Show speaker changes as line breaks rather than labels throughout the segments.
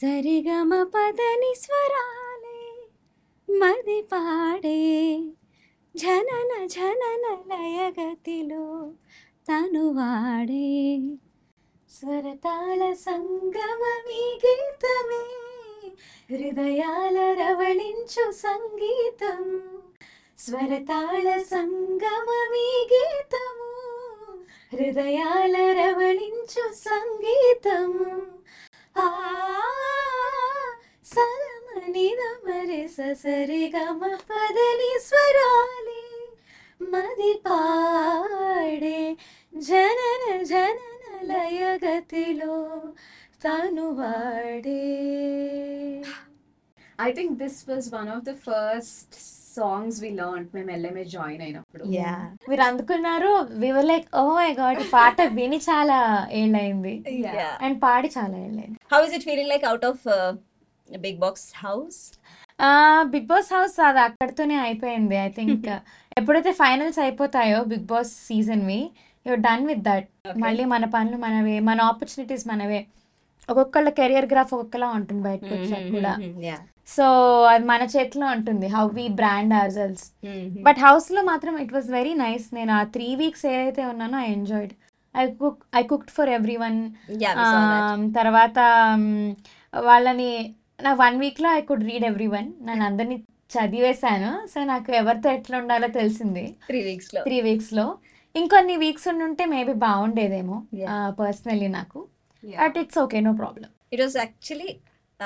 సరిగమ పదని స్వరాలే మది పాడే జనన జనన లయగతిలో తను వాడే స్వరతాళ సంగమమీ గీతమే హృదయాల రవళించు సంగీతం స్వరతాళ సంగమమీ గీతము హృదయాల రవళించు సంగీతము ఆ సరమని దమరి సరి గమ పదని స్వరాలి మది పాడే జనన జనన లయ గతిలో తాను వాడే
I think this was one of the first songs we learn మేము ఎల్ఎంఏ జాయిన్ అయినప్పుడు
యా మీరు అందుకున్నారు we were like oh my god పాట విని చాలా ఏళ్ళైంది
Yeah.
అండ్ పాడి చాలా ఏళ్ళైంది
How is it feeling like out of uh, a big box house?
ఆ బిగ్ బాస్ హౌస్ అది అక్కడితోనే అయిపోయింది ఐ థింక్ ఎప్పుడైతే ఫైనల్స్ అయిపోతాయో Bigg Boss season we your done with that
Okay.
మళ్ళీ మన పనులు మనవే మన ఆపర్చునిటీస్ మనవే ఒక్కొక్కళ్ళ కెరియర్ గ్రాఫ్ ఒక్కొక్కలా ఉంటుంది బయటకు వచ్చాక కూడా
Mm-hmm. Yeah.
సో అది మన చేతిలో ఉంటుంది how we brand our cells
Mm-hmm.
But house లో మాత్రం ఇట్ వాస్ వెరీ నైస్ నేను ఆ త్రీ వీక్స్ ఏదైతే ఉన్నానో I enjoyed I cook I cooked for every one
yeah, we saw that.
uh,
తర్వాత um, వాళ్ళని నా వన్ వీక్ లో I could read every one నేను అందరినీ చదివేశాను సో నాకు ఎవరితో ఎట్లా ఉండాలో తెలిసింది
Three weeks lo.
Three weeks లో ఇంకొన్ని వీక్స్ ఉండుంటే మేబీ బాగుండేదేమో
Yeah.
పర్సనల్లీ నాకు
Yeah.
But it's okay no problem
It was actually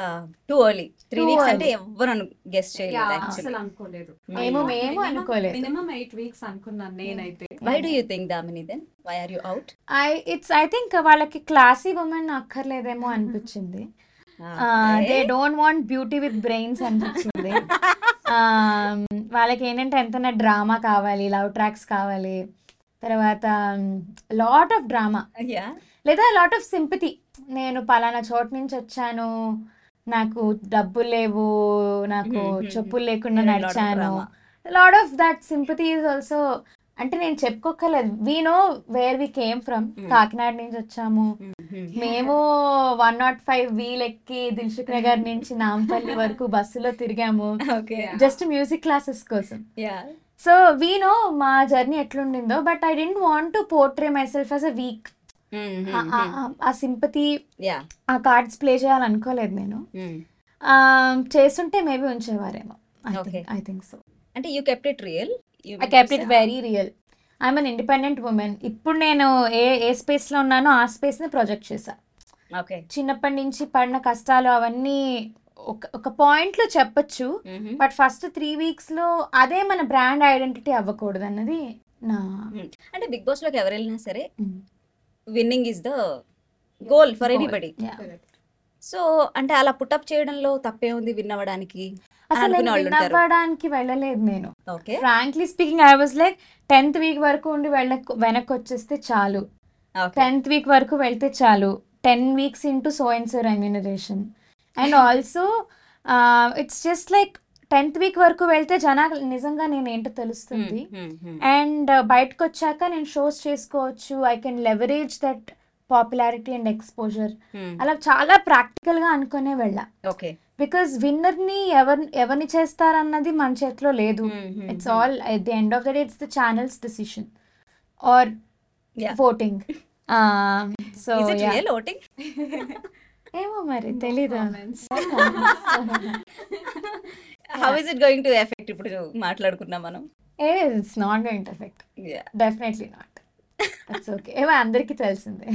uh, too early. Three
Too
weeks
early.
అంటే ఎవ్వరు గెస్ట్
Yeah,
చేయలేదు
అసలు
actually.
అనుకోలేదు
మేము మేము అనుకోలేదు.
మినిమం ఎయిట్ వీక్స్ అనుకున్నాను నేనైతే
Why do you think, Damini, then? Why are you out?
I it's I think వాళ్ళకి క్లాసీ ఉమెన్ అక్కర్లేదేమో అనిపించింది Uh,
Ah,
they
Okay.
Don't want beauty with brains అనిపించింది Um, వాళ్ళకి ఏంటంటే ఎంతైనా డ్రామా కావాలి లవ్ ట్రాక్స్ కావాలి తర్వాత లాట్ ఆఫ్ డ్రామా
Yeah.
లేదా లాట్ ఆఫ్ సింపతి నేను పలానా చోటు నుంచి వచ్చాను నాకు డబ్బులు లేవు నాకు
Hmm, hmm,
చెప్పులు లేకుండా
Lot of
నడిచాను
drama.
Lot of that sympathy is also అంటే నేను చెప్పుకోకర్లేదు we know where we came from
Hmm.
Kakinada నుంచి వచ్చాము
Mm-hmm.
మేము oh వన్ నాట్ ఫైవ్ వీల్ ఎక్కి దిల్సుఖ్ నగర్ నుంచి నాంపల్లి వరకు బస్సులో తిరిగాము
Okay.
జస్ట్ మ్యూజిక్ క్లాసెస్ కోసం
Yeah.
సో వీ నో మా జర్నీ ఎట్లుండిందో but I don't want to portray myself as a weak
Mm-hmm. Hmm.
Ah, ఆ సింపతి
Yeah.
ఆ కార్డ్స్ ప్లే చేయాలనుకోలేదు నేను
Mm.
ఆ, చేస్తుంటే మేబీ ఉంచేవారేమో
Okay.
ఐ థింక్ సో
అంటే you kept it real
I kept it very real I'm an independent women ఇప్పుడు నేను ఏ ఏ స్పేస్లో ఉన్నానో ఆ స్పేస్ని ప్రొజెక్ట్ చేశా
ఓకే
చిన్నప్పటి నుంచి పడిన కష్టాలు అవన్నీ ఒక ఒక పాయింట్లో చెప్పొచ్చు
Mm-hmm.
బట్ ఫస్ట్ త్రీ వీక్స్లో అదే మన బ్రాండ్ ఐడెంటిటీ అవ్వకూడదు అన్నది నా
అంటే బిగ్ బాస్ లోకి ఎవరు వెళ్ళినా సరే
Mm.
Winning is the goal for
Goal.
Anybody
Yeah.
So అంటే అలా పుట్టప్ చేయడంలో తప్పే ఉంది విన్ అవ్వడానికి
అసలు
అనుకునే
నేను
వాళ్ళు ఉంటారు.
వినవ్వడానికి వెళ్ళలేదు నేను
okay
frankly speaking I was like tenth week వరకు ఉండి వెళ్ళ వెనక్కి వచ్చేస్తే చాలు
ఓకే
టెన్త్ వీక్ వరకు వెళ్తే చాలు ten weeks into so and so remuneration and also it's just like tenth week వరకు వెళ్తే జనాలు నిజంగా నేను ఏంటో తెలుస్తుంది
Mm-hmm.
అండ్ బయటకు వచ్చాక నేను షోస్ చేసుకోవచ్చు I can leverage that popularity and exposure
Mm-hmm.
అలా చాలా ప్రాక్టికల్గా అనుకునే వెళ్ళా
ఓకే
బికాస్ విన్నర్ని ఎవరి ఎవరిని చేస్తారన్నది మన చేతిలో లేదు
Hmm. Mm-hmm.
It's all at the end of the day it's the channel's decision or
Yeah.
Voting so
is it real voting
Ah, ఏమో మరి తెలీదు
Comments.
How is it going to effect ఇప్పుడు మాట్లాడుకున్నాం మనం
ఏ it's not going to effect definitely not it's okay ఏమో అందరికీ తెలిసిందే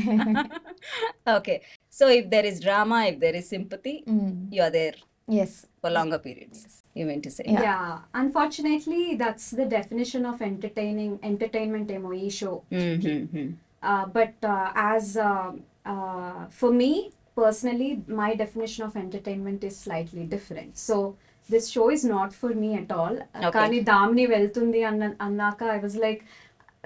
okay so if there is drama if there is sympathy
Hmm.
You are there
as
for longer periods you mean to say
Yeah.
Yeah unfortunately that's the definition of entertaining entertainment ఏమో ఈ show
Mm-hmm.
But as for me personally my definition of entertainment is slightly different so this show is not for me at all
Okay.
కానీ దామిని వెళ్తుంది అన్న అన్నాక I was like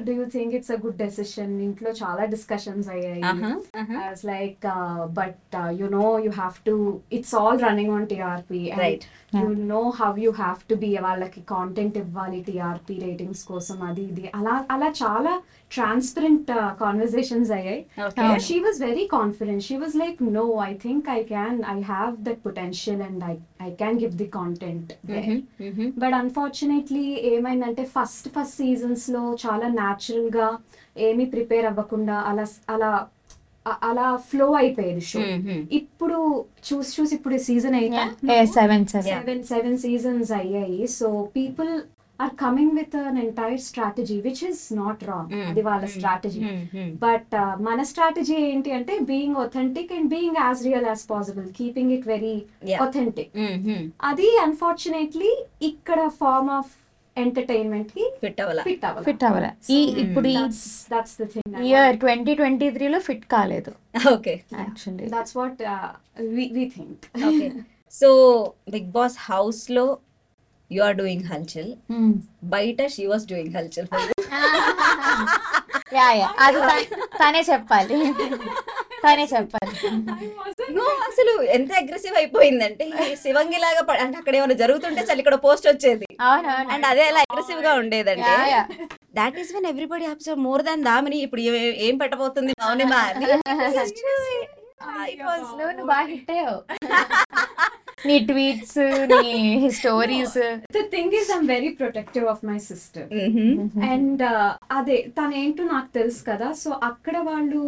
do you think it's a good decision ఇంట్లో చాలా discussions అయ్యాయి
Uh-huh, uh-huh.
I was like, uh, but uh, you know, you have to. It's all running on TRP, and
Right.
you know how you have to be. వాళ్ళకి content ఇవ్వాలి TRP ratings కోసం అది ఇది అలా అలా చాలా transparent conversations అయ్యాయి
Okay.
She was very confident she was like no I think I can I have that potential and I I can give the content
Mhm, mhm.
But unfortunately ఏమైందంటే first first seasons లో చాలా natural గా ఏమీ prepare అవ్వకుండా అలా అలా అ- అలా flow అయిపోయేది షో
Mhm.
ఇప్పుడు చూసి చూసి ఇప్పుడు సీజన్
ఏ seven seven
seven seven seasons అయ్యాయి so people are coming with an entire strategy which is not wrong
Mm.
అది వాళ్ళ
Mm.
Strategy
Mhm.
బట్ మన స్ట్రాటజీ ఏంటి అంటే being authentic and being as real as possible keeping it very
Yeah.
Authentic
Mhm.
అది unfortunately ఇక్కడ form of entertainment కి
Fit అవ్వలా.
Fit అవ్వాలి
ఫిట్ అవ్వరా ఈ ఇప్పుడు ఈ
that's the thing
year twenty twenty త్రీలో ఫిట్ కాలేదు
Okay.
Actually
that's what we think
Okay. So Bigg Boss house లో యు ఆర్ డూయింగ్ హల్చల్
Hmm.
బయట షీ వాస్ డూయింగ్ హల్చల్
యా యా అది తా- తనే చెప్పాలి తనే చెప్పాలి
అసలు ఎంత అగ్రెసివ్ అయిపోయిందంటే ఈ శివంగి లాగా పడ- అంటే అక్కడ ఏమైనా జరుగుతుంటే చల్ ఇక్కడ పోస్ట్ వచ్చేది
అవునవును
అండ్ అదే అలా అగ్రెసివ్ గా ఉండేదండి
Oh Yeah, yeah.
That is when everybody haps more than Damini ఇప్పుడు ఏ- ఏం పెట్టబోతుంది మౌనిమా అని
నువ్వు నువ్వు బాగా హిట్ అయ్యావు నీ ట్వీట్స్ నీ stories
the thing is I'm very protective of my sister
Mhm.
And uh, అదే తను ఏంటో నాకు తెలుసు కదా సో అక్కడ వాళ్ళు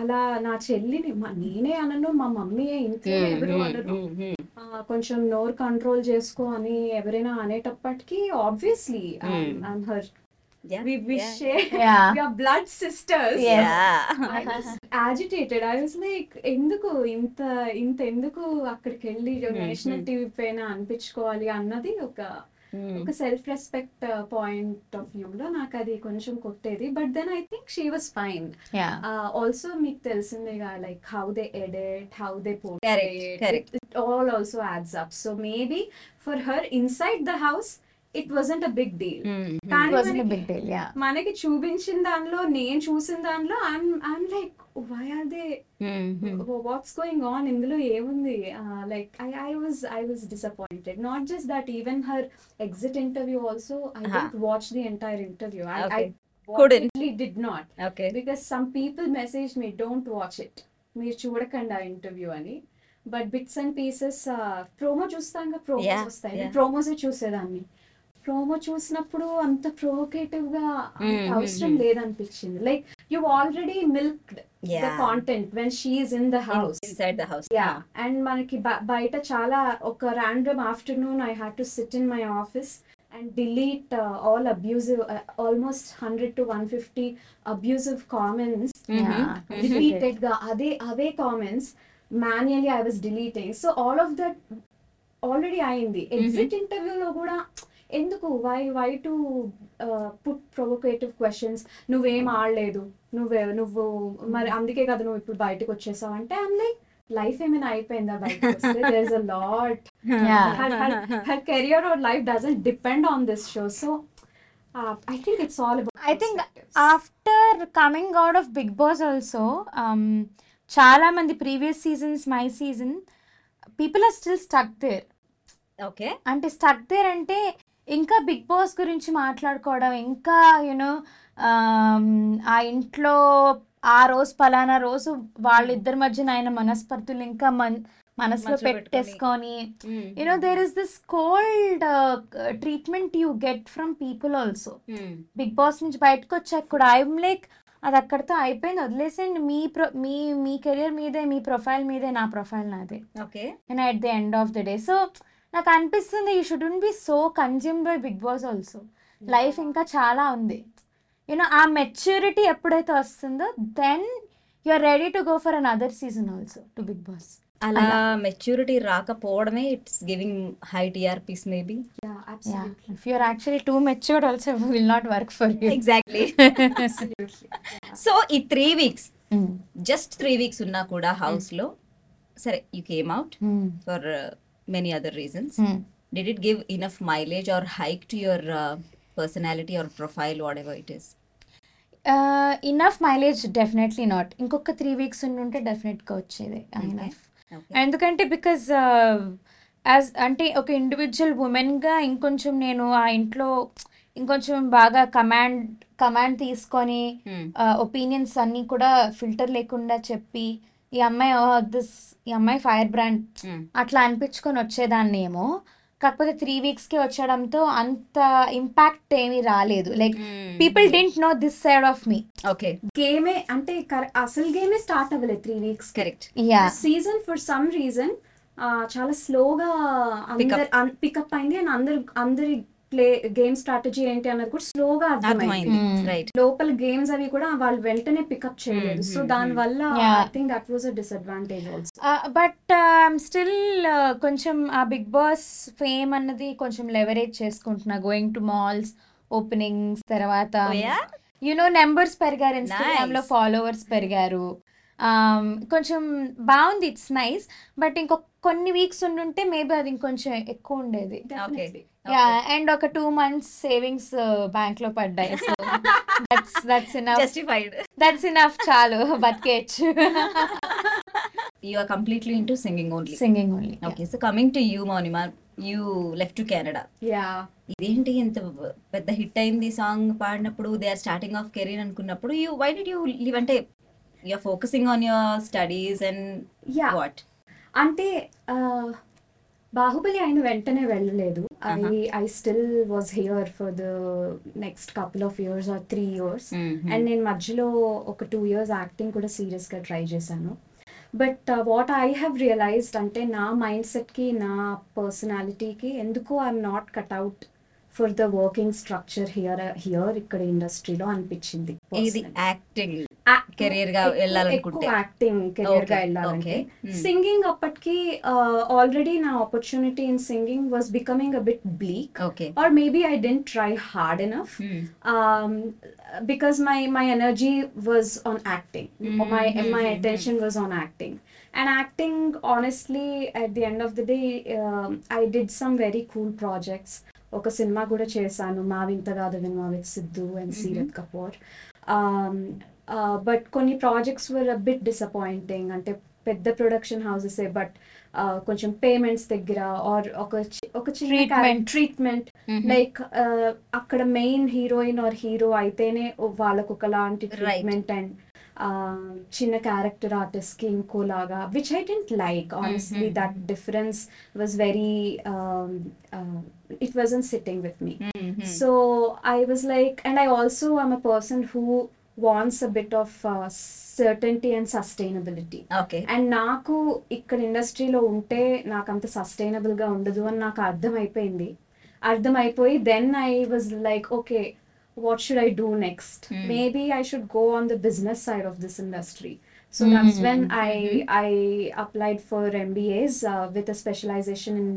అలా నా చెల్లిని మా- నేనే అనను మా మమ్మీ ఇంత
Hmm,
ఎవరు అనరు
Mm-hmm.
Mhm.
ఆ, కొంచెం నోరు కంట్రోల్ చేసుకో అని ఎవరైనా అనేటప్పటికి obviously her
Yeah.
we we
Hmm. Yeah.
share
Yeah.
we are blood sisters
Yes.
Yeah.
I was agitated i was like ఎందుకు ఇంత ఇంత ఎందుకు అక్కడికి వెళ్ళి
Hmm,
నేషనల్ టీవీ పైన అనిపించుకోవాలి అన్నది ఒక
Mhm.
ఒక uh, self respect point of view లో నాకు అది కొంచెం కొట్టేది but then I think she was fine
yeah
also Uh, మీకు తెలిసిందేగా like how they edit how they
Correct, correct.
It all also adds up so maybe for her inside the house it wasn't a big deal
Mhm.
It was
కానీ
big deal yeah
మనకి చూపించిన దానిలో నేను చూసిన దానిలో I'm I'm like why are they
Mhm.
What's going on ఇందులో ఏముంది Uh, like I I was I was disappointed not just that even her exit interview also I
Uh-huh.
Don't watch the entire interview I
Okay. Couldn't.
Did not
Okay.
Because some people message me don't watch it మీరు చూడకండి ఆ interview అని but bits and pieces promo uh, చూస్తాం కదా promos
Yeah,
వస్తాయి
yeah.
ప్రోమోసే చూసేదాన్ని promo చూసినప్పుడు అంత ప్రొవోకేటివ్ గా అంత
Mm, mm,
అవసరం
mm.
లేదనిపించింది like you already milked the
Yeah.
Content when she's in the house
Inside the house.
Yeah and మనకి బ- బయట చాలా ఒక random afternoon I had to sit in my office and delete all abusive almost hundred to one fifty abusive comments deleted గా అదే అవే comments manually I was deleting so all of that already అయింది ఎగ్జిట్ ఇంటర్వ్యూలో కూడా ఎందుకు why why to put provocative questions నువ్వేం ఆడలేదు నువ్వే నువ్వు మరి అందుకే కదా నువ్వు ఇప్పుడు బయటకు వచ్చేసావు అంటే అందులో లైఫ్ ఏమైనా అయిపోయిందా బయట a lot
yeah
her career or life doesn't depend on this show so I think it's all
I think after coming out of Bigg Boss also um, చాలా మంది previous seasons my season people are still stuck there
Okay.
అంటే stuck there అంటే ఇంకా big boss గురించి మాట్లాడుకోవడం ఇంకా you know ఆ ఇంట్లో ఆ రోజు పలానా రోజు వాళ్ళిద్దరి మధ్యన ఆయన మనస్పర్ధులు ఇంకా మన మనసులో
మనసులో పెట్టుకొని.
పెట్టేసుకొని
Mm.
You know there is this cold treatment you get from people also
Mm.
Bigg Boss నుంచి బయటకు వచ్చాక కూడా ఐఎమ్ లైక్ అది అక్కడితో అయిపోయింది వదిలేసేయండి మీ ప్రో మీ మీ కెరియర్ మీదే మీ ప్రొఫైల్ మీదే నా ప్రొఫైల్ నాదే
Okay.
And at the end of the day so నాకు అనిపిస్తుంది you shouldn't be so consume by Bigg Boss also life ఇంకా చాలా ఉంది యూనో ఆ మెచ్యూరిటీ ఎప్పుడైతే వస్తుందో then you are ready to go for another season also to Bigg Boss
అలా maturity రాకపోవడమే it's giving high TRPs maybe
if you're actually two matured also will not work for you
exactly so ఈ three weeks
Hmm.
Just three weeks ఉన్నా కూడా house లో సరే you came out
Hmm.
For many other reasons did it give uh, enough mileage or hike to your personality or profile whatever it is
Uh, enough mileage definitely not ఇంకొక three weeks ఉంటే డెఫినెట్గా వచ్చేది enough ఎందుకంటే because as అంటే ఒక individual ఉమెన్గా ఇంకొంచెం నేను ఆ ఇంట్లో ఇంకొంచెం బాగా కమాండ్ కమాండ్ తీసుకొని
Hmm.
ఒపీనియన్స్ అన్నీ కూడా ఫిల్టర్ లేకుండా చెప్పి ఈ అమ్మాయి దిస్ ఈ అమ్మాయి ఫైర్ బ్రాండ్
Hmm.
అట్లా అనిపించుకొని వచ్చేదాన్ని ఏమో కాకపోతే త్రీ వీక్స్కి వచ్చేయడంతో అంత ఇంపాక్ట్ ఏమీ రాలేదు like
Hmm.
People don't know this side of me
okay
గేమే అంటే కర- అసలు గేమే స్టార్ట్ అవ్వలేదు three weeks
correct
yeah
season for some reason చాలా స్లోగా అందరు పికప్ అయింది అండ్ అందరు అందరి ప్లే గేమ్ స్ట్రాటజీ ఏంటి అన్నది కూడా స్లోగా అర్థమైంది
అర్థమైంది
Hmm.
రైట్
లోపల గేమ్స్ అవి కూడా వాళ్ళు వెంటనే పికప్ చేయలేదు సో దాని వల్ల
Yeah.
I think that was a disadvantage also
but I'm still uh, కొంచెం ఆ బిగ్ బాస్ ఫేమ్ అన్నది కొంచెం లెవరేజ్ చేసుకుంటున్నా గోయింగ్ టు మాల్స్ ఓపెనింగ్స్ తర్వాత యునో నెంబర్స్ పెరిగారు ఇన్స్టాగ్రామ్ లో
Oh, Nice.
ఫాలోవర్స్ పెరిగారు Um, కొంచెం బాగుంది ఇట్స్ నైస్ బట్ ఇంకో కొన్ని వీక్స్ ఉండుంటే మేబీ అది ఇంకొంచెం ఎక్కువ ఉండేది
డెఫినెట్లీ
యా అండ్ ఒక two months savings bank uh, లో పడ్డాయి so that's that's enough
justified
that's enough చాలు బతికేయచ్చు
you are completely into singing only
singing only
okay so coming to you Mounima you left to Canada
yeah
ఇదేంటి ఇంత పెద్ద hit అయింది song పాడినప్పుడు they are starting of career అనుకున్నప్పుడు you why did you leave అంటే you are focusing on your studies and
Yeah.
What
అంటే ఆ, బాహుబలి అయిన వెంటనే వెళ్ళలేదు అది I still was here for the next couple of years or three years
Hmm.
And నేను మధ్యలో ఒక టూ ఇయర్స్ యాక్టింగ్ కూడా సీరియస్ గా ట్రై చేశాను uh, but what I have realised అంటే నా మైండ్ సెట్ కి నా పర్సనాలిటీకి ఎందుకో I'm not cut out for the working structure here here uh, ఇక్కడ ఇండస్ట్రీలో అనిపించింది
ఇది
personally.
యాక్టింగ్
ఆ-
Career గా
ఎక్కువ-
వెళ్ళాలనుకుంటే.
ఎక్కువ యాక్టింగ్ కెరీర్ గా
Okay,
వెళ్ళాలంటే
okay. Hmm.
సింగింగ్ అప్పటికి ఆల్రెడీ నా opportunity in singing was becoming a bit bleak
okay
or maybe I didn't try hard enough Um, because my my energy was on acting my my attention was on acting and acting honestly at the end of the day I did some very cool projects ఒక సినిమా కూడా చేశాను మా వింత కాదు విన్మా with Siddhu and Seerat Kapoor but కొన్ని projects were bit disappointing అంటే పెద్ద ప్రొడక్షన్ హౌసెసే బట్ uh, కొంచెం పేమెంట్స్ దగ్గర ఆర్ ఒక చి- ఒక చిన్న
Treatment.
ట్రీట్మెంట్ లైక్ uh, అక్కడ మెయిన్ హీరోయిన్ ఆర్ హీరో అయితేనే వాళ్ళకు ఒకలాంటి
Right.
ట్రీట్మెంట్ అండ్ చిన్న క్యారెక్టర్ ఆర్టిస్ట్ కి ఇంకోలాగా which I didn't like honestly that difference was very um, uh, it was an sitting with me
Hmm.
So I was like and I also I'm a person who wants a bit of certainty and sustainability
okay
and నాకు ఇక్కడ ఇండస్ట్రీలో ఉంటే నాకు అంత sustainable గా ఉండదు అని నాకు అర్థమైపోయింది అర్థమైపోయి then I was like okay what should I do next maybe I should go on the business side of this industry so that's when I I applied for MBAs with a specialization in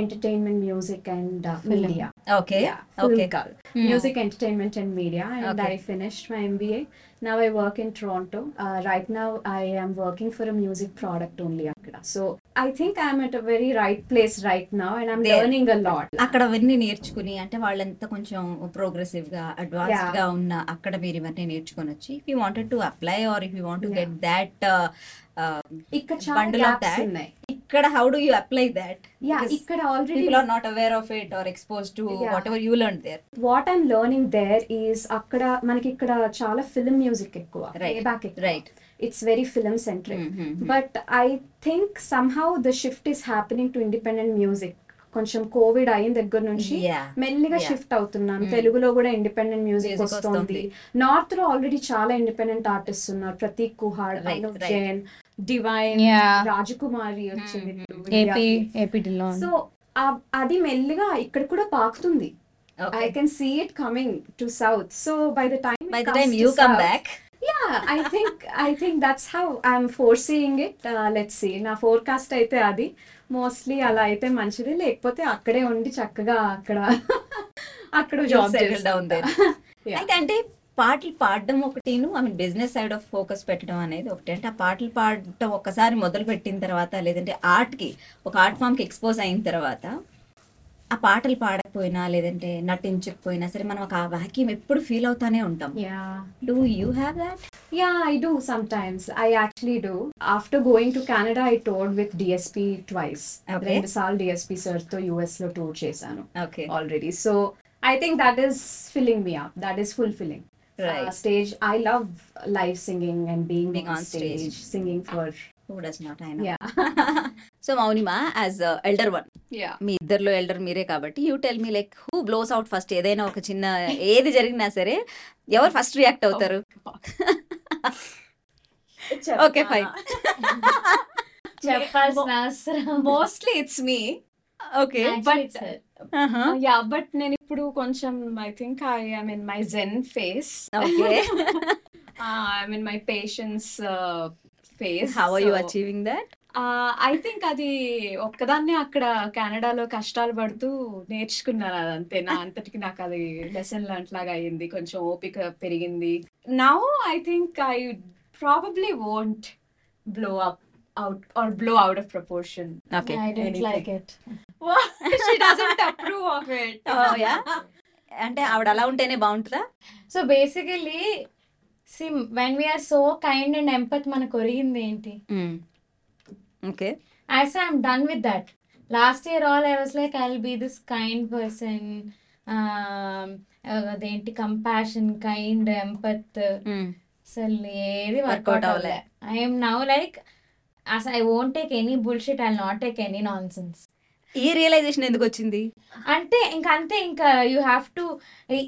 entertainment music and media
okay
yeah, film
okay
girl. Music, entertainment, and media. And
Hmm. Okay.
I finished my MBA. Now I work in Toronto. Uh, right now, I am working for a music product only. akkada. So I think I'm at a very right place right now, and I'm
There.
learning a lot.
అక్కడ అవన్నీ నేర్చుకుని అంటే వాళ్ళంతా కొంచెం progressive గా advanced
Yeah.
గా ఉన్న అక్కడ మీరు ఇవన్నీ నేర్చుకొని వచ్చి if you wanted to apply or if you want to
Yeah.
Get that
ఇక్కడ చాలా
Bundle of
gaps
that.
ఉన్నాయి.
uh, ఇక్కడ how do you apply that
Yeah, ఇక్కడ already
people are not aware of it or expose to
Yeah.
Whatever you learn there
what I'm learning there is అక్కడ మనకి ఇక్కడ చాలా film music ఎక్కువ
Right.
playback ఎక్కువ.
Right. Hmm.
It's very film centric but I think somehow the shift is happening to independent music కొంచెం Covid అయిన దగ్గర నుంచి
Yeah.
మెల్లిగా
Yeah. Hmm.
షిఫ్ట్ అవుతున్నాం తెలుగులో కూడా ఇండిపెండెంట్ మ్యూజిక్
Music
వస్తుంది
వస్తోంది.
నార్త్ లో ఆల్రెడీ చాలా ఇండిపెండెంట్ ఆర్టిస్ట్ ఉన్నారు Prateek Kuhad
Right,
Anuv
right. Hmm,
Jain Divine
Yeah.
Rajakumari వచ్చింది ఇప్పుడు
ఏపీ
ఇండియాకి.
ఏపీ డిలోన్
సో ఆ- అది మెల్లిగా ఇక్కడ కూడా పాకుతుంది
Okay.
I can see it coming to south so by the time
by the time you come back
yeah I think I think that's how I'm foreseeing it let see Uh, నా forecast అయితే అది mostly అలా అయితే మంచిది లేకపోతే అక్కడే ఉండి చక్కగా అక్కడ అక్కడ job
settle down there
Yeah.
అయితే అంటే పాటలు పాడడం ఒకటిను I mean business side of focus పెట్టడం అనేది ఒకటి అంటే ఆ పాటలు పాడటం ఒకసారి మొదలు పెట్టిన తర్వాత లేదంటే art కి ఒక ఆర్ట్ కి ఎక్స్పోజ్ అయిన తర్వాత ఆ పాటలు పాడకపోయినా లేదంటే నటించకపోయినా సరే మనం ఒక వాక్యూమ్ ఎప్పుడు ఫీల్ అవుతానే ఉంటాం
yeah
do you have that
Yeah, I do sometimes. I actually do. After going to Canada, I toured with DSP twice.
Okay.
Sal DSP sir to US lo tour chesanu
okay
already. So I think that is filling me up. That is fulfilling.
Right.
Uh, stage. I love live singing and being,
Being
on
on
stage,
stage.
singing for
who does not ఆయన
yeah
so Mounima as elder one
yeah.
మీ ఇద్దరిలో elder మీరే కాబట్టి you tell me like who blows out first ఏదైనా ఒక చిన్న ఏది జరిగినా సరే ఎవరు ఫస్ట్ రియాక్ట్ అవుతారు ఓకే ఫైన్
చెప్పాల్సిన అవసరం
Mostly it's me.
Okay
Actually, it's her.
Uh-huh.
Uh, Yeah, but నేను ఇప్పుడు కొంచెం I think I am in my zen phase.
Okay
Uh, I'm in my patience uh, phase.
How are you
So-
achieving that
I think అది ఒక్కదాన్నే అక్కడ కెనడాలో కష్టాలు పడుతూ నేర్చుకున్నాను అది అంతే నా అంతటికి నాకు అది లెసన్ లాంటిలాగా అయ్యింది కొంచెం ఓపిక పెరిగింది now I think I probably won't blow up out or blow out of proportion
okay
I don't like it.
She doesn't approve of it
Oh,
Uh,
అంటే ఆవిడ అలా ఉంటేనే బాగుంటుందా
so basically see when we're so kind and empath మనకు ఒరిగింది ఏంటి
okay
as I'm done with that last year all I was like I will be this kind person um, అదేంటి compassion kind empath అసలు ఏది work out Hmm. అవ్వలే I'm now like అసలు I won't take any bullshit I not take any nonsense
ఈ realization ఎందుకు వచ్చింది
అంటే ఇంకా అంతే ఇంకా యూ హ్యావ్ టు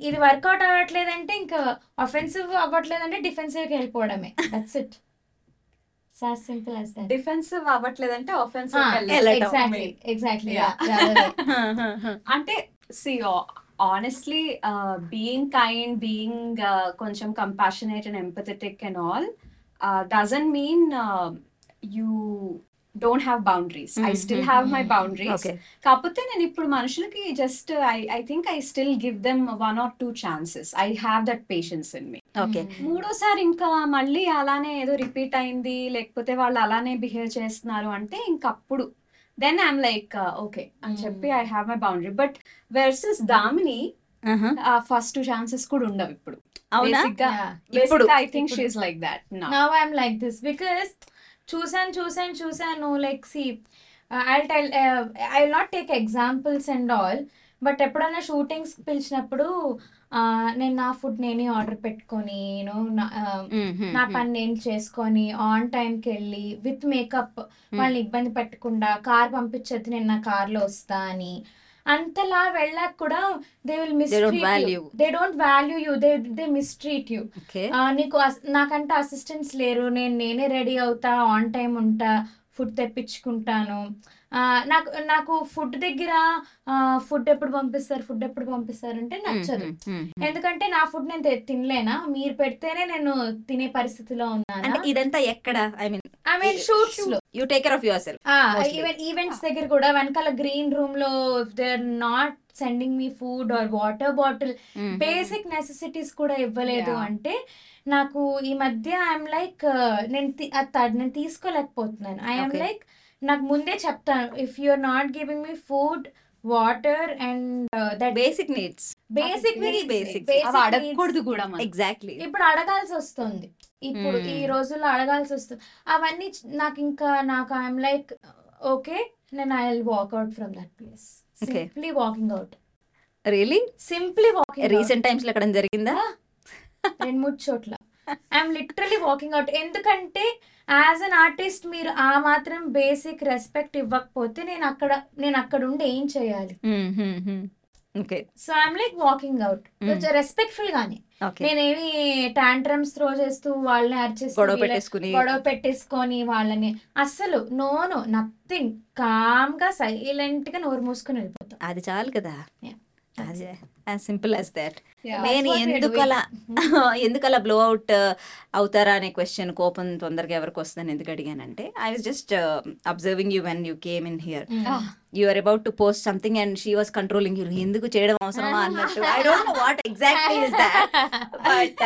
ఇది వర్కౌట్ అవ్వట్లేదంటే ఇంకా అఫెన్సివ్ అవ్వట్లేదంటే డిఫెన్సివ్కి వెళ్ళిపోవడమే that's it so as simple as that
డిఫెన్సివ్ అవ్వట్లేదంటే offensive
Ah,
కి వెళ్ళి-
వెళ్ళటం.
Exactly exactly
Yeah. అంటే uh, see honestly being kind being uh, కొంచెం compassionate and empathetic and all uh, doesn't mean you don't have boundaries I still have my boundaries
okay
కాకపోతే నేను ఇప్పుడు మనుషులకి uh, just I I think I still give them one or two chances I have that patience in me
okay
Mm-hmm.
మూడోసారి ఇంకా మళ్ళీ అలానే ఏదో repeat అయింది లేకపోతే వాళ్ళు అలానే బిహేవ్ చేస్తున్నారు అంటే ఇంకప్పుడు then I'm like okay uh, అని
Hmm.
చెప్పి I have my boundary but versus Damini first two chances కూడా ఉండవు ఇప్పుడు
Hmm. Uh-huh. అవునా ఇప్పుడు?
I think she's like that
now I'm like this because చూసాను చూసాను చూసాను like see I tell I will not take examples and all but ఎప్పుడైనా shootings పిలిచినప్పుడు ah, నేను నా ఫుడ్ నేనే ఆర్డర్ పెట్టుకొని నేను um, నా పని నేను చేసుకొని ఆన్ టైంకి వెళ్ళి విత్ మేకప్ వాళ్ళని ఇబ్బంది పెట్టకుండా కార్ పంపించద్దు నేను నా కార్లో వస్తా అని అంతలా వెళ్ళాక కూడా they will miss
value.
They don't value you they they mistreat you
okay
ఆ, నీకు అస్- నాకంటే అసిస్టెంట్స్ లేరు నేను నేనే రెడీ అవుతా ఆన్ టైం ఉంటా ఫుడ్ తెప్పించుకుంటాను ఆ, నాకు నాకు ఫుడ్ దగ్గర ఫుడ్ ఎప్పుడు పంపిస్తారు ఫుడ్ ఎప్పుడు పంపిస్తారు అంటే నచ్చదు
Hmm.
ఎందుకంటే నా ఫుడ్ నేను తే- తినలేనా మీరు పెడితేనే నేను తినే పరిస్థితిలో
అంటే
ఉన్నాను
ఇదంతా ఎక్కడ I mean
I mean shoots లో
you take care of yourself Mostly.
Even events దగ్గర కూడా వెనకాల గ్రీన్ రూమ్ లో if they are not sending me food or water bottle
Hmm.
Basic necessities కూడా ఇవ్వలేదు
Yeah.
అంటే నాకు ఈ మధ్య ఐఎమ్ లైక్ నేను తీ- అది తా- నేను తీసుకోలేకపోతున్నాను ఐఎమ్
Okay.
లైక్ నాకు ముందే చెప్తాను if you are not giving me food water and that
basic needs
basic
Yes, basics.
అవి అడగకూడదు కూడా మనం
ఎగ్జాక్ట్లీ
ఇప్పుడు అడగాల్సి వస్తుంది ఇప్పుడు
Hmm.
ఈ రోజుల్లో అడగాల్సి వస్తుంది అవన్నీ చ- నాకు ఇంకా నాకు ఐఎమ్ లైక్ ఓకే నేను I will walk out from that place
Okay.
Simply walking out
really
simply walking
recent times లో ఎక్కడ జరిగిందా
Uh. రెండు మూడు చోట్ల ఐఎమ్ లిటరలీ వాకింగ్ అవుట్ ఎందుకంటే యాజ్ అన్ ఆర్టిస్ట్ మీరు ఆ మాత్రం బేసిక్ రెస్పెక్ట్ ఇవ్వకపోతే నేను అక్కడ నేను అక్కడ ఉండి ఏం చేయాలి
Hmm, okay
so I'm like walking out కొంచెం రెస్పెక్ట్ఫుల్ గానే
ఓకే
నేనేమి టాంట్రమ్స్ త్రో చేస్తూ వాళ్ళని అరిచేస్తూ
గొడవ
వీళ్ళ-
పెట్టేసుకుని.
గొడవ పెట్టేసుకొని వాళ్ళని అస్సలు నో నో నథింగ్ కామ్ గా సైలెంట్ గా నోరు మూసుకుని వెళ్ళిపోతాం
అది చాలు కదా
Yeah.
అది as simple as that
Yeah.
నేను
That's what we are
ఎందుకలా ఎందుకలా బ్లో అవుట్ అవుతారా అనే క్వశ్చన్ కోపం తొందరగా ఎవరికి వస్తుందని ఎందుకు అడిగానంటే I was just observing you when you came in here you are about to post something and she was controlling you ఎందుకు చేయడం అవసరమా అన్నట్టు I don't know what exactly is that but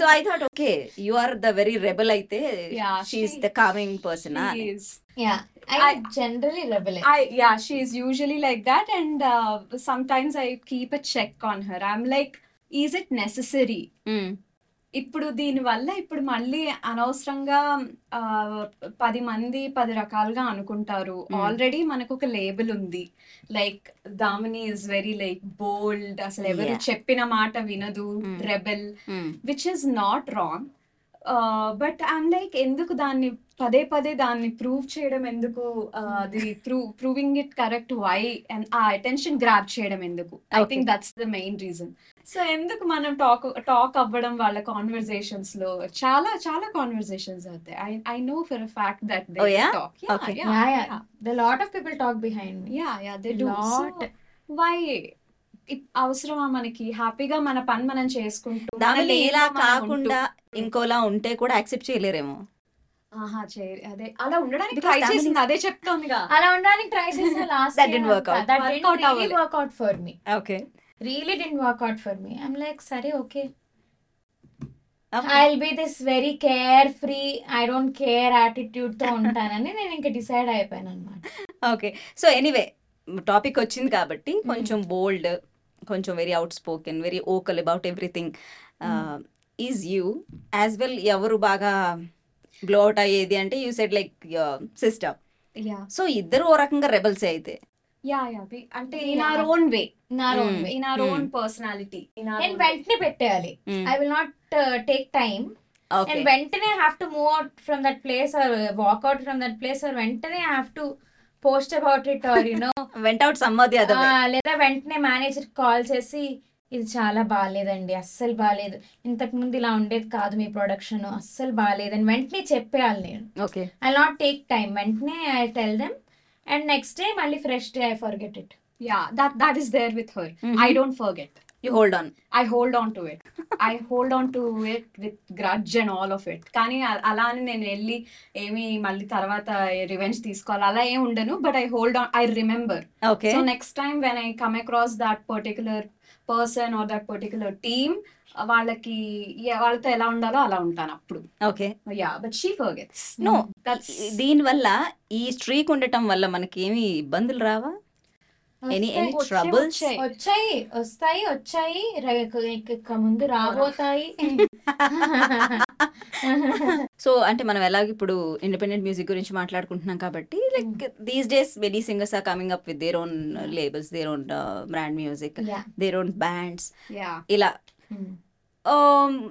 so I thought okay you are the very rebel అయితే
Yeah,
she's
she-
the coming person
Please.
Yeah generally rebel
I yeah, she's usually like that, and uh, sometimes I keep a check on her. I'm like, is it necessary?
Hmm,
ఇప్పుడు దీనివల్ల ఇప్పుడు మళ్ళీ అనవసరంగా ఆ, పది మంది పది రకాలుగా అనుకుంటారు
Hmm.
ఆల్రెడీ మనకు ఒక లేబుల్ ఉంది like Damini is very like bold అసలు ఎవరు
Yeah.
చెప్పిన మాట వినదు
Hmm.
Rebel which is not wrong but I'm like ఎందుకు దాన్ని పదే పదే దాన్ని ప్రూవ్ చేయడం ఎందుకు Uh,
Hmm.
అది prove proving it correct why and ఆ అటెన్షన్ గ్రాప్ చేయడం ఎందుకు I
Okay.
Think that's the main reason so ఎందుకు మనం టాక్ టాక్ అవ్వడం వాళ్ళ కాన్వర్సేషన్స్ లో చాలా చాలా కాన్వర్సేషన్స్ అవుతాయి I I know for a fact that
Oh,
they
yeah?
Talk
Okay.
Yeah, yeah. The lot of people talk behind me
yeah yeah they do
Lot.
Why అవసరమా మనకి హ్యాపీగా మన పని మనం చేసుకుంటూ మన
దాని
lane లో
ఇలా
మనం ఉంటూ-
కాకుండా ఇంకోలా ఉంటే కూడా యాక్సెప్ట్ చేయలేరేమో
ఆహా చేయ అదే అలా ఉండడానికి
Because
ట్రై
Tamil-
చేసింది అదే చెప్తోందిగా
అలా ఉండడానికి ట్రై చేసిన last
That didn't work out.
That
Workout
didn't really
అవ్వలేదు.
Work out for me
okay
really didn't work out for me I'm like సరే okay I'll be this very carefree I don't care attitude తో ఉంటానని నేను ఇంకా decide అయిపోయాను అనమాట
okay so anyway topic వచ్చింది కాబట్టి కొంచెం బోల్డ్ కొంచెం very outspoken very vocal about everything is you as well ఎవరు బాగా గ్లో అవుట్ అయ్యేది అంటే you said like system
yeah
so ఇద్దరు ఓ రకంగా రెబల్సే అయితే
యా యా అంటే
Yeah.
In our own way
నా
Mm.
own way.
In our
Hmm.
Own personality in our
నేను వెంటనే పెట్టేయాలి I will not take time
okay
నేను వెంటనే have to move out from that place or walk out from that place or వెంటనే have to post about it are you know
vent out somebody other
లేదా వెంటనే manager call చేసి ఇది చాలా బాగాలేదండి అస్సలు బాగాలేదు ఇంతకుముందు ఇలా ఉండేది కాదు మీ ప్రొడక్షన్ అస్సలు బాగాలేదని వెంటనే చెప్పేయాలి నేను
okay
I not take time వెంటనే I tell them and next day మళ్ళీ fresh day I forget it
yeah that that is there with her
Mm-hmm.
I don't forget
you hold on
I hold on to it I hold on to it with grudge and all of it కానీ అ- అలా అని నేను వెళ్ళి ఏమి మళ్ళీ తర్వాత revenge తీసుకోవాలి అలా ఏం ఉండను but I hold on I remember
okay
so next time when I come across that particular person or that particular team వాళ్ళకి yeah, వాళ్ళతో ఎలా ఉండాలో అలా ఉంటాను అప్పుడు
ఓకే
yeah but she forgets
no
hmm. That's-
దీనివల్ల ఈ స్ట్రీక్ ఉండటం వల్ల మనకి ఏమి ఇబ్బందులు రావా ఎనీ ఎనీ
వచ్చే-
ట్రబుల్స్
వచ్చే.
వచ్చాయి వస్తాయి వచ్చాయి ర- ఇక- ఇక ముందు రాబోతాయి
సో అంటే మనం ఎలాగ ఇప్పుడు ఇండిపెండెంట్ మ్యూజిక్ గురించి మాట్లాడుకుంటున్నాం కాబట్టి like these days many singers are coming up with their own labels their own brand music
Yeah.
Their own bands
yeah
ఇలా
Hmm.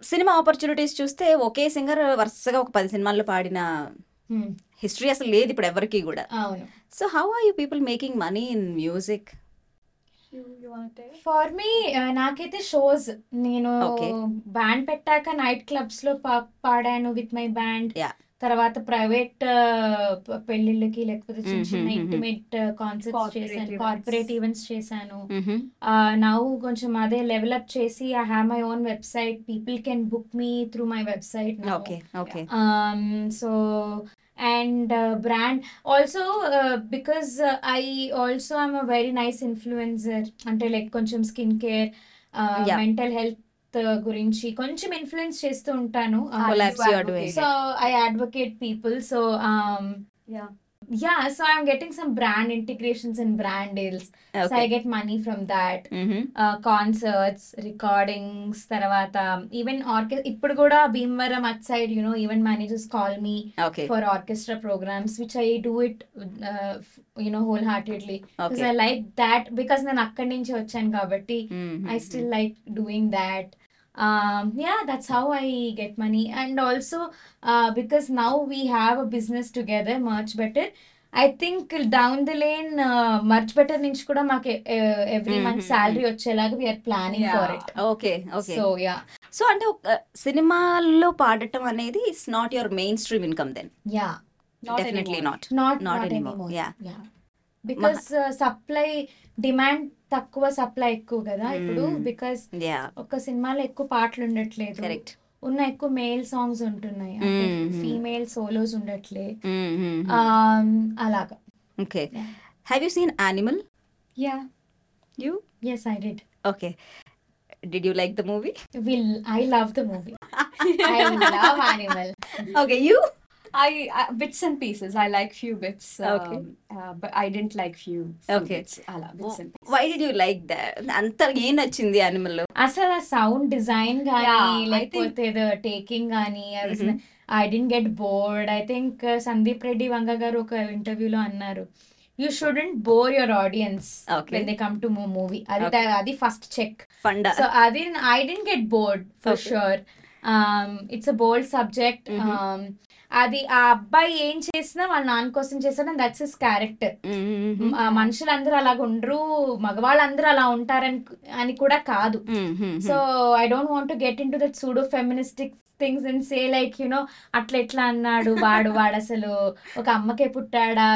సినిమా ఆపర్చునిటీస్ చూస్తే ఒకే సింగర్ వరుసగా ఒక పది సినిమాల్లో పాడిన
Hmm.
హిస్టరీ అసలు లేదు ఇప్పుడు ఎవరికి కూడా
అవును
so how are you people making money in music
for me నాకైతే షోస్ నేను
Okay.
బ్యాండ్ పెట్టాక నైట్ క్లబ్స్ లో పా- పాడాను విత్ మై బ్యాండ్
Yeah.
తర్వాత ప్రైవేట్ పెళ్లిళ్ళకి లేకపోతే చిన్న
Mhm,
చిన్న
mhm.
ఇంటిమేట్ కాన్సెప్ట్స్
Corporate
చేశాను
events.
కార్పొరేట్ ఈవెంట్స్ చేశాను నౌ కొంచెం అదే లెవెలప్ చేసి I have my own website people can book me through my website
okay okay
um so and uh, brand also uh, because uh, i also am a very nice influencer until like కొంచెం uh, skin care
Yeah.
Mental health uh, గురించి కొంచెం influence చేస్తూ ఉంటాను Uh,
Collabs you are doing.
So I advocate people so um,
Yeah.
Yeah so I'm getting some brand integrations and brand deals so
okay
I get money from that
Mm-hmm.
Concerts recordings తర్వాత even ఆర్కె ఇప్పుడు కూడా Bhimavaram at side you know even managers call me
okay
for orchestra programs which I do it uh, you know wholeheartedly
okay
I like that because నేను అక్కడి నుంచి వచ్చాను కాబట్టి
Mm-hmm.
I still like doing that yeah that's how I get money and also because now we have a business together merch better I think down the lane merch better నుంచి కూడా మాకు uh, every
Mhm,
month
mhm.
Salary వచ్చేలాగా we're planning for it
okay okay
so yeah
so అంటే ఒక uh, సినిమాల్లో పాడటం అనేది it's not your main stream income then
yeah
definitely not
not
Not
not
anymore.
Anymore
Yeah.
Yeah because supply demand uh, తక్కువ supply ఎక్కువ కదా ఇప్పుడు
Mm.
Because
yeah
ఒక సినిమాలో ఎక్కువ పాటలు ఉండట్లేదు
కరెక్ట్
ఉన్న ఎక్కువ మేల్ సాంగ్స్ ఉంటున్నాయి
Mm, mm.
ఫీమేల్ సోలోస్ ఉండట్లే
Mm-hmm.
Um, అలాగా
okay
Yeah.
Have you seen Animal
yeah
you
yes I did
okay did you like the movie
well I love the movie I love Animal
okay you
I, I bits and pieces. I like few bits, um,
Okay.
uh, but I didn't like few. few
Okay.
bits. Ala, bits and pieces.
Why did you like that అంత ఏం నచ్చింది యానిమల్ లో
అసలు ఆ sound design
Yeah, I
కానీ
think-
లేకపోతే taking కానీ I didn't get bored I think Sandeep Reddy Vanga గారు ఒక ఇంటర్వ్యూలో అన్నారు you shouldn't bore your audiences
Okay.
When they come to movie అది అది ఫస్ట్ చెక్
పండ
సో అది I didn't get bored for
Okay.
Sure it's a bold subject
Mhm.
Um, అది ఆ అబ్బాయి ఏం చేసినా వాళ్ళ నాన్న కోసం చేసినా దట్స్ హిస్ క్యారెక్టర్
Mm-hmm.
మనుషులు అందరూ అలాగ ఉండరు మగవాళ్ళందరూ అలా ఉంటారని అని కూడా కాదు
Mm-hmm.
So I don't want to get into that pseudo feministic things and say like you know అట్లా ఎట్లా అన్నాడు వాడు వాడు అసలు ఒక అమ్మకే పుట్టాడా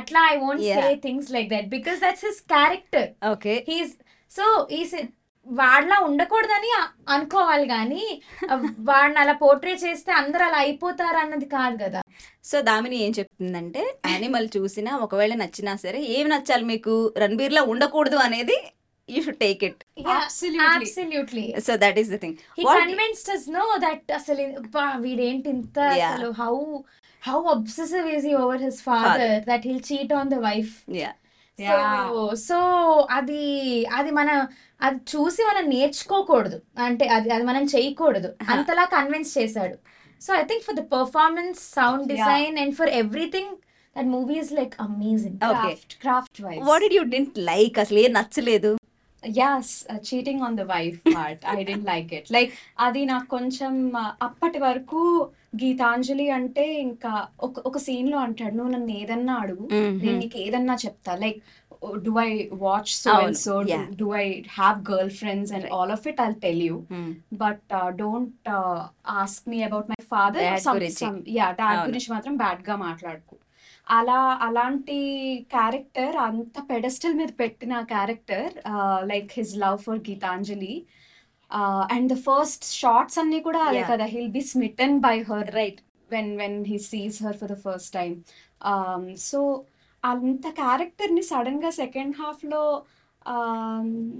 అట్లా I won't say
Yeah.
Things like that because that's his character
okay
he's so ఈ వాళ్ళలా ఉండకూడదని అ- అనుకోవాలి కానీ వాడిని అలా పోర్ట్రే చేస్తే అందరు అలా అయిపోతారు అన్నది కాదు కదా
సో దామిని ఏం చెప్తుందంటే యానిమల్ చూసినా ఒకవేళ నచ్చినా సరే ఏం నచ్చాలి మీకు రణబీర్ లా ఉండకూడదు అనేది you should take it
Absolutely.
Absolutely
so that is the thing
he
What-
convinced us no that అసలు అబ్బా, వీడేంటి ఇంత
Yeah.
అసలు how how obsessive is over his father that he'll cheat on the wife
yeah
Yeah.
So అది అది మన అది చూసి మనం నేర్చుకోకూడదు అంటే అది అది మనం చేయకూడదు అంతలా కన్విన్స్ చేశాడు so I think for the performance sound design and for everything that movie is like amazing
Okay.
Craft, craft wise.
What did you didn't like అసలు ఏం నచ్చలేదు
yes uh, cheating on the wife part i didn't like it like అది నాకు కొంచెం uh, అప్పటి వరకు గీతాంజలి అంటే ఇంకా ఒక ఒక సీన్ లో అంటాడు నువ్వు నన్ను ఏదన్నా అడుగు
Mm-hmm.
నేను నీకు ఏదన్నా చెప్తా like do I watch so
అవును,
and so
yeah.
Do I have girlfriends and all of it I tell you
Mm-hmm.
But don't ask me about my
Dad
father
గురించి.
యా డాడ్
అవును.
గురించి మాత్రం bad గా మాట్లాడుకు అలా అలాంటి character అంత పెడస్టల్ మీద పెట్టిన uh, character like his love for Gitanjali and the first shots అన్ని కూడా అదే
Yeah.
కదా he'll be smitten by her
right
when when he sees her for the first time so Um, అంత క్యారెక్టర్ని సడన్గా సెకండ్ హాఫ్లో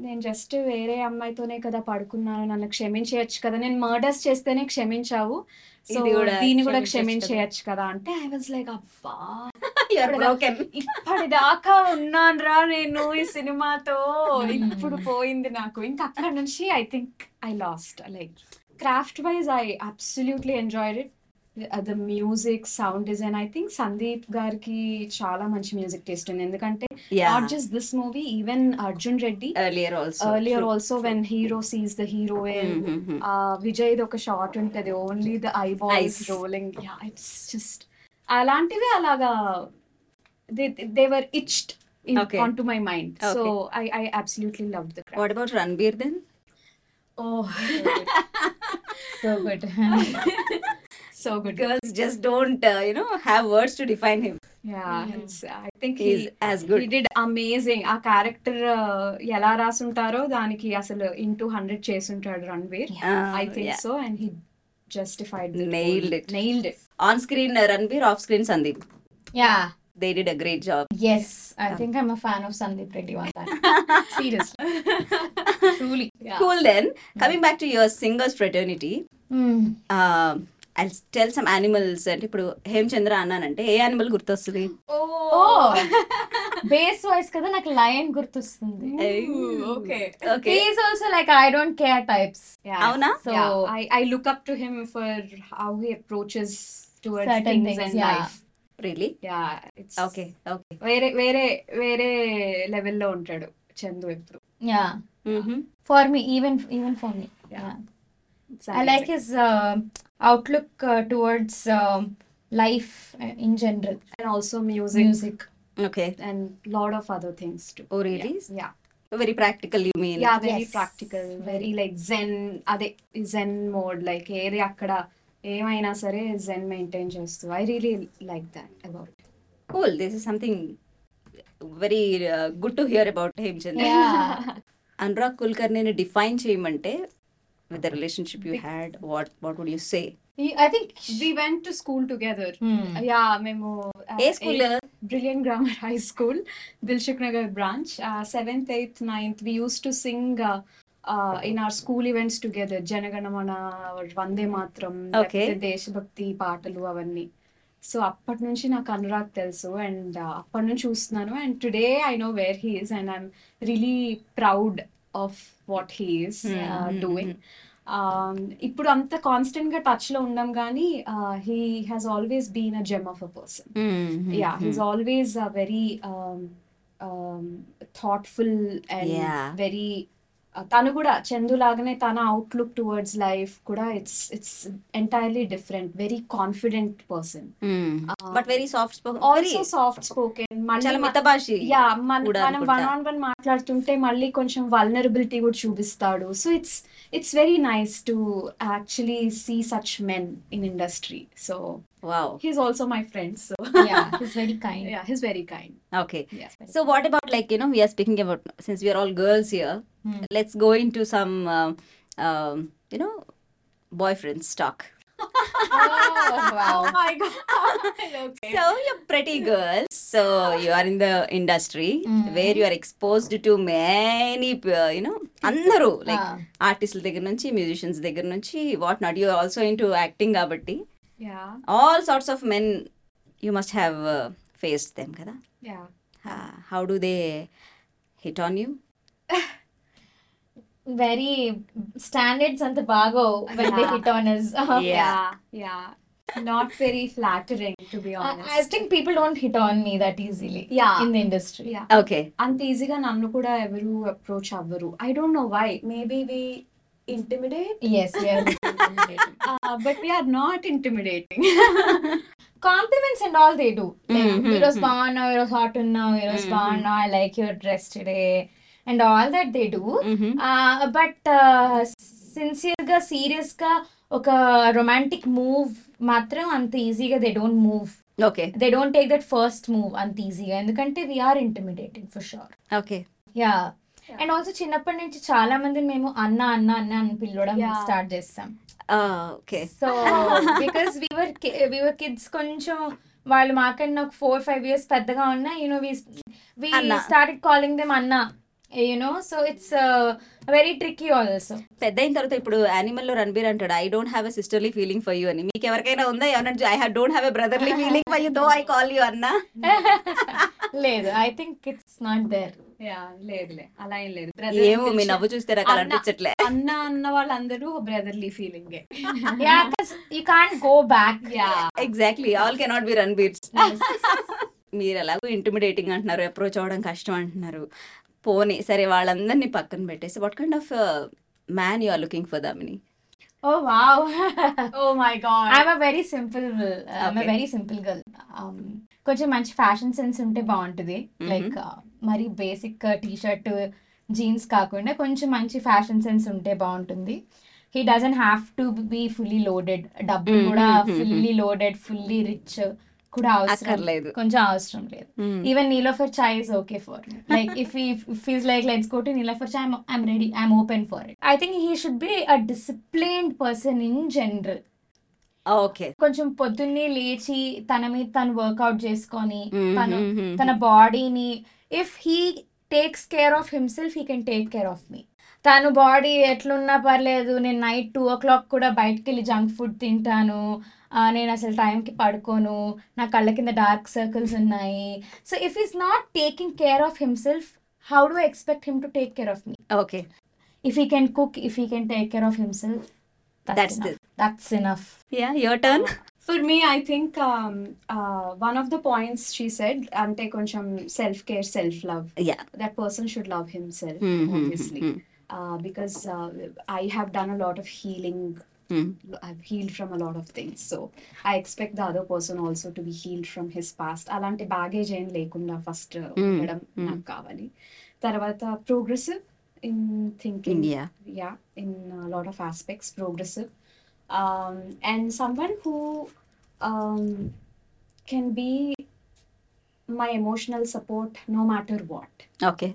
నేను జస్ట్ వేరే అమ్మాయితోనే కదా పడుకున్నాను నన్ను క్షమించేయచ్చు కదా నేను మర్డర్స్ చేస్తేనే క్షమించావు సో
ఇది కూడా
దీన్ని కూడా
క్షమించొచ్చు కదా.
క్షమించేయచ్చు కదా అంటే ఐ వాజ్ లైక్ అబ్బా
యు ఆర్ బ్రోకెన్
ఇప్పటిదాకా ఉన్నాను రా నేను ఈ సినిమాతో ఇప్పుడు పోయింది నాకు ఇంకా అక్కడ నుంచి I think I lost like craft wise I absolutely enjoyed it the music sound design I think Sandeep గారికి చాలా మంచి మ్యూజిక్ టేస్ట్ ఉంది ఎందుకంటే
yeah
not just this movie even Arjun Reddy
earlier also
earlier also when
mm-hmm.
Hero sees the heroine Vijay uh, ఒక shot ఉంటది only the I boys
Eyes.
Rolling it's just అలాంటివి అలాగా they were etched
Okay.
On to my mind so I I absolutely love the
what about Ranbir then
Oh.
So good
so good
girls just don't you know have words to define him Mm-hmm.
I think
he is as good
did amazing ఆ character ఎలా రాసుంటారో దానికి అసలు into hundred చేసుంటాడు Ranveer
Uh,
I think so and he justified
Um, Nailed it.
Nailed it
on screen Ranbir off screen Sandeep
yeah
they did a great job
yes I think I'm a fan of Sandeep Reddy వన్ seriously truly
cool then coming back to your singers fraternity uh, i'll tell some animals అంటే ఇప్పుడు హేమచంద్ర అన్నానంటే ఏ animal గుర్తొస్తుంది
ఓ
Oh.
Bass voice Oh. కదా నాకు lion గుర్తొస్తుంది
okay
okay
is also like I don't care types
అవునా
So-
yeah, I, I look up to him for how he approaches towards
Certain
things,
things,
and
yeah.
life.
Really
Yeah, it's
okay okay
వేరే వేరే వేరే లెవెల్లో ఉంటాడు చందు ఎప్పుడు
yeah
Mm-hmm.
For me even even for me
Yeah. It's
I like
amazing.
His um, outlook towards life in general
and also music,
music
okay
and lot of other things too.
Oh really
Yeah,
very practical you mean
yeah, very
Yes.
practical, very like Zen. అదే Zen mode, like ఏరే అక్కడ ఏమైనా సరే Zen maintain చేస్తూ. I really like that about. it.
Cool this is something very good to hear about Hemachandra Anurag Kulkarni define చేయమంటే with the relationship you had what what would you say
I think
We went to school together.
Hmm.
Yeah, మేము uh,
A school
brilliant grammar high school dilshuk nagar branch uh, 7th 8th 9th we used to sing uh, uh, in our school events together Jana Gana Mana or vande matram
Okay.
దశభక్తి పాటలు అవన్నీ so అప్పటి నుంచి నాకు అనురాగ్ తెలుసు and అప్పటి నుంచి చూస్తున్నాను and today I know where he is and I'm really proud of what he is
Hmm.
Doing uh, Um, ఇప్పుడు అంత కాన్స్టెంట్ గా టచ్ లో ఉండం కానీ uh, he has always been a gem of a person
Mm-hmm.
Yeah he's always a very um, thoughtful and
Yeah.
Very uh, తను కూడా చందు లాగానే తన అవుట్లుక్ టువర్డ్స్ లైఫ్ కూడా it's it's entirely different very confident person Uh,
but very soft
also soft spoken
చాలా
మళ్ళీ
మితభాషి
yeah మన
కూడా
మనం
అనుకుంటా.
వన్ ఆన్ వన్ మాట్లాడుతుంటే మళ్ళీ కొంచెం వల్నరబిలిటీ కూడా చూపిస్తాడు so it's it's very nice to actually see such men in industry so
wow
he's also my friend so
yeah he's very kind
yeah he's very kind
okay
yeah
So what about like you know we are speaking about since we are all girls here,
Hmm.
let's go into some um, um, you know boyfriends talk.
oh, wow
my God okay
So you're pretty girls, so you are in the industry
Hmm.
where you are exposed to many uh, you know అందరూ like
Ah.
ఆర్టిస్టుల దగ్గర నుంచి musicians దగ్గర నుంచి what not you also in to acting కాబట్టి
yeah
all sorts of men you must have faced them uh, కదా Ah,
yeah
how do they hit on you
very standards అంత బాగా when they hit on uh, us
Yeah. Uh,
yeah not very flattering to be
I
honest
think people don't hit on me that easily
yeah
in the industry
yeah
okay
అంత ఈజీగా నన్ను కూడా ఎవరు approach అవ్వరు I don't know why maybe we intimidate
yes
but we're not intimidating
compliments and all they do
Mhm,
ఈ రోజు
mhm.
బాగున్నావు ఈ రోజు హాట్ ఉన్నావు ఈ రోజు
Mhm.
బాగున్నావు I like your dress today and all that they do
Mm-hmm.
But sincere గా సీరియస్ గా ఒక రొమాంటిక్ మూవ్ మాత్రం అంత ఈజీగా they don't move
okay
they don't take that first move అంత ఈజీగా ఎందుకంటే we're intimidating for sure
okay
yeah and also చిన్నప్పటి నుంచి చాలా మందిని మేము అన్న అన్న అన్న అని పిలవడం
Yeah.
స్టార్ట్ చేస్తాం
Ah, okay
so because we were we were kids కొంచెం వాళ్ళు మాకన్నా ఒక ఫోర్ ఫైవ్ ఇయర్స్ పెద్దగా ఉన్నా యూనో వి వి
అన్న.
స్టార్టెడ్ కాలింగ్ దెమ్ అన్న you know so it's very tricky also
పెద్ద అయిన తర్వాత ఇప్పుడు యానిమల్ లో రణబీర్ అంటాడు I don't have a sisterly feeling for you అని మీకు ఎవరికైనా ఉందా ఏమన్నా I don't have a brotherly feeling for you though I call you అన్న
లేదు I think it's not there
yeah లేదులే అలా ఏం లేదు
ఏమో మీ నవ్వు చూస్తే నాకు అలా
అన్న.
అనిపించట్లే
అన్న అన్న వాళ్ళందరూ బ్రదర్లీ ఫీలింగే
yeah you can't go back
yeah
exactly all cannot be Ranbir మీరు ఎలాగో ఇంటిమిడేటింగ్ అంటున్నారు అప్రోచ్ అవ్వడం కష్టం అంటున్నారు పోనీ సరే వాళ్ళందరినీ పక్కన పెట్టేసి what kind of man you are looking for Damini
oh wow
oh my
Ah.
God
I'm a very simple I'm
Okay.
Very simple girl Um, కొంచెం మంచి ఫ్యాషన్ సెన్స్ ఉంటే బాగుంటుంది
Mhm.
లైక్ మరి బేసిక్ టీ షర్ట్ జీన్స్ కాకుండా కొంచెం మంచి fashion sense ఉంటే బాగుంటుంది he doesn't have to be fully loaded డబ్బులు
Mhm,
కూడా
mhm,
fully loaded fully rich కూడా అవసరం
అక్కర్లేదు
కొంచెం అవసరం లేదు even Niloufer chai is okay for like if he's like let's go to Niloufer chai I'm ready I'm open for it I think he should be a disciplined person in general
okay
కొంచెం పొద్దున్నే లేచి తన మీద తను వర్కౌట్ చేసుకొని తను
Mm-hmm.
తన బాడీని if he takes care of himself he can take care of me తను బాడీ ఎట్లున్నా పర్లేదు నేను నైట్ టూ ఓ క్లాక్ కూడా బయటకు వెళ్ళి జంక్ ఫుడ్ తింటాను ఆ, నేను అసలు టైంకి పడుకోను నా కళ్ళ కింద డార్క్ సర్కిల్స్ ఉన్నాయి so if is not taking care of himself how do expect him to take care of me
okay
if he can cook if he can take care of himself
That's the-
that's enough
yeah your turn
for me I think one of the points she said అంటే కొంచెం self care self love
yeah
that person should love himself
Hmm,
Mhm,
obviously
mhm.
uh, because uh, i have done a lot of healing
hmm,
i've healed from a lot of things so i expect the other person also to be healed from his past అలాంటి baggage ఏం లేకుండా first ఉండడం నాకు కావాలి తర్వాత progressive in thinking
India
yeah in a lot of aspects progressive um, and someone who um, can be my emotional support no matter what
okay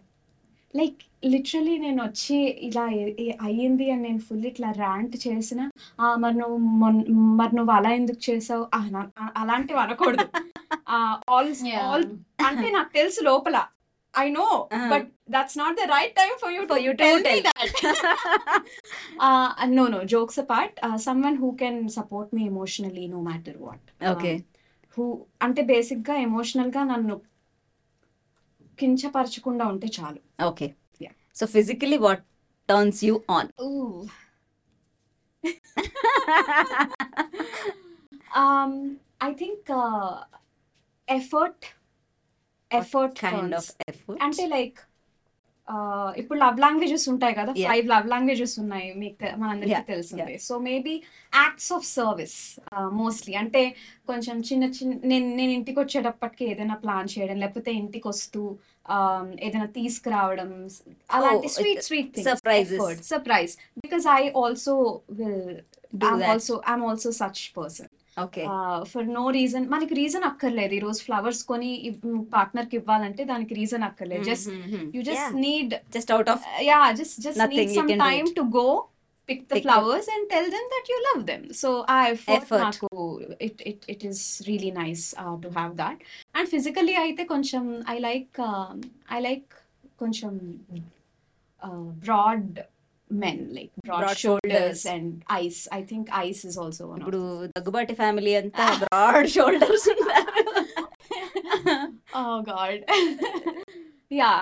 like literally నేను వచ్చి ఇలా ఏ- ఏ- అయ్యింది అని నేను ఫుల్ ఇట్లా ర్యాంట్ చేసిన "ఆ, మరి నువ్వు మొన్- మరి నువ్వు అలా ఎందుకు చేసావు ఆ, నా- ఆ- అలాంటివి అనకూడదు ఆల్
Yeah.
ఆల్ అంటే నాకు తెలుసు లోపల I know
Uh-huh.
But that's not the right time for you
For you to tell.
No no jokes apart someone who can support me emotionally no matter what
Okay.
Who అంటే basic గా emotional గా నన్ను కించపరచకుండా ఉంటే చాలు
okay
Yeah.
So physically what turns you on
I think effort effort
kind of effort
అంటే like ఇప్పుడు love languages ఉంటాయి కదా
Yeah.
ఫైవ్ లవ్ లాంగ్వేజెస్ ఉన్నాయి మీకు తె- మనందరికీ
Yeah,
తెలిసిందే so maybe acts of service mostly uh, అంటే కొంచెం చిన్న చిన్న నేను నేను ఇంటికి వచ్చేటప్పటికి ఏదైనా ప్లాన్ చేయడం లేకపోతే ఇంటికి వస్తూ um, ఏదైనా తీసుకురావడం s- అలాంటి
Oh,
sweet sweet
surprises.
Surprise because I also will
Do that.
Also I'm also such person
okay
for no reason మనకి రీజన్ అక్కర్లేదు ఈ రోజు ఫ్లవర్స్ కొని పార్ట్నర్ కి ఇవ్వాలంటే దానికి రీజన్
Mm-hmm,
అక్కర్లేదు just you just need
just out of
yeah just just
Nothing,
need
you
some
can do
time
it.
to go pick the
Pick them.
flowers and tell them that you love them so i
Effort.
effort నాకు it, it it is really nice uh, to have that and physically అయితే కొంచెం i like uh, i like కొంచెం uh, broad men like broad,
Broad shoulders.
shoulders and eyes i think eyes is also one
ఇప్పుడు Daggubati family అంతా
Ah.
Broad shoulders ఉన్నారు
of oh god yeah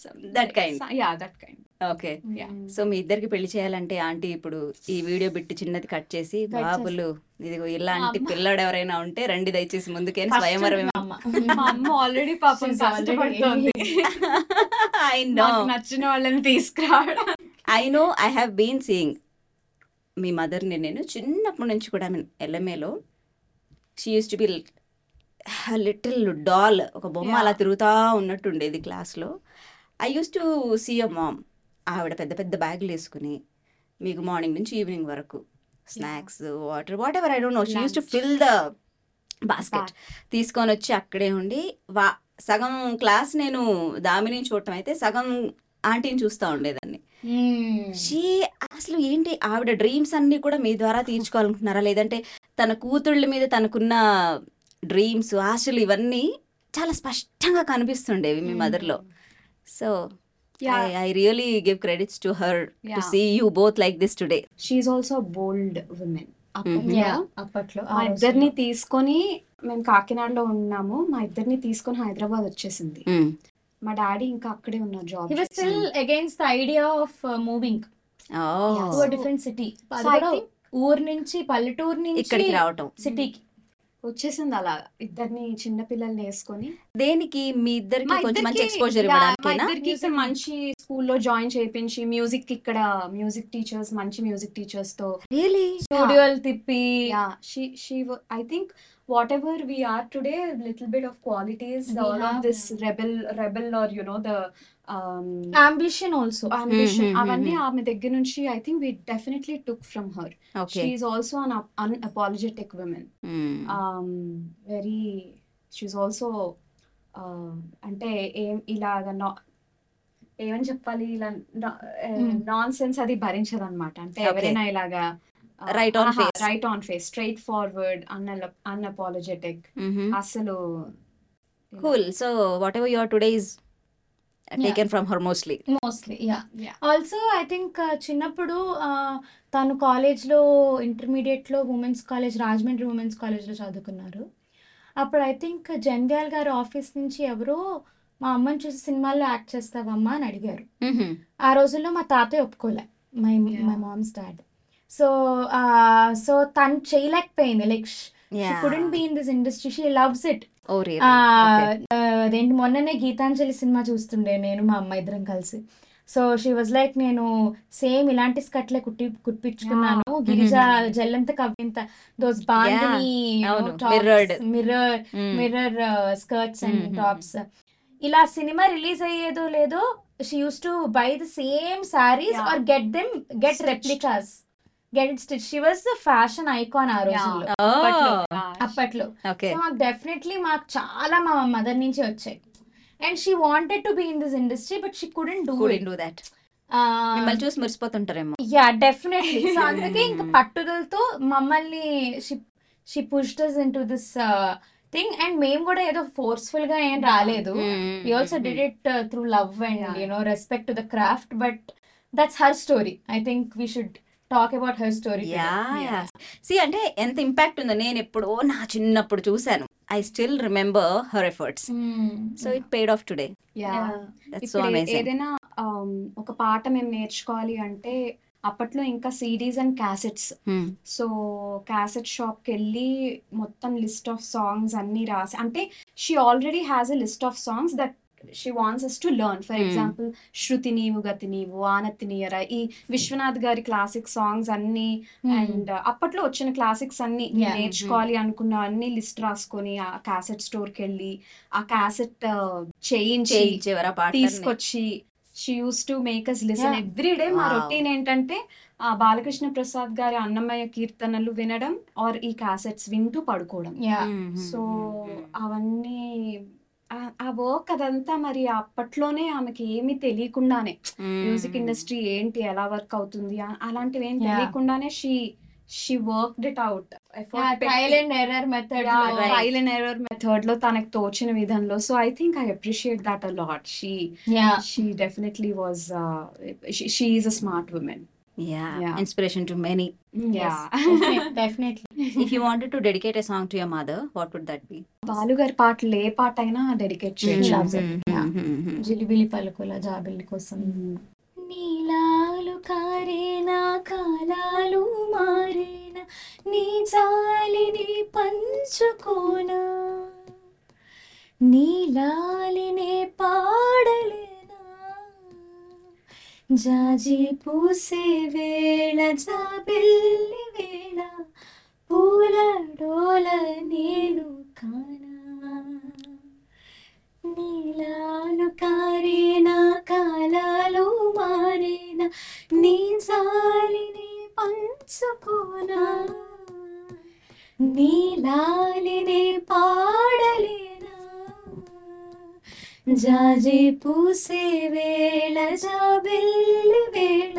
some-
That kind.
yeah that kind
okay
yeah
Hmm.
So మీ ఇద్దరికి పెళ్లి చేయాలంటే aunty ఇప్పుడు ఈ వీడిో bit చిన్నది కట్ చేసి
చేసి.
బాబులు ఇదిగో ఇలాంటి
అమ్మ.
పిల్లడు ఎవరైనా ఉంటే రండి దయచేసి ముందుకేని
First
స్వయంవరం
మా అమ్మ. మా అమ్మ ఆల్రెడీ పాపం
She's already-
కష్టపడుతోంది
ఐ నో
నాకు నచ్చిన వాళ్ళని తీసుకురావడం
I know I have been seeing మీ మదర్ని నేను చిన్నప్పటి నుంచి కూడా మీన్ ఎల్ఎంఏలో she use to be little doll ఒక బొమ్మ అలా తిరుగుతూ ఉన్నట్టు ఉండేది క్లాస్లో I use to see a mom ఆవిడ పెద్ద పెద్ద బ్యాగులు వేసుకుని మీకు మార్నింగ్ నుంచి ఈవినింగ్ వరకు snacks water whatever I don't know she use to fill the basket తీసుకొని వచ్చి అక్కడే ఉండి వా సగం క్లాస్ నేను దామిని చూడటం అయితే సగం ఆంటీని చూస్తూ ఉండేదాన్ని
Hmm.
షీ అసలు ఏంటి ఆవిడ డ్రీమ్స్ అన్ని కూడా మీ ద్వారా తీర్చుకోవాలనుకుంటున్నారా లేదంటే తన కూతుళ్ళ మీద తనకున్న డ్రీమ్స్ ఆశలు ఇవన్నీ చాలా స్పష్టంగా కనిపిస్తుండేవి మీ మదర్లో so
Hmm. Yeah.
I really give credits to her to
Yeah.
See you both like this today
she also bold women
Mm-hmm. Yeah,
Hmm.
Oh, అప్పట్లో ఆ
మా
రోజుల్లో.
ఇద్దరిని తీసుకొని మేము కాకినాడలో ఉన్నాము మా ఇద్దరిని తీసుకొని హైదరాబాద్ వచ్చేసింది
Hmm.
మా డాడీ ఇంకా అక్కడే ఉన్నారు
He was still
job
against the idea of uh, moving
Oh.
to a
So-
different city. అది
So I
కూడా
think-
ఊరు నుంచి పల్లెటూరు నుంచి
ఇక్కడికి రావటం
సిటీకి
వచ్చేసింది అలా ఇద్దరిని చిన్న పిల్లల్ని వేసుకొని
దేనికి మీ
మా
ఇద్దరికి కొంచెం మంచి
ఇద్దరికి-
ఎక్స్పోజర్
యా, మా
ఇవ్వడానికేనా
ఇద్దరికి ఇక్కడ మంచి స్కూల్లో జాయిన్ చేయించి మ్యూజిక్ ఇక్కడ మ్యూజిక్ టీచర్స్ మంచి మ్యూజిక్ టీచర్స్ తో
Mm.
రియలీ
స్టూడియోలు తిప్పి
Yeah, she she. wa- I think whatever we are today, a little bit of qualities,
We
all
have
of this rebel, rebel, or you know the um,
Ah. Ambition also
ambition.
Mhm, mhm,
Avani ఆమె దగ్గర నుంచి I think we definitely took from her.
Okay
She is also an up- unapologetic woman.
Hmm.
Um, very. She's also. Uh, అంటే ఏం ఇలాగ నా ఏమని చెప్పాలి ఇలా
Mm.
నాన్ సెన్స్ అది భరించదన్నమాట అంటే
Hmm. Okay.
ఎవరైనా ఇలాగా
Right on face.
Right on face straight forward unapologetic
Hmm. Mm-hmm.
అసలు
cool so whatever your today is taken from her mostly
mostly yeah
Yeah.
Also I think uh, చిన్నప్పుడు ఆ, తను కాలేజ్లో ఇంటర్మీడియట్లో women's college Rajahmundry women's కాలేజ్లో చదువుకున్నారు అప్పుడు I think జంధ్యాల్ గారి ఆఫీస్ నుంచి ఎవరో మా అమ్మని చూసి సినిమాల్లో యాక్ట్ చేస్తావమ్మా అని అడిగారు
Mm-hmm.
ఆ రోజుల్లో మా తాతయ్య ఒప్పుకోలే my
Yeah.
My mom's dad so so తను చేయలేకపోయింది like she couldn't be in this industry she loves it
oh real
ఆ, ఆ, అదేంటి మొన్ననే గీతాంజలి సినిమా చూస్తుండే నేను మా అమ్మ ఇద్దరం కలిసి సో షీ వాజ్ లైక్ నేను సేమ్ ఇలాంటి స్కట్లే కుట్టి కుట్టించుకున్నాను గిరిజ జల్లంత కవ్వింత దోస్ బాందిని
Mm-hmm. అవును, mirrored.
Mirror
Hmm.
Mirror skirts and
Mhm.
Tops ఇలా సినిమా రిలీజ్ అయ్యేదో లేదో she use to buy the same saris
Yeah.
Or get them get
Stitched.
Replicas get stitch she was the fashion icon ఆ
Hmm.
రోజుల్లో
Oh,
అప్పట్లో
okay
so మాకు definitely మాకు చాలా మా మదర్ నుంచి వచ్చాయి and she wanted to be in this industry but she couldn't do
couldn't do that
Uh,
మిమ్మల్ని చూసి మురిసిపోతుంటారేమో
యా డెఫినెట్లీ సో అందుకే ఇంకా
Hmm.
పట్టుదలతో మమ్మల్ని she she pushed us into this thing and uh, మేము కూడా ఏదో ఫోర్స్ఫుల్ గా ఏం రాలేదు
Hmm.
Hmm.
We also did it through love and you know respect to the craft but that's her story I think we should talk about her story
yeah see అంటే ఎంత impact ఉందో నేను ఎప్పుడో నా చిన్నప్పుడు చూశాను I still remember her efforts.
Hmm.
So it paid off today.
Yeah
That's so
ఇప్పుడు ఏ-
amazing.
ఏదైనా um, ఒక పాట మేము నేర్చుకోవాలి అంటే అప్పట్లో ఇంకా CDs and cassettes
Hmm.
So cassette షాప్కి వెళ్ళి మొత్తం లిస్ట్ ఆఫ్ సాంగ్స్ అన్ని రాసి అంటే she already has a list of songs that she wants us to learn for
Hmm.
Example శృతి నీవు గతి నీవు ఆనతి నీయరా ఈ విశ్వనాథ్ గారి క్లాసిక్ సాంగ్స్ అన్ని
Hmm.
అండ్ అప్పట్లో వచ్చిన క్లాసిక్స్ అన్ని నేను
Yeah.
నేర్చుకోవాలి అనుకున్న అన్ని లిస్ట్ రాసుకొని ఆ క్యాసెట్ స్టోర్కి వెళ్ళి ఆ క్యాసెట్ చేయించి
చేయించేవారు ఆ పాటలన్నీ.
తీసుకొచ్చి she use to make us listen
Yeah.
Every day మా
Wow.
రొటీన్ ఏంటంటే ఆ బాలకృష్ణ ప్రసాద్ గారి అన్నమయ్య కీర్తనలు వినడం ఆర్ ఈ క్యాసెట్స్ వింటూ పడుకోవడం
Hmm, hmm,
so
hmm, hmm.
అవన్నీ ఆ- ఆ వర్క్ అదంతా మరి అప్పట్లోనే ఆమెకి ఏమీ తెలియకుండానే
Hmm.
మ్యూజిక్ ఇండస్ట్రీ ఏంటి ఎలా వర్క్ అవుతుంది ఆ- అలాంటివి ఏం
Yeah.
తెలియకుండానే she she work it out
trial and error method
trial and error method లో తనకు తోచిన విధంలో so I think I appreciate that a lot she
yeah
she definitely was uh, she, she is a smart woman
Yeah.
Yeah.
Inspiration to many.
yeah
definitely
If you wanted to dedicate a song to your mother, what would that be?
Balu గారి పాటలు ఏ పాట అయినా dedicate చేయొచ్చు
Loves it. Yeah.
hmm, hmm.
జిలిబిలి పలుకుల జాబిలి కోసం
Mm.
నీలాలు కారేనా కాలాలు మారేనా నీ జాలిని పంచుకోనా నీలాలినే పాడలేనా జాజి పూసే వేళ జాబిల్లి వేళ పూల డోల నేను కానా నీలాలు కారేనా కాలాలు మారేనా నీ జాలిని పంచుకోనా నీలాలినే పాడలేనా జాజి పూసే వేళ జాబిల్లి వేళ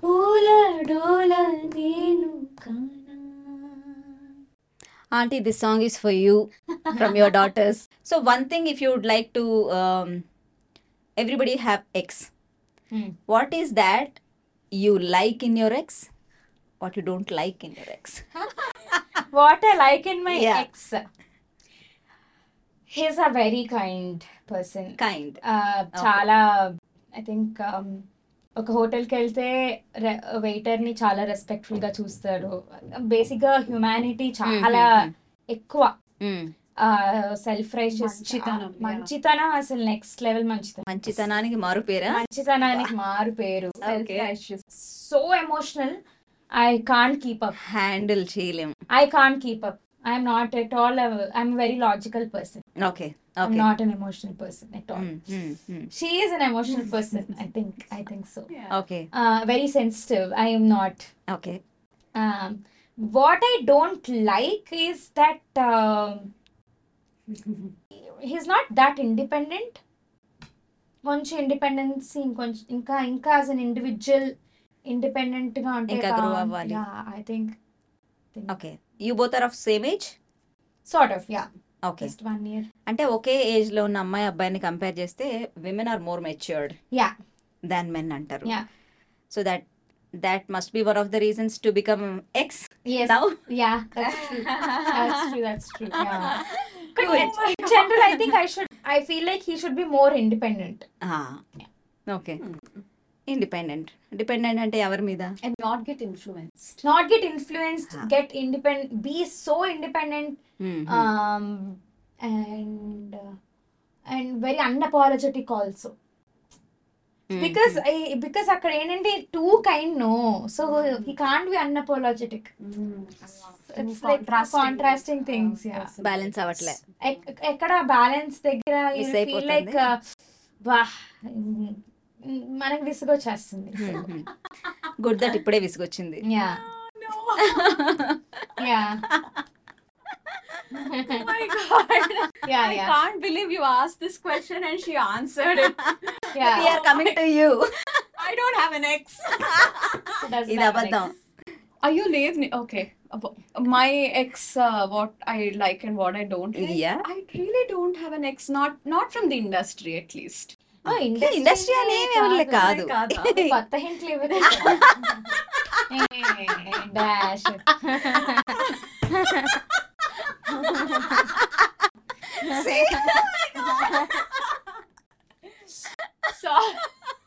పూల డోల నేను కానా
Auntie, this song is for you from your daughters. So, one thing if you would like to, um, everybody have ex.
Hmm.
What is that you like in your ex? What you don't like in your ex?
what I like in my
Yeah.
ex. He's a very kind person.
Kind.
Uh, చాలా I think ఒక హోటల్కి వెళ్తే వెయిటర్ని చాలా రెస్పెక్ట్ఫుల్గా చూస్తాడు బేసిక్గా humanity చాలా
Hmm,
Mhm.
ఎక్కువ Hmm.
Mm.
Self righteous
మంచితనం, yeah.
మంచితనం అసలు నెక్స్ట్ లెవెల్ మంచితనం
మంచితనానికి మారు పేరా
మంచితనానికి మారు పేరు
Oh.
Okay.
So emotional I can't keep up
handle చేయలేం
I can't keep up I'm not at all I'm very logical person
okay
I'm
okay
not an emotional person at
Mm. Hmm,
all. She is an emotional person. I think. I think so.
Okay
Uh, very sensitive. I am not.
Okay
Um, what I don't like is that um, he's not that independent. కొంచెం independence ఇంకొంచెం ఇంకా ఇంకా as an individual independent గా ఉంటే
ఇంకా grow అవ్వాలి.
I think
okay you both are of same age
sort of yeah
okay
just one year
అంటే ఒకే ఏజ్ లో ఉన్న అమ్మాయి అబ్బాయిని కంపేర్ చేస్తే women are more matured
yeah
than men అంటారు
Yeah.
So that that must be one of the reasons to become ex
yes
now
yeah that's true that's true that's true yeah But
Oh
in general, I think I should. I feel like he should be more independent.
Ah. Okay independent dependent అంటే ఎవరి మీద
and not get influenced
Not get influenced.
Huh. Mm-hmm.
Get independent. Be so independent.
Hmm.
Um, and uh, and very unapologetic also.
Mm-hmm. Hmm.
Because I because అక్కడ ఏంటంటే two kind no so
Mm-hmm.
He can't be unapologetic
Mm.
It's like contrasting things yeah
balance అవ్వట్లే
ఎక్- ఎక్కడ balance దగ్గర
Miss అయిపోతుంది.
Like వా uh, మనకు
Hmm.
విసుగొచ్చేస్తుంది
good that ఇప్పుడే విసుగొచ్చింది
yeah yeah yeah
Oh I
yeah
can't believe you asked this question and she answered it.
Yeah
coming to you
I don't have an ex.
ఇది అబద్ధం
Are you late? ni- Okay. Ab- My ex, uh, what I like and what I don't like.
Yeah.
I really don't have an ex. Not not from the industry, at least.
Industry అనేవి ఎవరిలే కాదు
కొత్త హింట్లు ఇవ్వదు dash
See?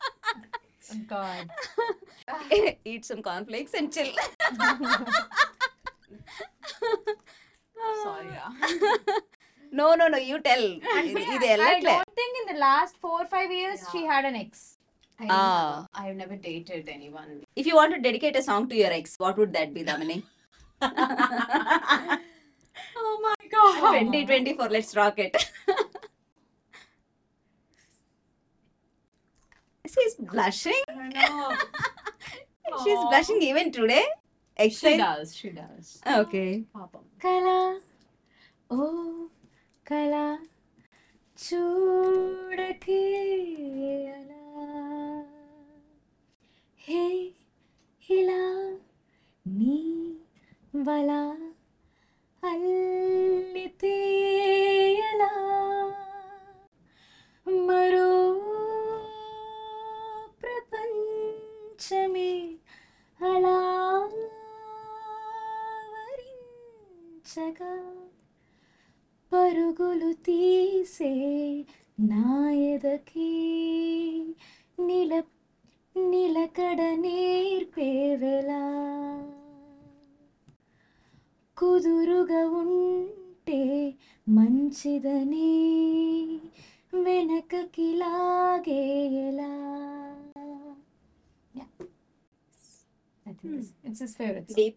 God.
Eat some cornflakes and chill.
Sorry. yeah.
No, no, no, you tell. ఇది- ఇది
I
వెళ్ళట్లే
don't think in the last four five years she had an ex.
I
Ah.
never- I've never dated anyone.
If you want to dedicate a song to your ex, what would that be, Damini?
Oh my god.
2024, let's rock it. She's blushing. She's blushing even today.
She
Excited.
does. She does.
Okay.
Papa.
కళ ఓ కళ చూడకే అలా హే ఇలా నీ వల అల్లితే ఎలా మరో ప్రపంచమే అలా ఆవరించగా పరుగులు తీసే నా ఎదకి నిల నిలకడ నేర్పేవెలా కుదురుగా ఉంటే మంచిదని వెనకకి లాగేలా
I think it's, it's his favorite. song.
Deep.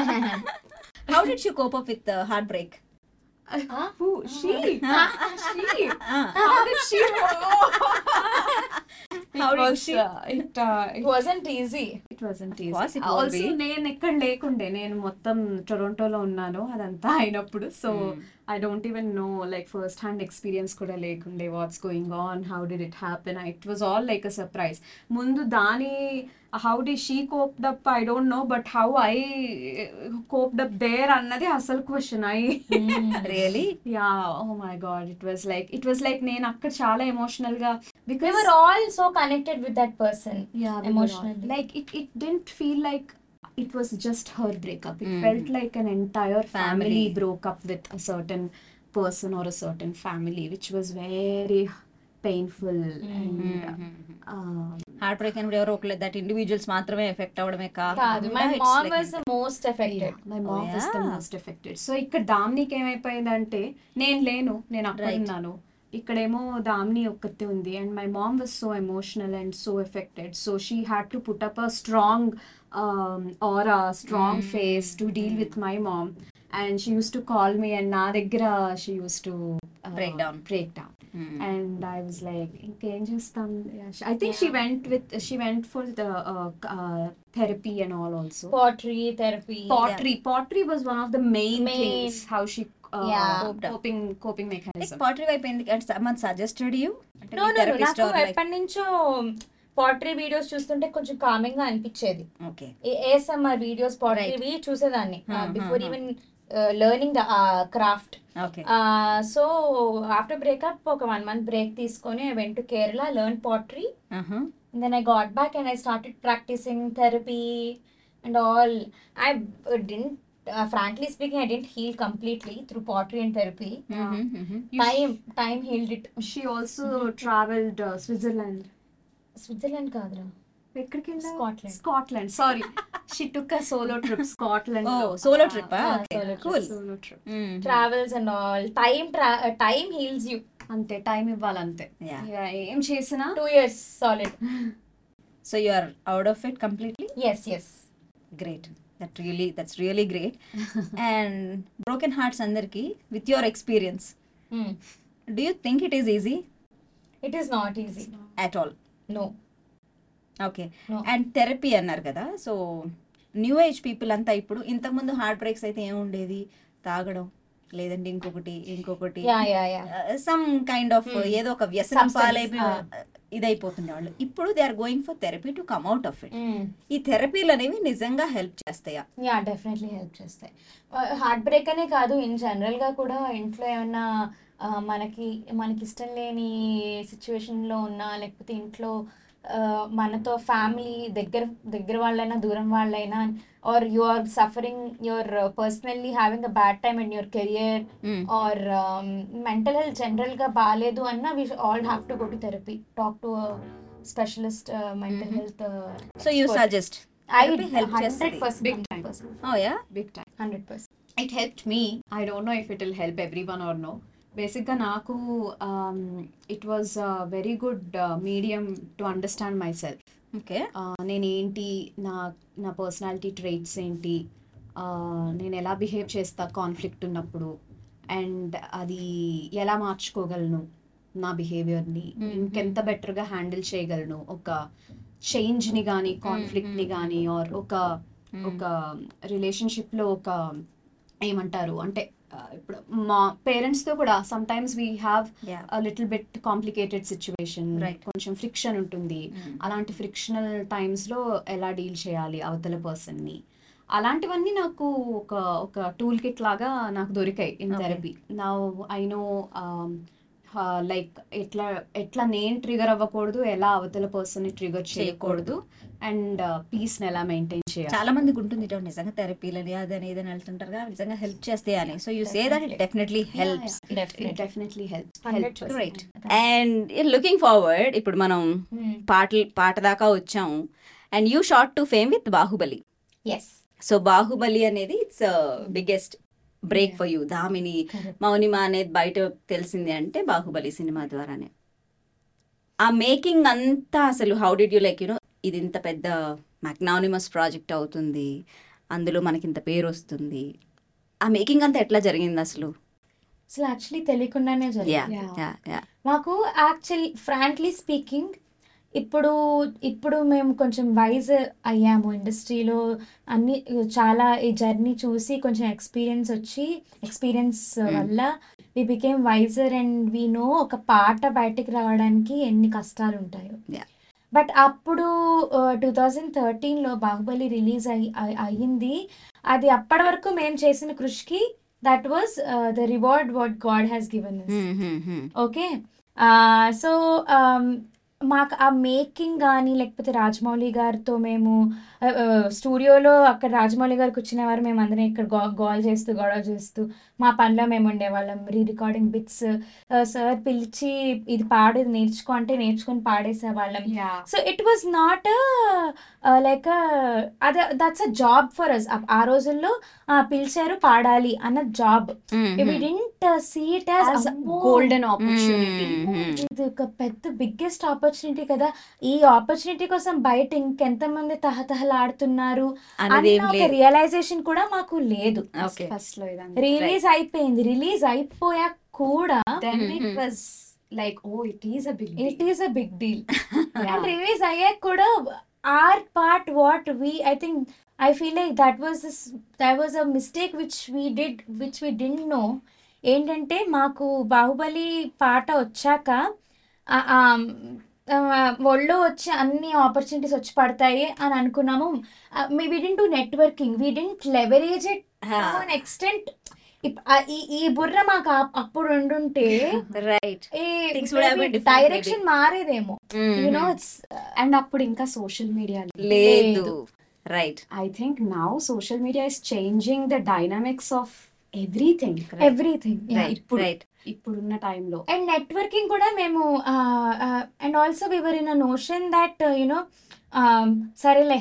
How did she cope up with the heartbreak? Oh.
Who? She. she. How did she?
How
it
did
was,
she-
uh, it, uh, it,
wasn't easy.
it wasn't easy.
course it won't
also
be.
నేను ఎక్కడ లేకుండే నేను మొత్తం టొరంటోలో ఉన్నాను అదంతా అయినప్పుడు so
Hmm.
I don't even know like first hand experience కూడా లేకుండే what's going on how did it happen it was all like a surprise ముందు దాని how did she coped up I don't know but how I eh, coped up there అన్నది అసలు question I
Hmm. Really?
Yeah oh my God it was like it was like నేను అక్కడ చాలా emotional గా
We
because
were all so connected with that person.
yeah
emotionally.
emotionally like it it didn't feel like it was just her breakup it felt like an entire
Family.
family, broke up with a certain person or a certain family which was very painful
Mm-hmm.
and um,
heartbreak and ఎవరో ఒకళ్ళు that individuals మాత్రమే effect అవడమే
కాదు my mom was the most affected
my mom
Oh,
was the most affected so ఇక్కడ దామ్నికి ఏమైపోయిందంటే నేను లేను నేను అక్కడ ఉన్నాను ఇక్కడేమో దామ్ని ఒక్కతే ఉంది and my mom was so emotional and so affected so she had to put up a strong um, or a
Hmm.
Strong face to deal with my mom and she use to call me and నా దగ్గర she use to uh,
Break down. Hmm.
Break down and I was like ఇంకేం చేస్తాం I think she went with she went for the uh, therapy and all also
portray therapy
pottery pottery was one of the main,
Main.
things how she uh,
Yeah.
Coped up.
coping coping mechanism
pottery అయిపోయింది అంటే someone suggested you అంటే
no
me
no
therapist
నాకు
or like-
ఎప్పటి నుంచో portray videos చూస్తుంటే కొంచెం coming గా అనిపించేది
okay
ఏఎస్ఎంఆర్ వీడియోస్ పోట్రీవి చూసేదాన్ని uh, before even learning the craft
okay
so after breakup ఒక వన్ మంత్ బ్రేక్ తీసుకొని I went to Kerala learn pottery
uh-huh.
Then I got back and I started practicing therapy and all I didn't frankly speaking I didn't heal completely through pottery and therapy
Mhm,
hmm.
mhm.
Time time healed it
she also traveled uh, switzerland
Switzerland కాదురా
ఎక్కడికి వెళ్ళావు?
Scotland.
Scotland, sorry. she took a solo trip, Scotland.
oh
లో.
solo
Ah,
trip ah?
ah,
okay
solo
cool
solo trip.
Mm.
Travels and all time ట్రా time heals you
అంతే time ఇవ్వాలంతే
Yeah.
Yeah, ఏం చేసినా
two years solid
so you are out of it completely
yes yes
great that really that's really great and broken hearts అందరికి with your experience
Hmm.
do you think it is easy
it is not easy
at all
no
okay
No.
And therapy అన్నారు కదా so new age people అంతా ఇప్పుడు ఇంతకుముందు heart breaks అయితే ఏముండేది తాగడం లేదంటే ఇంకొకటి ఇంకొకటి Uh,
yeah yeah yeah
some kind of ఏదో ఒక వ్యసనం
Hmm. Substance,
పాలైపోయి
ah.
ఇదైపోతుండే వాళ్ళు ఇప్పుడు they are going for therapy to come out of it
Hmm.
ఈ థెరపీలు అనేవి నిజంగా హెల్ప్ చేస్తాయా
యా డెఫినెట్లీ హెల్ప్ చేస్తాయి హార్ట్ బ్రేక్ అనే కాదు ఇన్ జనరల్గా కూడా ఇంట్లో ఏమన్నా ఆ, మనకి మనకి ఇష్టం లేని సిచ్యువేషన్లో ఉన్నా లేకపోతే ఇంట్లో ఆ, మనతో ఫ్యామిలీ దగ్గర దగ్గర వాళ్ళైనా దూరం వాళ్ళైనా or you are suffering your personally having a bad time and your career
Mm.
Or mental health general గా బాగాలేదు అన్న we all have to go to therapy talk to specialist mental health
so you suggest
I
Mm-hmm. Therapy help
hundred
చేస్తది.
Percent
oh yeah
big time.
Hundred percent
it help me
I don't know if it will help everyone or no. Basically, Naku, um, it was a very good uh, medium to understand myself.
Okay
నేనేంటి నా నా personality traits ఏంటి ఆ, నేను ఎలా behave చేస్తా conflict ఉన్నప్పుడు and అది ఎలా మార్చుకోగలను నా బిహేవియర్ని ఇంకెంత బెటర్గా హ్యాండిల్ చేయగలను ఒక చేంజ్ని కానీ కాన్ఫ్లిక్ట్ని కానీ ఆర్ ఒక ఒక రిలేషన్షిప్లో ఒక ఏమంటారు అంటే ఆ, ఇప్పుడు మా పేరెంట్స్తో కూడా sometimes we have
Yeah.
Little bit complicated situation
Right.
కొంచెం ఫ్రిక్షన్ ఉంటుంది
Hmm.
అలాంటి ఫ్రిక్షనల్ టైమ్స్లో ఎలా డీల్ చేయాలి అవతల పర్సన్ని అలాంటివన్నీ నాకు ఒక ఒక టూల్ కిట్ లాగా నాకు దొరికాయి ఇన్
Okay.
థెరపీ నా ఐ నో లైక్ um, ఎట్లా ఎట్లా నేను ట్రిగర్ అవ్వకూడదు ఎలా అవతల పర్సన్ని ట్రిగర్ చేయకూడదు అండ్ పీస్ని ఎలా మెయింటైన్ చేయాలి
చాలా మందికి ఉంటుంది ఇటు నిజంగా థెరపీలని అదని ఇదని వెళ్తుంటారు కదా, నిజంగా హెల్ప్ చేస్తే అని so you say that definitely helps
definitely help
right and looking forward ఇప్పుడు మనం పాటలు పాట దాకా వచ్చాము and you shot to fame with Baahubali
yes
so Baahubali అనేది it's biggest break for you Damini మౌనిమా అనేది బయట తెలిసింది అంటే బాహుబలి సినిమా ద్వారానే ఆ మేకింగ్ అంతా అసలు how did you like you know ఇది ఇంత పెద్ద మ్యాగ్నానిమస్ ప్రాజెక్ట్ అవుతుంది అందులో మనకి ఇంత పేరు వస్తుంది ఆ మేకింగ్ అంతా ఎట్లా జరిగింది అసలు
అసలు యాక్చువల్లీ తెలియకుండానే
యా
జరిగింది
యా యా
మాకు యాక్చువల్ ఫ్రాంక్లీ స్పీకింగ్ ఇప్పుడు ఇప్పుడు మేము కొంచెం వైజ్ అయ్యాము ఇండస్ట్రీలో అన్ని చాలా ఈ జర్నీ చూసి కొంచెం ఎక్స్పీరియన్స్ వచ్చి ఎక్స్పీరియన్స్ వల్ల we became wiser and we know ఒక పాట బయటికి రావడానికి ఎన్ని కష్టాలు ఉంటాయో
Yeah.
బట్ అప్పుడు uh, టూ థౌజండ్ థర్టీన్లో బాహుబలి రిలీజ్ అయి అయి- అయ్యింది అది అప్పటి వరకు మేము చేసిన కృషికి uh, that was the reward what god has given
Hmm. Mm-hmm,
okay so మాకు um, ఆ మేకింగ్ కానీ లేకపోతే రాజమౌళి గారితో మేము uh, స్టూడియోలో అక్కడ రాజమౌళి గారు కూర్చునేవారు మేము అందరం ఇక్కడ గా గోల్ చేస్తూ గొడవ చేస్తూ మా పనిలో మేము ఉండేవాళ్ళం రీ రికార్డింగ్ బిట్స్ సార్ పిలిచి ఇది పాడు ఇది నేర్చుకో అంటే నేర్చుకొని పాడేసేవాళ్ళం so it was not like అదే that's a job for us ఆ రోజుల్లో ఆ, పిలిచారు పాడాలి అన్న job
mm-hmm.
We didn't see it as
golden opportunity
Mm-hmm.
ఇది ఒక పెద్ద బిగ్గెస్ట్ ఆపర్చునిటీ కదా ఈ ఆపర్చునిటీ కోసం బయట ఇంకెంత మంది తహతహలాడుతున్నారు
అనేది
అన్న
ఏం
ఒక
లేదు
రియలైజేషన్ కూడా మాకు లేదు
ఓకే
ఫస్ట్ mm, లో ఇదంతా
రిలీజ్ అయిపోయింది రిలీజ్ అయిపోయాక కూడా
then it was like oh Mm-hmm. it is a big deal
it is a big deal
Yeah.
And release అయ్యాక కూడా our part what we I think I feel like that was that was a mistake which we did which we didn't know ఏంటంటే మాకు బాహుబలి పాట వచ్చాక ఆ- ఆ, ఆ, ఒళ్ళో వచ్చి అన్ని ఆపర్చునిటీస్ వచ్చి పడతాయి అని అనుకున్నాము మీ we didn't do networking we didn't leverage it extent ఈ బుర్ర మాకు ఆ- అప్పుడు ఉండుంటే
right Things would have been different,
direction మారేదేమో
Mm.
యునో ఇట్స్
and అప్పుడు ఇంకా సోషల్ మీడియా
లేదు right
I think now social media is changing the dynamics of everything
everything
right right
ఇప్పుడున్న టైంలో
అండ్ నెట్వర్కింగ్ కూడా మేము and also we were in a notion that you know um, సరేలే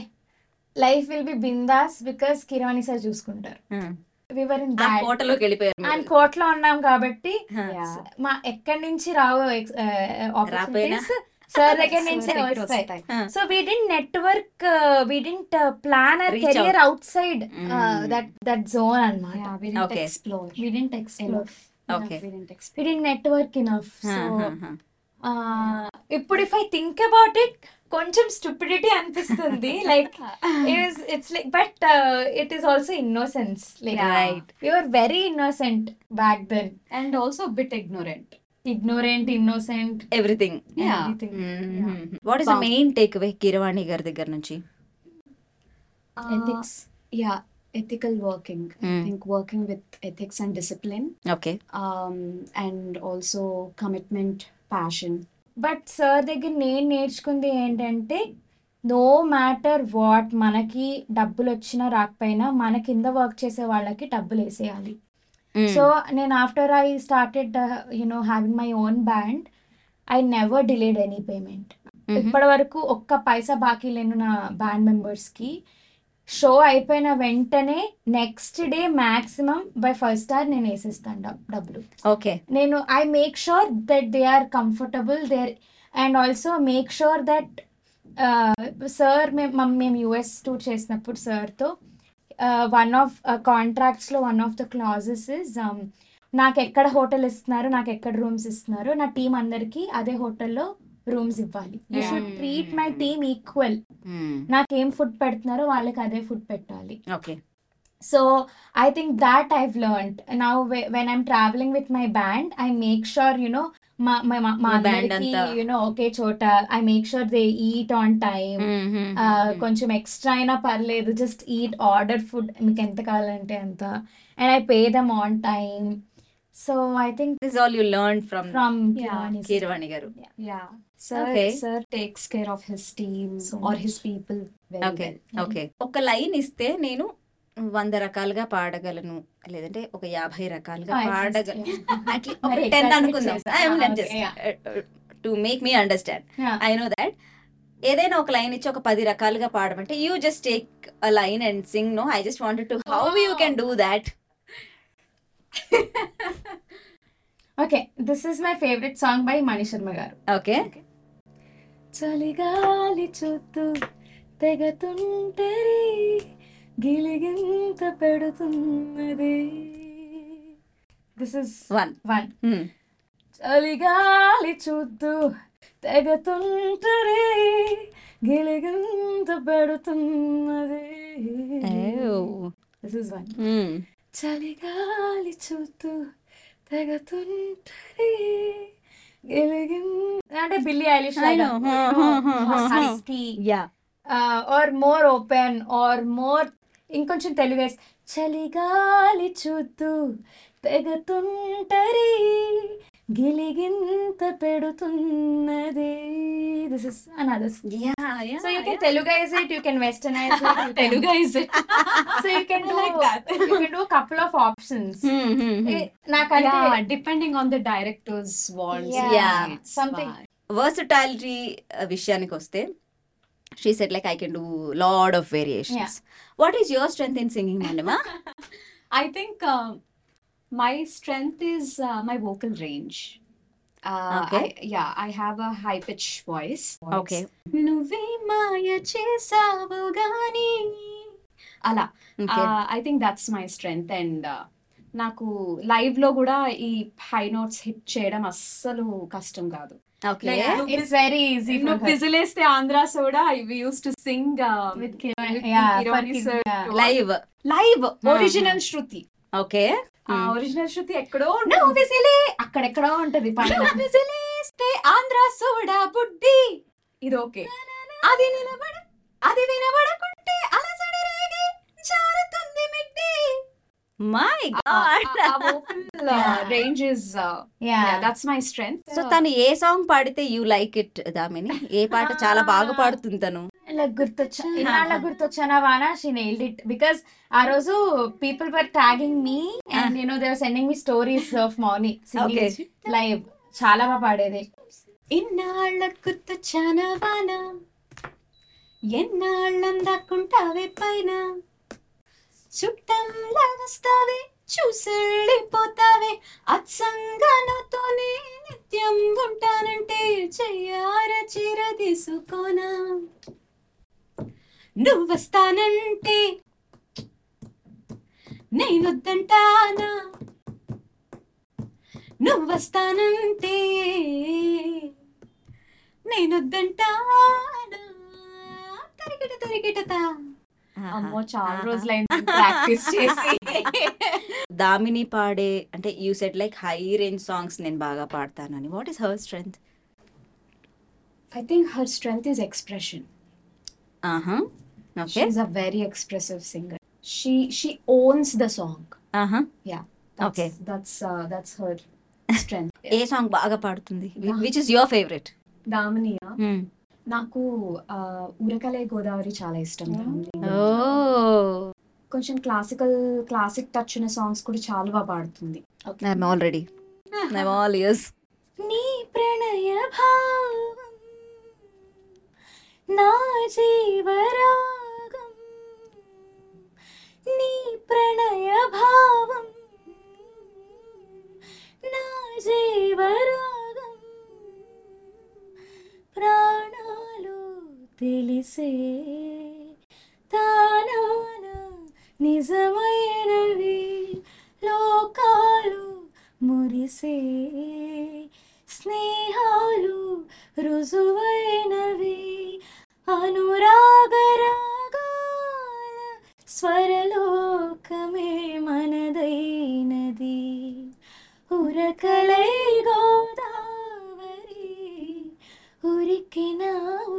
life will be bindaas because కిరాణి sir చూసుకుంటారు
Mm.
We were in
ఆ
that
కోటలోకి వెళ్ళిపోయారు మీరు.
అండ్ కోట్లో ఉన్నాం కాబట్టి
హా.
Yeah.
మా ఎక్కడి నుంచి రావు
రాపోయినా?
ఆపర్చునిటీస్ సార్ దగ్గర నుంచి వస్తాయి so we didn't network we didn't plan
Reach
career outside
Mm.
That that zone అనమాట
Okay.
Explore
we didn't explore
okay
we didn't network enough
హా,
సో
హా, హా.
ఇప్పుడు if I think about it కొంచెం stupidity అనిపిస్తుంది like it's like but it is also innocence like
Right.
You're very innocent back then
and also bit ignorant
ignorant innocent
everything
Yeah.
Mm-hmm. What is the main takeaway Keeravani గారి దగ్గర నుంచి
Uh,
ethics yeah ethical working I
Mm.
Think working with ethics and discipline
okay
and also commitment passion
but sir దగ్గర నేను నేర్చుకుంది ఏంటంటే no matter what మనకి డబ్బులు వచ్చినా రాకపోయినా మన కింద వర్క్ చేసే వాళ్ళకి డబ్బులు వేసేయాలి
Mm.
సో నేను after I started you know having my own band I never delayed any payment
Mm-hmm.
ఇప్పటి వరకు ఒక్క పైసా బాకీ లేను నా బ్యాండ్ మెంబర్స్ కి షో అయిపోయిన వెంటనే next day maximum by first or నేను వేసేస్తాను డబ్- డబ్బులు
ఓకే
నేను I make sure that they are comfortable there and also make sure that uh, sir మేము మేము యుఎస్ టూర్ చేసినప్పుడు uh, సార్తో వన్ ఆఫ్ కాంట్రాక్ట్స్లో one of the clauses is um, నాకు ఎక్కడ హోటల్ ఇస్తున్నారు నాకు ఎక్కడ రూమ్స్ ఇస్తున్నారు నా టీం అందరికీ అదే హోటల్లో రూమ్స్ ఇవ్వాలి you should treat my team equal
Mm.
నాకేం ఫుడ్ పెడుతున్నారో వాళ్ళకి అదే ఫుడ్ పెట్టాలి
okay
So I think that I've learned. Now wh- when I'm traveling with my band, I make sure, you know, my my my, my
Your band
అందరికీ,
anta.
you know, okay chota. I make sure they eat on time.
Mm-hmm.
ఆ,
Uh,
కొంచెం extra అయినా పర్లేదు just eat order food మీకు ఎంత కావాలంటే అంత and I pay them on time so I think
this all you learn from
from
Yeah.
Keeravani garu
Yeah. Sir,
Okay.
sir takes care of his team
So
or
much.
his people very
okay
well.
Okay ఒక line ఇస్తే నేను వంద రకాలుగా పాడగలను లేదంటే ఒక యాభై రకాలుగా
Oh, at least,
పాడగలను
yeah.
Atlee
మరి
టెన్
exaggerate
అనుకుందాం
చేస్తా.
I'm
Okay,
just uh,
yeah.
To make me understand
Yeah.
I know that ఏదైనా ఒక లైన్ ఇచ్చి ఒక పది రకాలుగా పాడమంటే you just take a line and sing no I just wanted to how you can do that
okay this is my favourite song by Mani Sharma garu
okay
చలిగాలి చుట్టూ తెగతుంటరి గిలిగింత పెడుతున్నది
this is
one
one
Hmm.
చలిగాలి చూద్దు తెగతుంటరి గిలిగింత పెడుతున్నది Oh. This is one
Hmm.
చలిగాలి చూద్దు తెగతుంటరి గిలిగిం అంటే Billie Eilish
I know. Huh, huh, huh, huh. Yeah
or more open or more ఇంకొంచెం తెలుగు వేసి చలిగాలి చూద్దు తెగతుంటరి గిలిగింత పెడుతున్నది this is another
yeah yeah
so you can తెలుగైజ్ it you can westernise
Telugu is it?
So you can do
like that.
You can do couple of options
Hmm,
Hmm. Eh, నాకంటే
Yeah, depending on the director's wants.
Yeah.
Yeah.
It's
Something-
fine.
Versatility uh, విషయానికి వస్తే she said like I can do lot of variations what is your strength in singing మనమా
I think um, my strength is uh, my vocal range. Uh,
Okay.
I, yeah, I have a high pitch voice.
Okay.
నువ్వే మాయ చేసావు గాని అలా Uh, I think that's my strength and uh, నాకు live లో కూడా ఈ high notes hit చేయడం అస్సలు కష్టం కాదు
ఓకే
Like, నువ్వు
ఇట్స్ వెరీ ఈజీ
పిజ్- నువ్వు పిజిలేస్తే Andhra soda we used to sing
live
live original శృతి
ఓకే
ఆ ఒరిజినల్ శృతి ఎక్కడో
నువ్వు విసిలే అక్కడెక్కడో ఉంటది పైన
పిజిలేస్తే ఆంధ్ర సోడా బుడ్డి ఇది ఓకే అది నిలబడ అది వినబడకుంటే అలసడి రేగి జారుతుంది మిట్టి
my god
vocal range is
yeah
that's my strength
so తను ఏ సాంగ్ పాడితే యూ లైక్ ఇట్ దామిని ఏ పాట చాలా బాగా పాడుతుంది తను
ఇలా గుర్తొచ్చా ఇన్నాళ్ళ గుర్తొచ్చానా వానా షీ నెయిల్డ్ ఇట్ బికాస్ ఆ రోజు people were tagging me and నేను they were sending me stories of
Okay.
Morning live చాలా బాగా పాడేది
ఇన్నాళ్ళకు తొచ్చానా వాన ఎన్నాళ్ళందాకుంటావే పైన చుట్టంలా వస్తావే చూసెళ్ళిపోతావే అచ్చంగా నాతోనే నిత్యం ఉంటానంటే చెయ్యార చీర తీసుకోనా నువ్వు వస్తానంటే నేనొద్దంటానా నువ్వు వస్తానంటే నేనొద్దంటానా తరిగిట తరిగిటతా అమ్మో చాలా రోజులైంది ప్రాక్టీస్ చేసి
దామిని పాడే అంటే you set like high range songs నేను బాగా పాడతానని what is her strength
I think her strength is expression
ఆహా okay
she's a very expressive singer she she owns the song
ఆహా
yeah
Okay.
uh, that's that's her strength
A song బాగా పాడుతుంది which is your favourite
దామనీయ నాకు ఆ, ఊరకలే గోదావరి చాలా ఇష్టం దామిని.
ఓ
కొంచెం క్లాసికల్ క్లాసిక్ టచ్ ఉన్న సాంగ్స్ కూడా చాలా బాగా పాడుతుంది
I'm already I'm all ears
నీ ప్రణయ భావం నా జీవరాగం నీ ప్రణయ భావం నా జీవరాగం ప్రాణాలు తెలిసే తానాన నిజమైనవి లోకాలు మురిసే స్నేహాలు రుజువైనవి అనురాగరాగాల స్వరలోకమే మనదైనది ఉరకలై గోదావరి ఉరికిన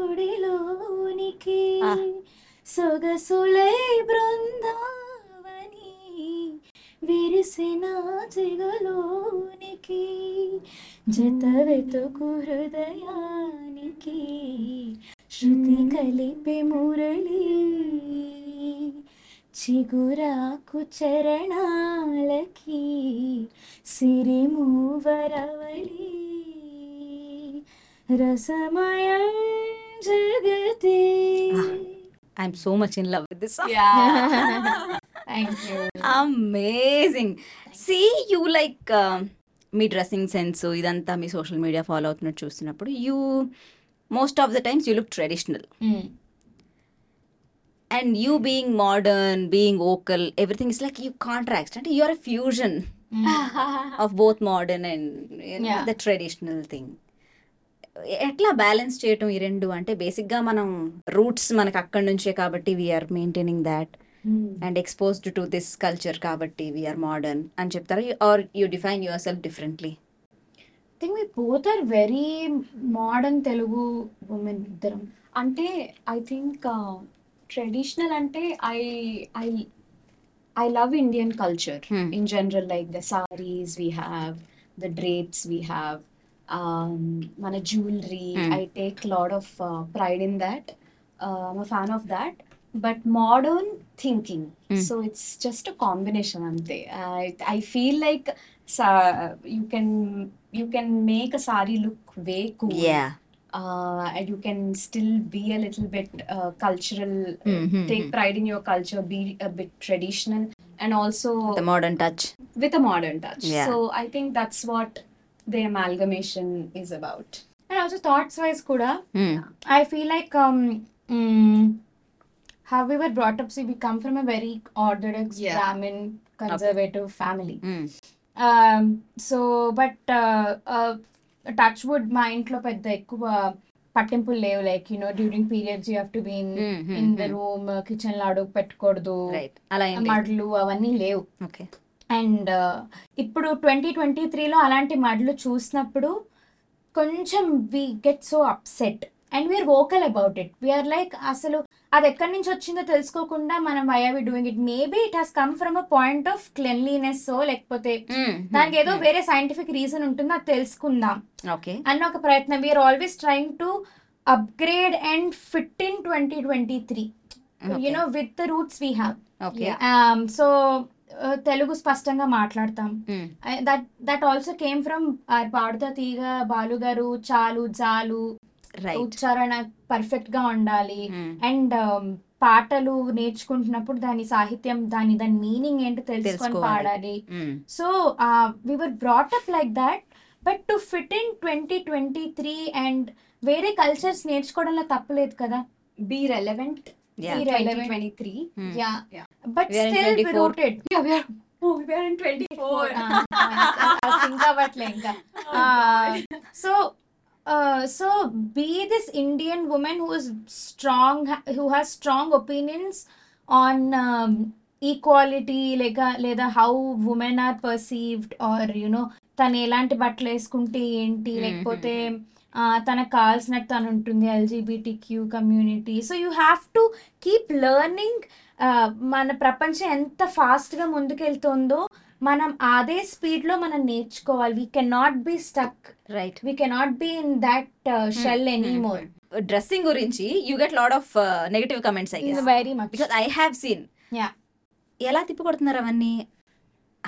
ఉడిలోనికి
ఆ.
సొగసులై బృందావని విరిసిన జిగలోనికి జత వెతుకు హృదయానికి శృతి కలిపే మురళి చిగురాకు చరణాలకి సిరిమూవరవళి రసమయం జగతి
I'm so much in love with this
thank you
amazing see you like um, మీ డ్రెస్సింగ్ సెన్స్ ఇదంతా మీ సోషల్ మీడియా ఫాలో అవుతున్నట్టు చూసినప్పుడు you most of the times you look traditional
Mm.
And you being modern being vocal everything is like you contract అంటే you're a fusion of both modern and
Yeah.
The traditional thing ఎట్లా balance చేయటం ఈ రెండు అంటే బేసిక్గా మనం roots మనకు అక్కడి నుంచే కాబట్టి we're maintaining that
Hmm.
And exposed to this culture కాబట్టి వీఆర్ మోడర్న్ అని చెప్తారా or you define your self differently
think we both are very modern Telugu women ఇద్దరం
అంటే ఐ థింక్ ట్రెడిషనల్ అంటే I I I love Indian culture
Hmm.
In general like the saris we have the drapes we have మన jewellery
Hmm.
I take lot of pride in that Uh, fan of that but modern thinking
Hmm.
So it's just combination అంతే I feel like you can you can make a sari look way cool
yeah
uh, and you can still be a little bit uh, cultural, uh,
Mhm,
take pride in your culture, be a bit traditional, and also
the modern touch
with a modern touch.
Yeah.
So I think that's what the amalgamation is about.
And also thoughts wise కూడా I feel like um, mm, how we were brought up. See, we come from a very orthodox
Yeah.
Brahmin conservative family. Um, so, but uh, uh, touch wood, మా ఇంట్లో పెద్ద ఎక్కువ పట్టింపులు లేవు like you know during periods you have to be in
Mm.
In
Mm-hmm.
The room kitchen లో అడుగు పెట్టకూడదు
right అలా ఏం
మడ్లు అవన్నీ లేవు
ఓకే
అండ్ uh, ఇప్పుడు ట్వంటీ ట్వంటీ త్రీలో అలాంటి మడ్లు చూసినప్పుడు కొంచెం we get so upset and we're vocal about it we're like అసలు అది ఎక్కడి నుంచి వచ్చిందో తెలుసుకోకుండా మనం why are we doing it maybe it has come from a point of cleanliness లేకపోతే దానికి ఏదో
Hmm.
వేరే సైంటిఫిక్ రీజన్ ఉంటుందో అది తెలుసుకుందాం
ఓకే
అన్న ఒక ప్రయత్నం we're always trying to upgrade and fit in twenty twenty three you know with the roots we have
okay
so Um, uh, Telugu స్పష్టంగా మాట్లాడతాం that that also came from Padutha Theega Balu గారు చాలు జాలు
రైట్
ఉచ్చారణ పర్ఫెక్ట్ గా ఉండాలి అండ్ పాటలు నేర్చుకుంటున్నప్పుడు దాని సాహిత్యం దాని దాని మీనింగ్ ఏంటో తెలుసుకొని
తెలుసుకోవాలి.
పాడాలి uh, so we were brought up like that but to fit in twenty twenty three and వేరే కల్చర్స్ నేర్చుకోవడంలో తప్పలేదు కదా
Be relevant.
Yeah.
Be
Be
relevant.
relevant.
2023.
Yeah
Yeah.
But
Hmm. We are in
still
24.
Rooted
Yeah, we are. Oh, we are in 24.
Ah, sync అవ్వట్లే ఇంకా Ah, so so be this Indian women who is strong who has strong opinions on um, equality లేక uh, లేదా how women are perceived or you know తను ఎలాంటి బట్టలు వేసుకుంటే ఏంటి లేకపోతే ఆ, తనకు కావాల్సినట్టు తను ఉంటుంది LGBT Q community so you have to keep learning మన ప్రపంచం ఎంత ఫాస్ట్గా ముందుకెళ్తుందో మనం అదే స్పీడ్ లో మనం నేర్చుకోవాలి we can not be stuck
right
we can not be in that shell anymore
dressing Uh, గురించి you get lot of negative comments I guess
very much
because I have seen
Yeah.
ఎలా తిప్పి కొడుతున్నారు అవన్నీ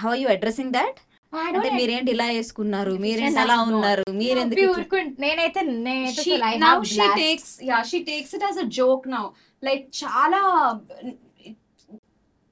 how you addressing that అంటే మీరేంటి ఇలా వేసుకున్నారు మీరేంటి అలా ఉన్నారు మీరెందుకు ఇట్లా-
నేనైతే నేనైతే
she
అసలు I have
now she
blast.
takes yeah she takes it as a joke now like chala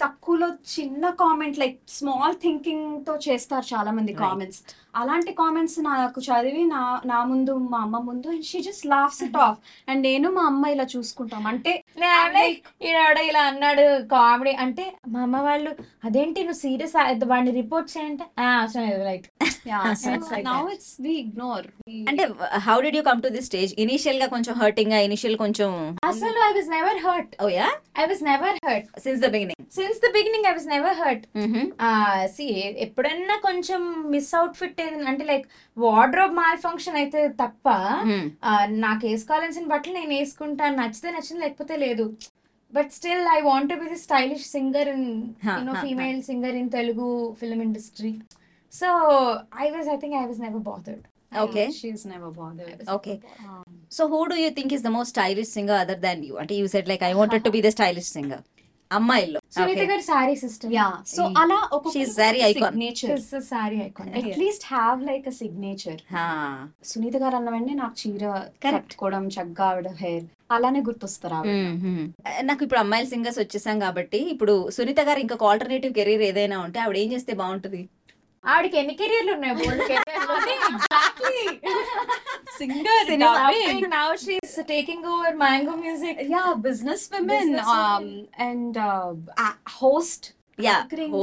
తక్కువలో చిన్న కామెంట్ లైక్ స్మాల్ థింకింగ్ తో చేస్తారు చాలా మంది
Right.
కామెంట్స్ అలాంటి కామెంట్స్ నాకు చదివి నా నా ముందు మా అమ్మ ముందు and she just laughs it off and నేను మా అమ్మ ఇలా చూసుకుంటాం అంటే
నేను I'm like, ఈనాడ ఇలా అన్నాడు కామెడీ అంటే మా అమ్మ వాళ్ళు అదేంటి నువ్వు సీరియస్ వాడిని రిపోర్ట్ చేయంటే "ఆ, అవసరం లేదు light like
now it's we ignore
అంటే uh, how did you come to this stage initial గా కొంచెం హర్టింగ్ గా ఇనిషియల్ కొంచెం oh
అసలు I was never hurt
oh yeah
I was never hurt
since the beginning
since the beginning I was never hurt see ఎప్పుడన్నా కొంచెం miss outfit అంటే like wardrobe mall function అయితే తప్ప ఆ, నాకు వేసుకోవాల్సిన బట్టలు నేను వేసుకుంటాను నచ్చితే నచ్చింది లేకపోతే లేదు but still I want be the stylish singer in
Ha,
you know
ha,
female singer in Telugu film industry so I was I think I was never bothered
okay
she is never bothered
okay so who do you think is the most stylish singer other than you అంటే you set like I wanted to be the stylish singer అమ్మాయిల్లో
Sunitha garu sorry sister
yeah so అలా ఒక
She's very icon.
Nature
sorry icon
at least have like a signature Sunitha garu అన్న వెంటనే నాకు చీర
Correct.
కట్టుకోవడం చక్కగా ఆవిడ హెయిర్ అలానే గుర్తొస్తారు ఆవిడ
Eh, నాకు ఇప్పుడు అమ్మాయిల సింగర్స్ వచ్చేసాం కాబట్టి ఇప్పుడు సునీత గారు ఇంకొక ఆల్టర్నేటివ్ కెరీర్ ఏదైనా ఉంటే ఆవిడ ఏం చేస్తే బాగుంటుంది
ఆవిడకి ఎన్ని కెరీర్లు ఉన్నాయి బోల్డ్
singer
career now she's taking over mango music
yeah business women
Businesswomen.
And host
yeah Oh,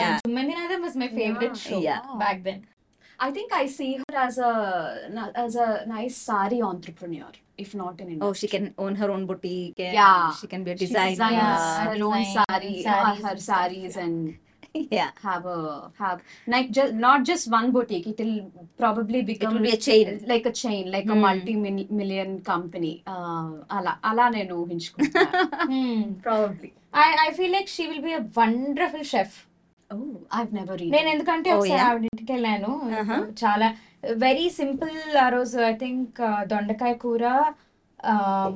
yeah.
సుమందినాథన్ was my favourite show
Yeah.
Back then
I think I see her as as a nice sorry entrepreneur if not in
oh she can own her own boutique
Yeah.
She can be
She designs
designer
Yeah.
her own
Design,
sari, uh,
sarees
her
and stuff,
sarees, and
yeah
have a have like just not just one boutique. It'll probably
it
become
will be a chain
like a chain, like a
Hmm.
multi-million company. Uh, ala ala నేను ఊహించుకుంటున్నా.
Hmm.
probably.
I I feel like she will be a wonderful chef
Oh, I've never read.
నేను ఎందుకంటే
Oh,
ఒకసారి
yeah?
ఆవిడ ఇంటికి వెళ్ళాను
Uh-huh.
చాలా very simple ఆ రోజు ఐ థింక్ దొండకాయ కూర ఆ,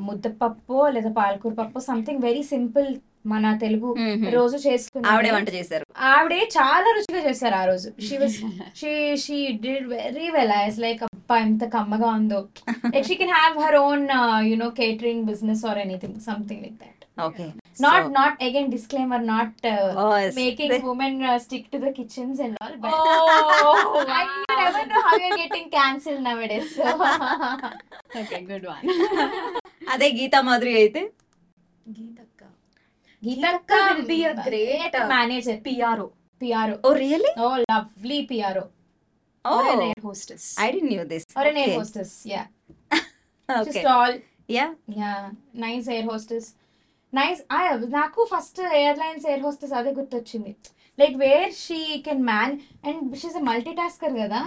ముద్దపప్పు లేదా పాలకూర పప్పు సంథింగ్ వెరీ సింపుల్ మన తెలుగు రోజు
ఆవిడే
చేసుకున్నాం
వంట చేశారు
ఆవిడే చాలా రుచిగా చేశారు ఆ రోజు she was she she did very well ఐస్ లైక్ అబ్బా ఎంత కమ్మగా ఉందో like she can have her own you know catering business or anything something like that
okay
not not again disclaimer not
making
uh, making women uh, stick to the kitchens and all. But oh, I you never know how you're getting cancelled nowadays. So.
Okay, good one.
అదే గీతా మాధురి అయితే
Geeta
will be a great, uh,
manager.
PRO,
PRO.
Oh really
Oh, lovely PRO.
Oh
or an air hostess.
I డి knew this
Or an air hostess. Yeah.
Okay
Just all.
Yeah
Yeah. Nice air hostess. Nice. I Naku first airlines air hostess అదే గుర్తొచ్చింది like where she can man and she's a multitasker కదా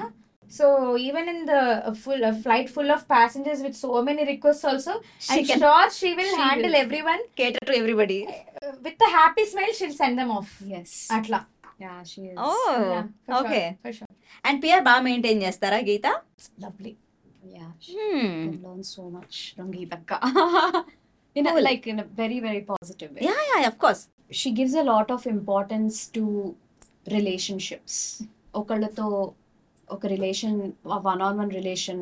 so even in the full flight full of passengers with so many request also
she
I'm
can
sure she will
She
handle
will.
everyone
cater to everybody
uh, with a happy smile. She'll send them off.
Yes.
Atla.
Yeah, she is.
Oh
Yeah, for
okay
Sure, for sure.
And PR బాగా maintain చేస్తారా Geetha
Lovely.
Yeah, she
Hmm.
can learn so much from Geetakka. in a,
Cool.
like in a very very positive way.
Yeah yeah of course
she gives a lot of importance to relationships ఒకళ్ళతో ఒక relation one on one relation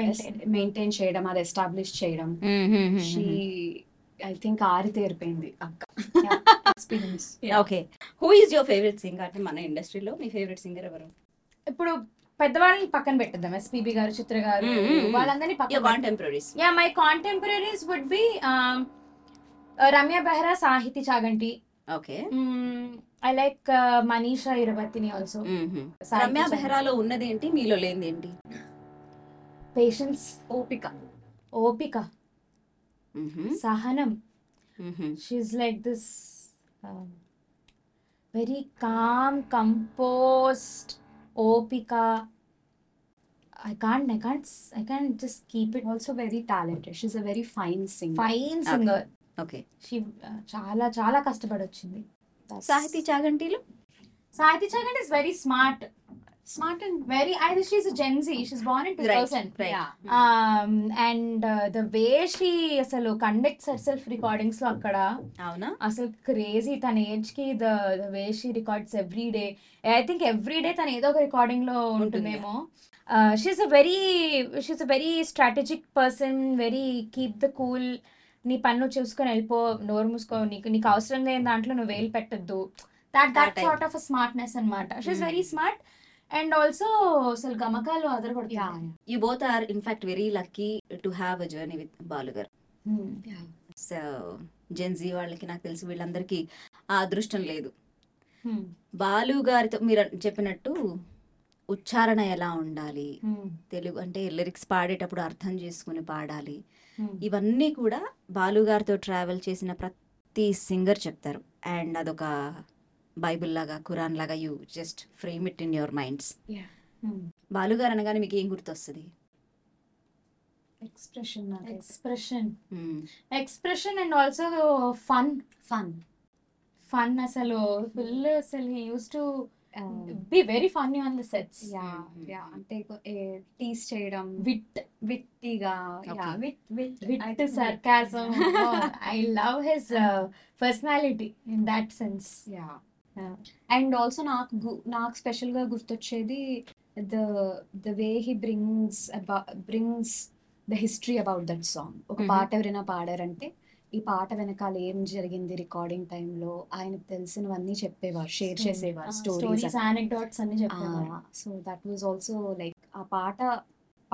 Maintain.
Maintain చేయడం అది establish చేయడం
Mm-hmm, Hmm,
she I think ఆరి తేరిపోయింది అక్క
Experience.
Okay who is your favourite singer అంటే మన ఇండస్ట్రీలో మీ ఫేవరెట్ సింగర్ ఎవరు
ఇప్పుడు పెద్దవాళ్ళని పక్కన పెట్టేద్దాం ఎస్పీబీ గారు చిత్ర గారు
Mm, mm, mm.
వాళ్ళందరినీ
యువర్
పక్కన
contemporaries
yeah my contemporaries would be Ramya Behara Sahithi Chaganti
okay
Mm, I like Manisha Eerabathini also
Mm-hmm. Ramya బెహ్రాలో ఉన్నది ఏంటి మీలో లేనిది ఏంటి
పేషెన్స్
ఓపిక
ఓపిక
Mm-hmm, Hmm?
సహనం she's like this um, very calm composed ఓపిక I can't I can't I can't just keep it
also very talented she's a very fine singer
fine singer
okay
she చాలా చాలా uh, కష్టపడి వచ్చింది
సాహితీ చాగంటిలో
Saiti Chagat is very smart.
Smart and
Very, I think she's a Gen Z. She's born in 2000.
Right. Mm-hmm.
yeah.
Um, and uh, the way she అసలు conducts herself recordings లో అక్కడ
అవునా
అసలు క్రేజీ తన age కి the the way she records every day I think every day తను ఏదో ఒక రికార్డింగ్ లో ఉంటుందేమో she's a very she's a very strategic person very keep the cool నీ పన్ను చూసుకొని వెళ్ళిపో నోరు మూసుకో నీకు నీకు అవసరం లేని దాంట్లో నువ్వు వేలు పెట్టద్దు that
That
that
type.
Sort of smartness అనమాట she's
Hmm.
Very smart and also అసలు గమకాలు
Yeah.
అదరగొడుతుంది
you both are in fact very lucky to have a journey with Balu garu
Hmm.
So Gen Z వాళ్ళకి నాకు తెలిసి వీళ్ళందరికీ ఆ అదృష్టం లేదు
Hmm.
బాలు గారితో మీరు చెప్పినట్టు ఉచ్చారణ ఎలా ఉండాలి
Hmm.
తెలుగు అంటే లిరిక్స్ పాడేటప్పుడు అర్థం చేసుకుని పాడాలి
Hmm.
ఇవన్నీ కూడా బాలు గారితో ట్రావెల్ చేసిన ప్రతి సింగర్ చెప్తారు అండ్ అదొక బైబిల్ లాగా ఖురాన్ లాగా you just frame it in your minds
Hmm.
Balu garu అనగానే మీకు ఏం గుర్తొస్తుంది
Expression. నాకైతే.
Expression
hmm.
Expression and also fun
Fun.
Fun అసలు ఫుల్ అసలు use to
Um,
be very funny on the sets
yeah
Mm,
yeah అంటే tease చేయడం
wit
విట్టిగా yeah
Okay.
Wit wit
wit sarcasm I love his personality in that sense
yeah and also నాకు గు- నాకు special గా గుర్తొచ్చేది the the way he brings brings the history about that song ఒక
Mhm.
పాట ఎవరైనా పాడారంటే ఈ పాట వెనకాల ఏం జరిగింది రికార్డింగ్ టైంలో ఆయనకు తెలిసినవన్నీ చెప్పేవారు షేర్ చేసేవారు స్టోరీస్
స్టోరీస్ యానెక్డోట్స్ Uh, అన్ని చెప్పేవారు
so that was also like ఆ పాట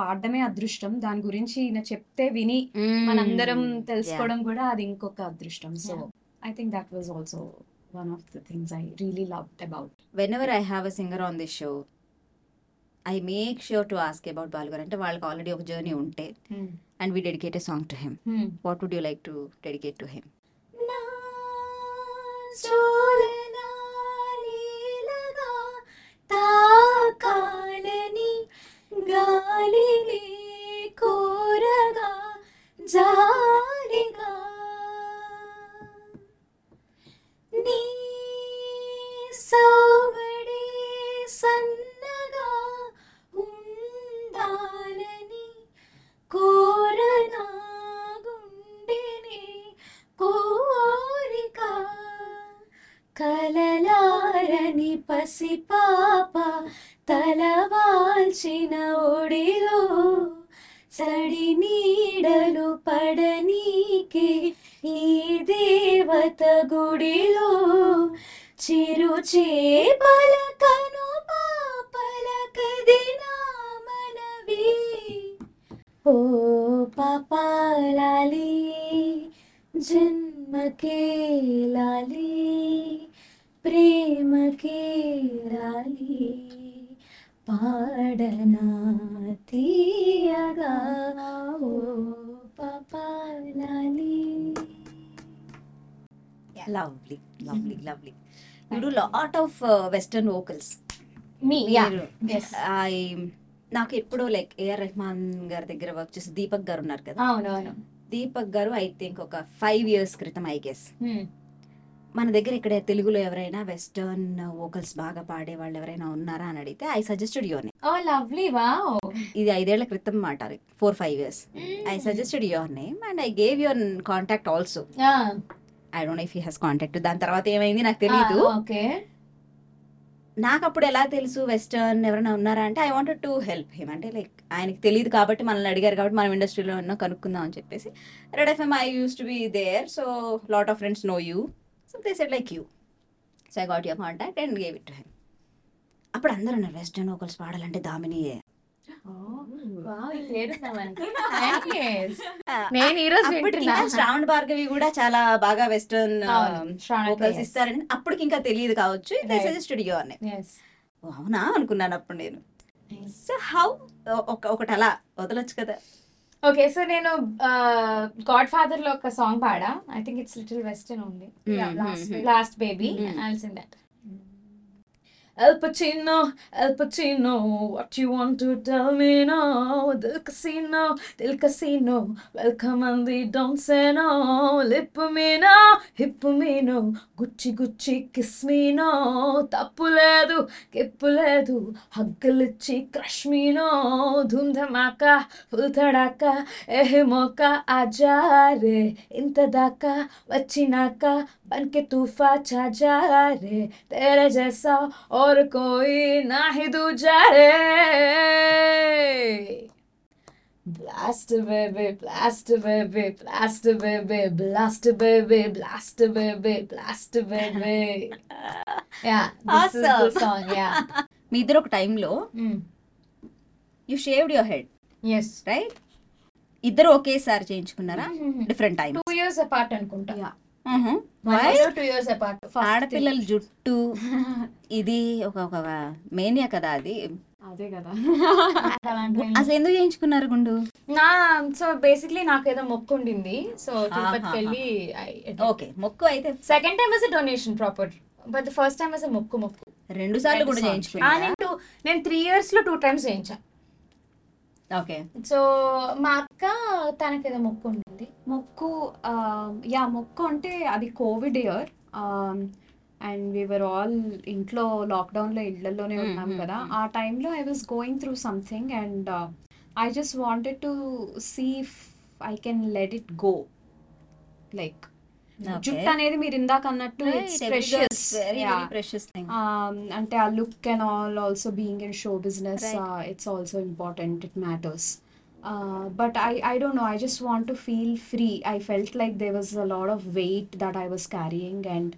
పాడడమే అదృష్టం దాని గురించి ఈయన చెప్తే విని మనందరం
Hmm.
తెలుసుకోవడం కూడా అది ఇంకొక అదృష్టం so I think that was also one of the things I really loved about
whenever I have a singer on this show I make sure to ask about Balu garu అంటే వాళ్ళకి ఆల్రెడీ ఒక journey ఉంటే and we dedicate a song to
Ah.
Him
Hmm.
What would you like to dedicate to him
తాకాలని గాలిని కోరగా జాలిగా నీ సౌవడే సన్నగా ఉండాలని కోరనా గుండెని కోరిక కలలారని పసిపాప తలవాల్చిన ఒడిలో సడి నీడలు పడనీకే ఈ దేవత గుడిలో చిరు చేపలకను పాపలకదినా మనవి ఓ పాపాలాలి జన్మకే లాలి ప్రేమకే లాలి పాడనా తీయగా ఓ పాపాలాలి
lovely lovely lovely you do lot of western vocals
మీ యా yes
ఐ నాకు ఎప్పుడో లైక్ ఏఆర్ రెహమాన్ గారి దగ్గర వర్క్ చేసి దీపక్ గారు ఉన్నారు కదా
అవునవును
దీపక్ గారు ఐ థింక్ ఒక ఫైవ్ ఇయర్స్ క్రితం ఐ గెస్ మన దగ్గర ఇక్కడ తెలుగులో ఎవరైనా వెస్టర్న్ వోకల్స్ బాగా పాడే వాళ్ళు ఎవరైనా ఉన్నారా అని అడిగితే I suggested your name
oh lovely wow
ఇది ఐదేళ్ల క్రితం మాట four five years
Hmm.
I suggested your name and I gave your contact also I don't if he has contact దాని తర్వాత ఏమైంది నాకు తెలియదు
ఓకే
నాకు అప్పుడు ఎలా తెలుసు వెస్టర్న్ ఎవరైనా ఉన్నారా అంటే I wanted to help him అంటే లైక్ ఆయనకి తెలియదు కాబట్టి మనల్ని అడిగారు కాబట్టి మనం ఇండస్ట్రీలో ఉన్నా కనుక్కుందాం అని చెప్పేసి red FM I use to be there so lot of friends know you so they said like you so I got your contact and gave it to him అప్పుడు అందరూ ఉన్నారు వెస్టర్న్ ఒకల్స్ పాడాలంటే దామినియే
వావ్ ఈ పేరు ఉందా మనకి? Nice. నేను ఈ రోజు
అప్పటికి
వింటున్నా.
ఇంకా శ్రావణ్ భార్గవి కూడా చాలా బాగా వెస్టర్న్
అవును, శ్రావణ
వోకల్స్
ప్రియస్.
ఇస్తారని అప్పటికి ఇంకా తెలియదు కావచ్చు they
Right.
Suggested your name
Yes.
అవునా అనుకున్నాను అప్పుడు నేను సో హౌ ఒక ఒకటి అలా వదలొచ్చు కదా
ఓకే సో నేను గాడ్ ఫాదర్ లో ఒక సాంగ్ పాడా I think it's little western ఉంది
Mm, mm, mm.
Last baby
Mm.
ఆల్సిన్ that El Pacino, El Pacino, what you want to tell me now? Del casino, del casino, welcome and they don't say no. Lip me now, hip me now, Gucci Gucci kiss me now. Tapuledu, kippuledu, haggalichi crush me now. Dhum dhamaka, full thadaka, eh moka aja re, inta daka, vachinaka, बनके तूफा छा जा रे तेरे जैसा और कोई ना ही दूजा रे Blast baby, blast baby, blast baby, blast baby, blast baby, blast baby. yeah, this is the
Awesome.
song. Yeah.
మీ ఇద్దరు ఒక టైంలో
Mm.
You shaved your head
Yes.
Right ఇద్దరు ఒకేసారి చేయించుకున్నారా different time
Two years apart అనుకుంటా.
Yeah.
Why? Two years apart.
Mm-hmm. ఆడపిల్లల జుట్టు ఇది ఒక ఒక మేనియా కదా అది
అదే కదా
అసలు ఎందుకు చేయించుకున్నారు గుండు
నా సో బేసిక్లీ నాకు ఏదో మొక్కు ఉండింది సో తిరుపతికి వెళ్ళి
ఓకే మొక్కు అయితే
second time was donation proper but the first time was మొక్కు మొక్కు
రెండు సార్లు కూడా
ఆ,
చేయించుకున్నారు
నేను two- నేను త్రీ ఇయర్స్ లో టూ టైమ్స్ చేయించా
ఓకే
సో మా అక్క తనకేదో మొక్కు ఉండింది
మొక్కు యా మొక్కు అంటే అది Covid year and we were all ఇంట్లో లాక్డౌన్ లో ఇళ్లలోనే ఉన్నాం కదా ఆ టైంలో I was going through something and I just wanted to see I can let it go like జుట్టు అనేది మీరు ఇందాక అన్నట్టు it's precious. Yeah.
Precious thing
Um, అంటే ఆ look and all also being in show business it's also important it matters but I I don't know I just want to feel free I felt like they was a lord of weight that I was carrying and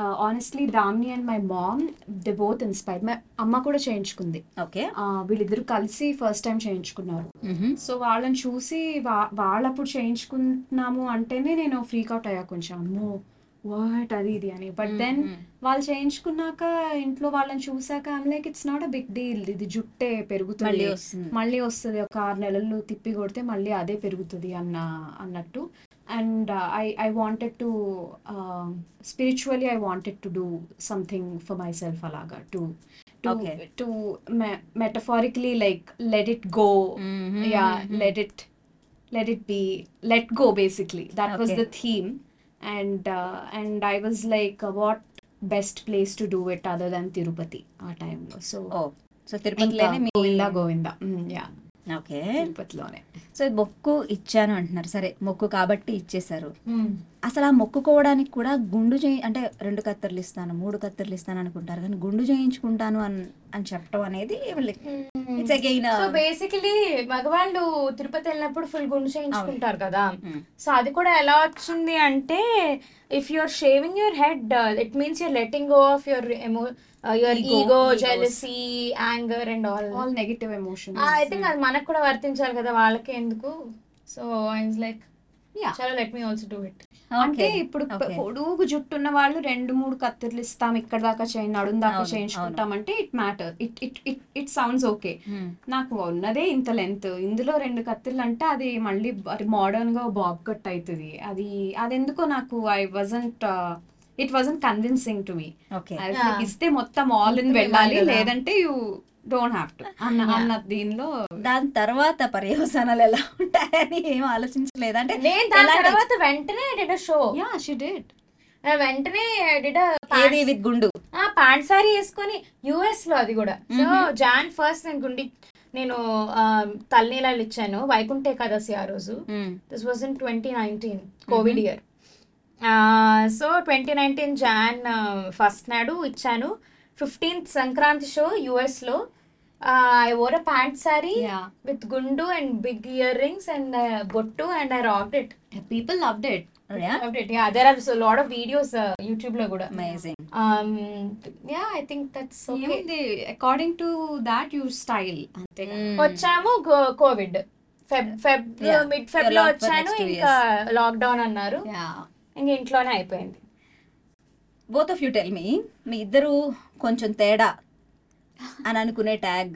uh, honestly Damini and my mom they both inspire my అమ్మ కూడా చేయించుకుంది
okay
Uh, వీళ్ళిద్దరూ కలిసి first time చేయించుకున్నారు
Mm-hmm.
So వాళ్ళని చూసి వా- వాళ్ళప్పుడు చేయించుకుంటున్నాము అంటేనే నేను ఫ్రీకౌట్ అయ్యా కొంచెం అమ్మో వాట్ అది ఇది అని
Mm,
బట్ దెన్
Mm-hmm.
వాళ్ళు చేయించుకున్నాక ఇంట్లో వాళ్ళని చూసాక like it's not a big deal ఇది జుట్టే
మళ్ళీ
పెరుగుతుంది
వస్తుంది
మళ్ళీ వస్తుంది ఒక ఆరు నెలలు తిప్పి కొడితే మళ్ళీ అదే పెరుగుతుంది అన్న అన్నట్టు uh, and I I wanted to um, spiritually I wanted to do something for myself అలాగా to to
Okay.
To metaphorically like let it go
Mm-hmm.
Yeah let it let it be let go basically that was the theme and and I was like what best place to do it other than Tirupati ఆ టైంలో so
oh so Oh. తిరుపతిలోనే మీ
Govinda Govinda yeah
okay
తిరుపతిలోనే
so మొక్కు ఇచ్చాను అంటున్నారు సరే మొక్కు కాబట్టి ఇచ్చేశారు
Hmm.
అసలు ఆ మొక్కుకోవడానికి కూడా గుండు చేయి అంటే రెండు కత్తెరలు ఇస్తాను మూడు కత్తెరలు ఇస్తాను అనుకుంటారు కానీ గుండు చేయించుకుంటాను అని అని చెప్పడం అనేది
Hmm.
It's again
so basically మగవాళ్ళు తిరుపతి వెళ్ళినప్పుడు ఫుల్ గుండు చేయించుకుంటారు కదా
Mm.
సో అది కూడా ఎలా వచ్చింది అంటే if you are shaving your head it means your letting go of your ఎమో your
Ego,
ego
egos.
Jealousy anger and all
all negative emotion
Ah,
I think Ah, అది మనకు కూడా వర్తించాలి కదా వాళ్ళకి ఎందుకు సో ఐ లైక్
Yeah.
చలో let me also do it
అంటే ఇప్పుడు ప-
Okay.
పొడుగు జుట్టు ఉన్న వాళ్ళు రెండు మూడు కత్తిర్లు ఇస్తాం ఇక్కడ దాకా చేయండి నడుం దాకా
అవును,
చేయించుకుంటాం అంటే it matter it it it it sounds okay
Hmm.
నాకు ఉన్నదే ఇంత లెంత్ ఇందులో రెండు కత్తిర్లు అంటే అది మళ్ళీ మోడర్న్ గా బాబ్ కట్ అవుతుంది అది అది ఎందుకో నాకు uh, I wasn't it wasn't convincing to me
okay
ఇస్తే మొత్తం ఆల్ ఇన్ వెళ్ళాలి లేదంటే యూ డోంట్ హ్యావ్ టు అన్న అన్న దీనిలో
దాని తర్వాత పర్యవసానాలు ఎలా ఉంటాయని ఏం ఆలోచించలేదు అంటే
నేను దాని
ఎలాంటి-
తర్వాత వెంటనే did show
yeah she did
వెంటనే డిడ్
ఏది విత్ గుండు
ఆ ప్యాంట్ సారీ వేసుకొని యుఎస్ లో అది కూడా సో జాన్ ఫస్ట్ నేను గుండి నేను ఆ, తలనీలాలు ఇచ్చాను వైకుంఠ ఏకాదశి ఆ రోజు this was in twenty nineteen Covid year so twenty nineteen Jan first నాడు ఇచ్చాను ఫిఫ్టీన్త్ సంక్రాంతి షో యుఎస్ లో I wore a pant sari
yeah
with గుండు and big earrings and uh, బొట్టు and I rocked it
people loved it
rocked it yeah there are so lot of videos YouTube uh, లో కూడా Um,
amazing
yeah I think that's okay
ఏముంది according to that your style అంతే
వచ్చాము గో- Covid Feb Feb
Hmm. Yeah.
Mid Feb
You're
లో
locked for
వచ్చాను
next two
ఇంకా lockdown అన్నారు ఇంక ఇంట్లోనే అయిపోయింది
both of you tell me మీ ఇద్దరు కొంచెం తేడా అని అనుకునే ట్యాగ్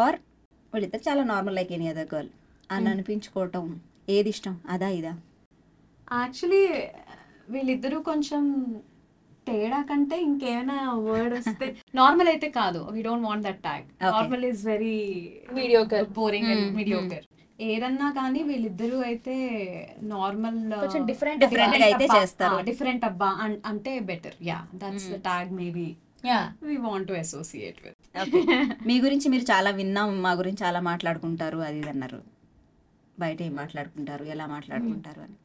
ఆర్ వీళ్ళిద్దరు చాలా normal like any other girl అని అనిపించుకోవటం ఏది ఇష్టం అదా ఇదా
యాక్చువల్లీ వీళ్ళిద్దరూ కొంచెం
తేడా కంటే ఇంకేమైనా వర్డ్ వస్తే
నార్మల్ అయితే కాదు we don't want that tag
Okay.
Normal is very
Mediocre.
Boring and
Hmm,
mediocre ఏదన్నా కానీ వీళ్ళిద్దరూ అయితే uh, నార్మల్
కొంచెం different
Different గా అయితే చేస్తారు. Hmm.
డిఫరెంట్ అబ్బా అన్- అంటే better yeah that's the tag maybe
yeah
we want to associate with
Okay. మీ గురించి మీరు చాలా విన్నాం మా గురించి చాలా మాట్లాడుకుంటారు అది ఇది అన్నారు బయట ఏం మాట్లాడుకుంటారు ఎలా మాట్లాడుకుంటారు అని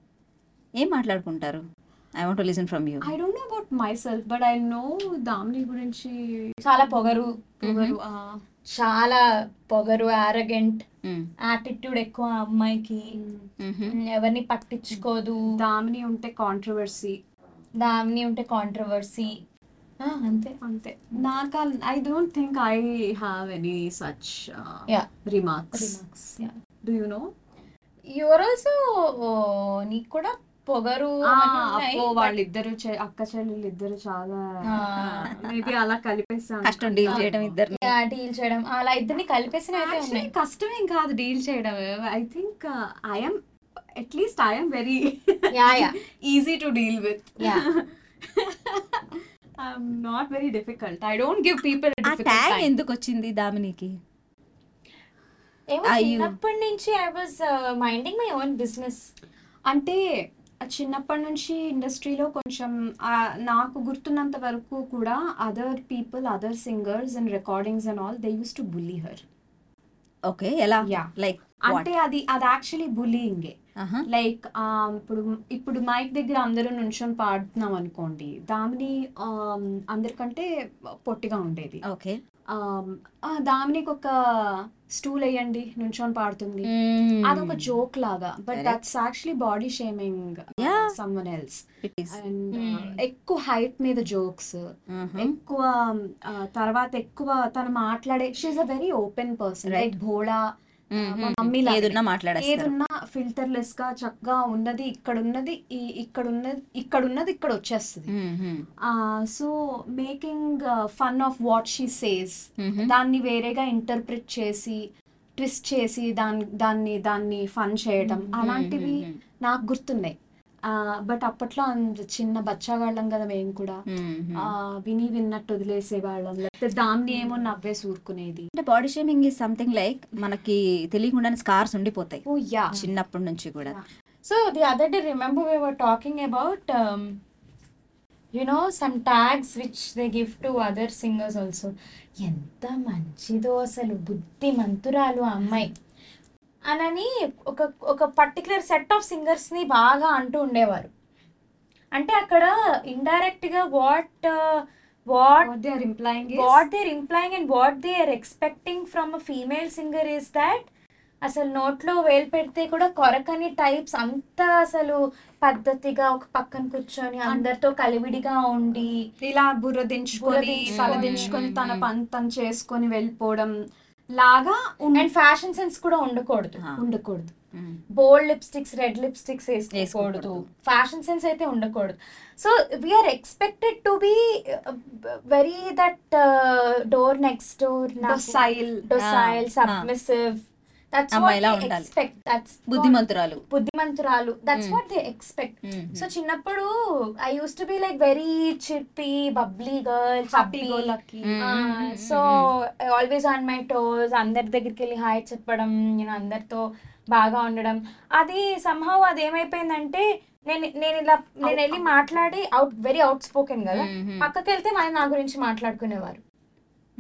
ఏం మాట్లాడుకుంటారు I want listen from you
I don't know about myself but I know Damini గురించి uh,
చాలా పొగరు
Hmm.
ఎవరు, ఆ,
చాలా పొగరు ఆరగెంట్
Hmm.
యాటిట్యూడ్ ఎక్కువ ఆ అమ్మాయికి
Mm-hmm.
ఎవరిని పట్టించుకోదు
దామిని ఉంటే కాంట్రవర్సీ
దాన్ని ఉంటే కాంట్రవర్సీ అంతే
అంతే నాకు I don't think I have any such
Yeah.
Remarks do you know
your also నీకు కూడా పొగరు అవన్నీ Oh, ఉన్నాయి.
అప్పో వాళ్ళిద్దరు చె- అక్క చెల్లెలు ఇద్దరు చాలా మేబీ అలా కలిపేసాం
కష్టం డీల్ చేయడం ఇద్దరు
యా, డీల్ చేయడం అలా ఇద్దరిని కలిపేసినవి అయితే ఉన్నాయి
Actually, కష్టమేం కాదు డీల్ చేయడం I think I'm at least I'm very
yeah yeah
easy to deal with
yeah
I'm not very difficult I don't give people
ఆ ట్యాగ్ ఎందుకు వచ్చింది దామినికి
ఏమో
Are you-
చిన్నప్పటి నుంచి I was minding my own business
అంటే చిన్నప్పటి నుంచి ఇండస్ట్రీలో కొంచెం ఆ, నాకు గుర్తున్నంత వరకు కూడా other people other singers and recordings and all they used to bully her
okay ఎలా
Yeah.
లైక్
అంటే అది అది యాక్చువల్లీ బుల్లీయింగే
Uh-huh.
లైక్ ఇప్పుడు ఇప్పుడు మైక్ దగ్గర అందరూ నుంచొని పాడుతున్నాం అనుకోండి దామిని ఆ, అందరికంటే పొట్టిగా ఉండేది
ఓకే
ఆ, ఆ, దామినికి ఒక స్టూల్ వేయండి నుంచొని పాడుతుంది
Mm-hmm.
అదొక జోక్ లాగా but
Correct.
That's actually body shaming
Yeah.
Someone else and ఎక్కువ హైట్ మీద జోక్స్
Mm-hmm.
ఎక్కువ ఆ, తర్వాత ఎక్కువ తను మాట్లాడే she's a very open person
Right.
Like భోళా మా మమ్మీ లాగానే.
ఏదున్నా మాట్లాడేస్తారు
ఏదున్నా ఫిల్టర్ లెస్ గా చక్కగా ఉన్నది ఇక్కడ ఉన్నది ఈ- ఇక్కడ ఉన్నది ఇక్కడ ఉన్నది ఇక్కడ వచ్చేస్తుంది
Mm-hmm.
So making fun of what she says
Mhm.
దాన్ని వేరేగా ఇంటర్ప్రిట్ చేసి ట్విస్ట్ చేసి దాన్ని దాన్ని దాన్ని ఫన్ చేయడం అలాంటివి నాకు గుర్తున్నాయి బట్ అప్పట్లో అంత చిన్న బచ్చాగాళ్ళం కదా మేము కూడా
Mm-hmm. Hmm.
ఆ, విని విన్నట్టు వదిలేసేవాళ్ళం లేకపోతే దాన్ని ఏమో నవ్వే ఊరుకునేది
అంటే body shaming is something like మనకి తెలియకుండానే స్కార్స్ ఉండిపోతాయి
ఓ యా
చిన్నప్పటి నుంచి కూడా
so the other day remember we were talking about you know some tags which they give to other singers also ఎంత మంచిదో అసలు బుద్ధిమంతురాలు ఆ అమ్మాయి అనని ఒక ఒక పర్టికులర్ సెట్ ఆఫ్ సింగర్స్ని బాగా అంటూ ఉండేవారు అంటే అక్కడ uh, ఇండైరెక్ట్గా what what
what they are implying
what they are implying and what they are expecting from a female singer is that అసలు నోట్లో వేలు పెడితే కూడా కొరకని టైప్స్ అంతా అసలు పద్ధతిగా ఒక పక్కన కూర్చొని అందరితో కలివిడిగా ఉండి
ఇలా బుర్ర దించుకొని
దించుకొని,
తల దించుకొని తన పని తను చేసుకొని వెళ్ళిపోవడం లాగా ఉండ-
అండ్ ఫ్యాషన్ సెన్స్ కూడా ఉండకూడదు
Ah.
ఉండకూడదు
Mm.
Bold lipsticks red lipsticks వేసుకోకూడదు
వేసుకోకూడదు.
ఫ్యాషన్ సెన్స్ అయితే ఉండకూడదు so we're expected to be uh, very that uh, door next door
Docile.
Docile
Ah, ah.
Submissive that's
అమ్మాయిలా ఉండాలి.
ఎక్స్పెక్ట్ దట్స్
బుద్ధిమంతురాలు
బుద్ధిమంతురాలు that's
Hmm.
What they expect
Hmm.
So చిన్నప్పుడు I use to be like very chirpy bubbly girl
happy go
Ah,
lucky
so always on my toes అందరి దగ్గరికి వెళ్ళి hi చెప్పడం నేను అందరితో బాగా ఉండడం అది సంహవ్ అది ఏమైపోయిందంటే నేను నేను ఇలా నేను వెళ్ళి మాట్లాడి అవుట్ వెరీ అవుట్ స్పోకెన్ కదా
Mhm.
పక్కకి వెళ్తే మళ్ళీ నా గురించి మాట్లాడుకునేవారు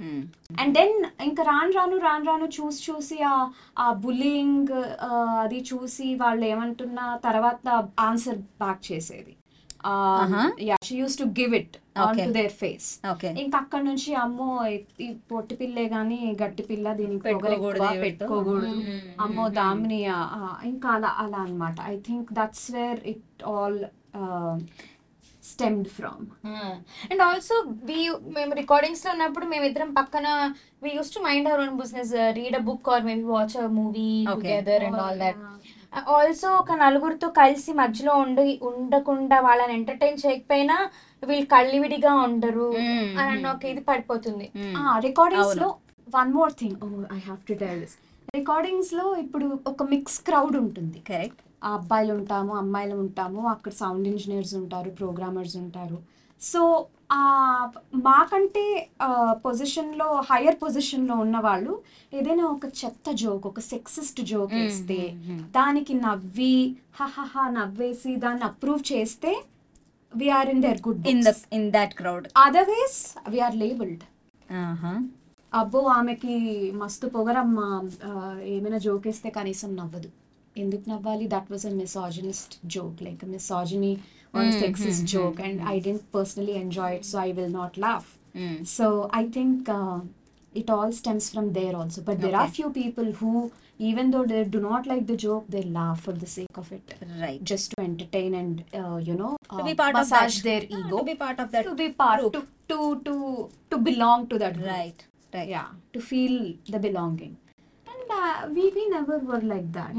Mm.
అండ్ దెన్ ఇంకా రాను రాను రాను రాను చూసి చూసి ఆ ఆ బుల్లింగ్ అది చూసి వాళ్ళు ఏమంటున్నా తర్వాత ఆన్సర్ బ్యాక్ చేసేది Um,
Uh-huh.
Yeah she use to give it on
Okay.
To their face
Okay.
ఇంకా అక్కడ నుంచి అమ్మో ఈ- ఈ పొట్టి పిల్లే గాని గట్టి పిల్ల దీనికి పొగరు ఎక్కువ,
పెట్టుకోకూడదు ఎవరితో.
పెట్టుకోకూడదు
Mm.
అమ్మో దామిని ఆ, ఆ, ఇంకా అలా అలా అన్నమాట I think that's where it all uh, stemmed from
Hmm. And also we మేము రికార్డింగ్స్ లో ఉన్నప్పుడు మేమిద్దరం పక్కన we used to mind our own business read a book or maybe watch a movie
Okay.
Together and all
Oh,
that also Uh, ఒక నలుగురితో కలిసి మధ్యలో ఉండి ఉండకుండా వాళ్ళని ఎంటర్టైన్ చేయకపోయినా వీళ్ళు కళ్ళివిడిగా ఉండరు
Mm.
అని అన్న ఒక ఇది పడిపోతుంది
Mm.
రికార్డింగ్స్
అవును.
లో one more thing I have to tell this recordings లో ఇప్పుడు ఒక మిక్స్ క్రౌడ్ ఉంటుంది
కరెక్ట్
ఆ అబ్బాయిలు ఉంటాము అమ్మాయిలు ఉంటాము అక్కడ సౌండ్ ఇంజనీర్స్ ఉంటారు ప్రోగ్రామర్స్ ఉంటారు సో ఆ మాకంటే పొజిషన్లో హయ్యర్ పొజిషన్లో ఉన్న వాళ్ళు ఏదైనా ఒక చెత్త జోక్ ఒక సెక్సిస్ట్ జోక్ వేస్తే
Mm-hmm.
దానికి నవ్వి హహహ నవ్వేసి దాన్ని అప్రూవ్ చేస్తే we're in there good
in the in that crowd
otherwise we're labelled
Uh-huh.
అబ్బో ఆమెకి మస్తు పొగరమ్మా ఆ, ఏమైనా జోక్ వేస్తే కనీసం నవ్వదు ఎందుకు నవ్వాలి that was a misogynist joke like misogyny
Hmm,
on sexist joke and I didn't personally enjoy it so I will not laugh
Mm.
So I think it all stems from there also but there are few people who even though they do not like the joke they laugh for the sake of it
right
just to entertain and you know
To
uh,
be part of
massage
that.
There
Ah,
ego
to be part of that
to be part
group.
To to to belong to that
right right
yeah to feel the belonging and uh, we we never were like that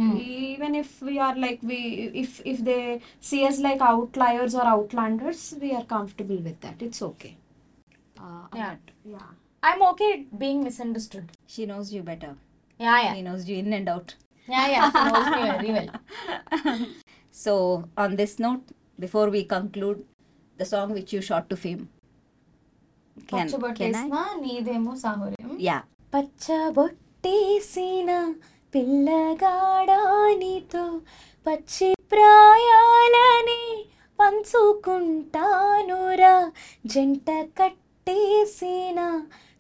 even if we are like we if if they see us like outliers or outlanders we are comfortable with that it's okay uh,
Yeah.
yeah
I'm okay being misunderstood
she knows you better
yeah yeah
she knows you in and out
yeah yeah very well
so on this note before we conclude the song which you shot to fame
పచ్చబొట్టేసిన నీదేమో సాహోర్యం
yeah
పచ్చబొట్టేసిన పిల్లగాడానితో పచ్చి ప్రాయాలని పంచుకుంటానురా జంట కట్టేసిన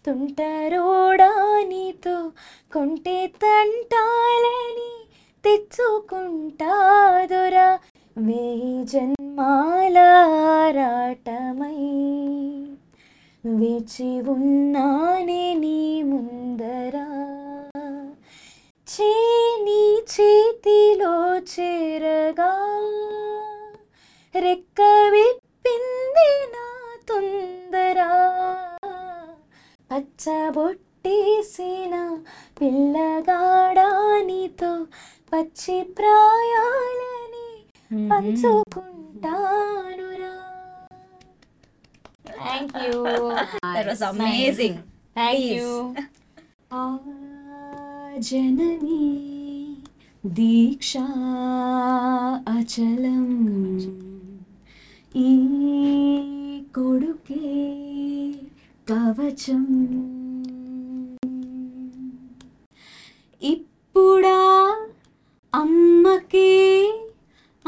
తుంటరోడానితో కొంటే తంటాలని తెచ్చుకుంటాదురా వేయి జన్మాల రాటమై వేచి ఉన్నానే నీ ముందరా చేని చేతిలో చేరగా రెక్క విప్పింది నా తొందరా పచ్చబొట్టేసిన పిల్లగాడానితో పచ్చి ప్రాయాలని పంచుకుంటానురా
thank you
that was amazing
thank you
आ जननी दीक्षा अचलम् ఈ కొడుకే కవచం ఇప్పుడా అమ్మకే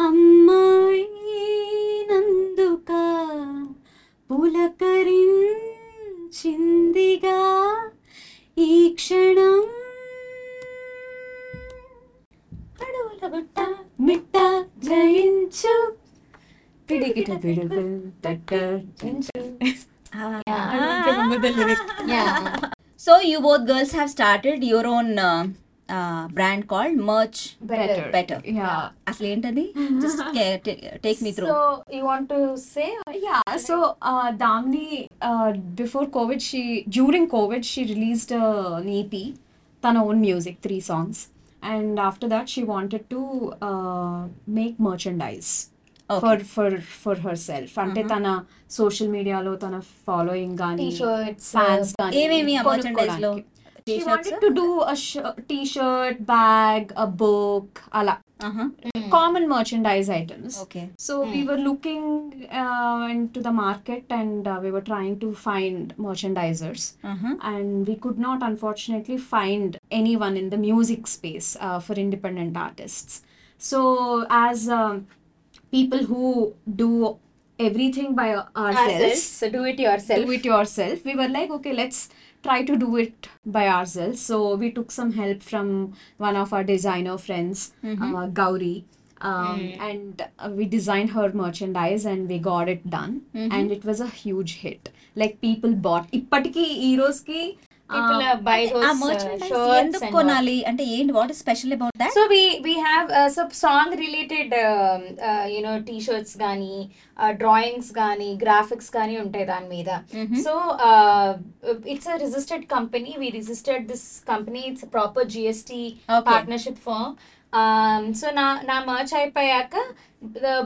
అమ్మాయినందుక పులకరించిందిగా ఈ క్షణం అడవుల గుట్ట మిట్ట జయించు పిడికిట పిడుగు తట్ట
Ah. So you both girls have started your own brand called merch
Better.
Better
yeah
అసలు ఏంటది
Mm-hmm.
Just take me through
So you want to say?
Yeah, so uh, Damni, uh, before COVID, she during COVID she released uh, an EP, tana own music, three songs, and after that she wanted to uh, make merchandise for for for herself. అంటే తన social మీడియాలో తన following కానీ
uh,
T-shirts,
fans కానీ
ఏమేమి merchandise లో
కొనుక్కోడానికి. She wanted to do a sh- t-shirt, bag, a book, అలా
Uh-huh.
Common merchandise items
okay
So we were looking uh, into the market and uh, we were trying to find merchandisers.
Uh-huh.
And we could not, unfortunately, find anyone in the music space uh, for independent artists. So, as um, people who do everything by ourselves,
So do it yourself.
do it yourself. We were like, okay, let's try to do it by ourselves. So we took some help from one of our designer friends, uh, Gauri. Um, And uh, we designed her merchandise and we got it done. And it was a huge hit. Like people bought. ఇప్పటికీ ఈ రోజుకి Ah, um,
People uh, buy
ఆ
those uh,
merchandise
shirts
ఎందుకు
and all.
కొనాలి అంటే ఏంటి what is special about that
So we we have uh, so song related um, uh, you know t-shirts gani, uh, drawings gani, graphics gani untai dani meeda.
Hmm? Mm-hmm.
So uh, it's a resisted company. We resisted this company. It's a proper GST
Okay.
partnership firm. Um, so నా నా merch అయిపోయాక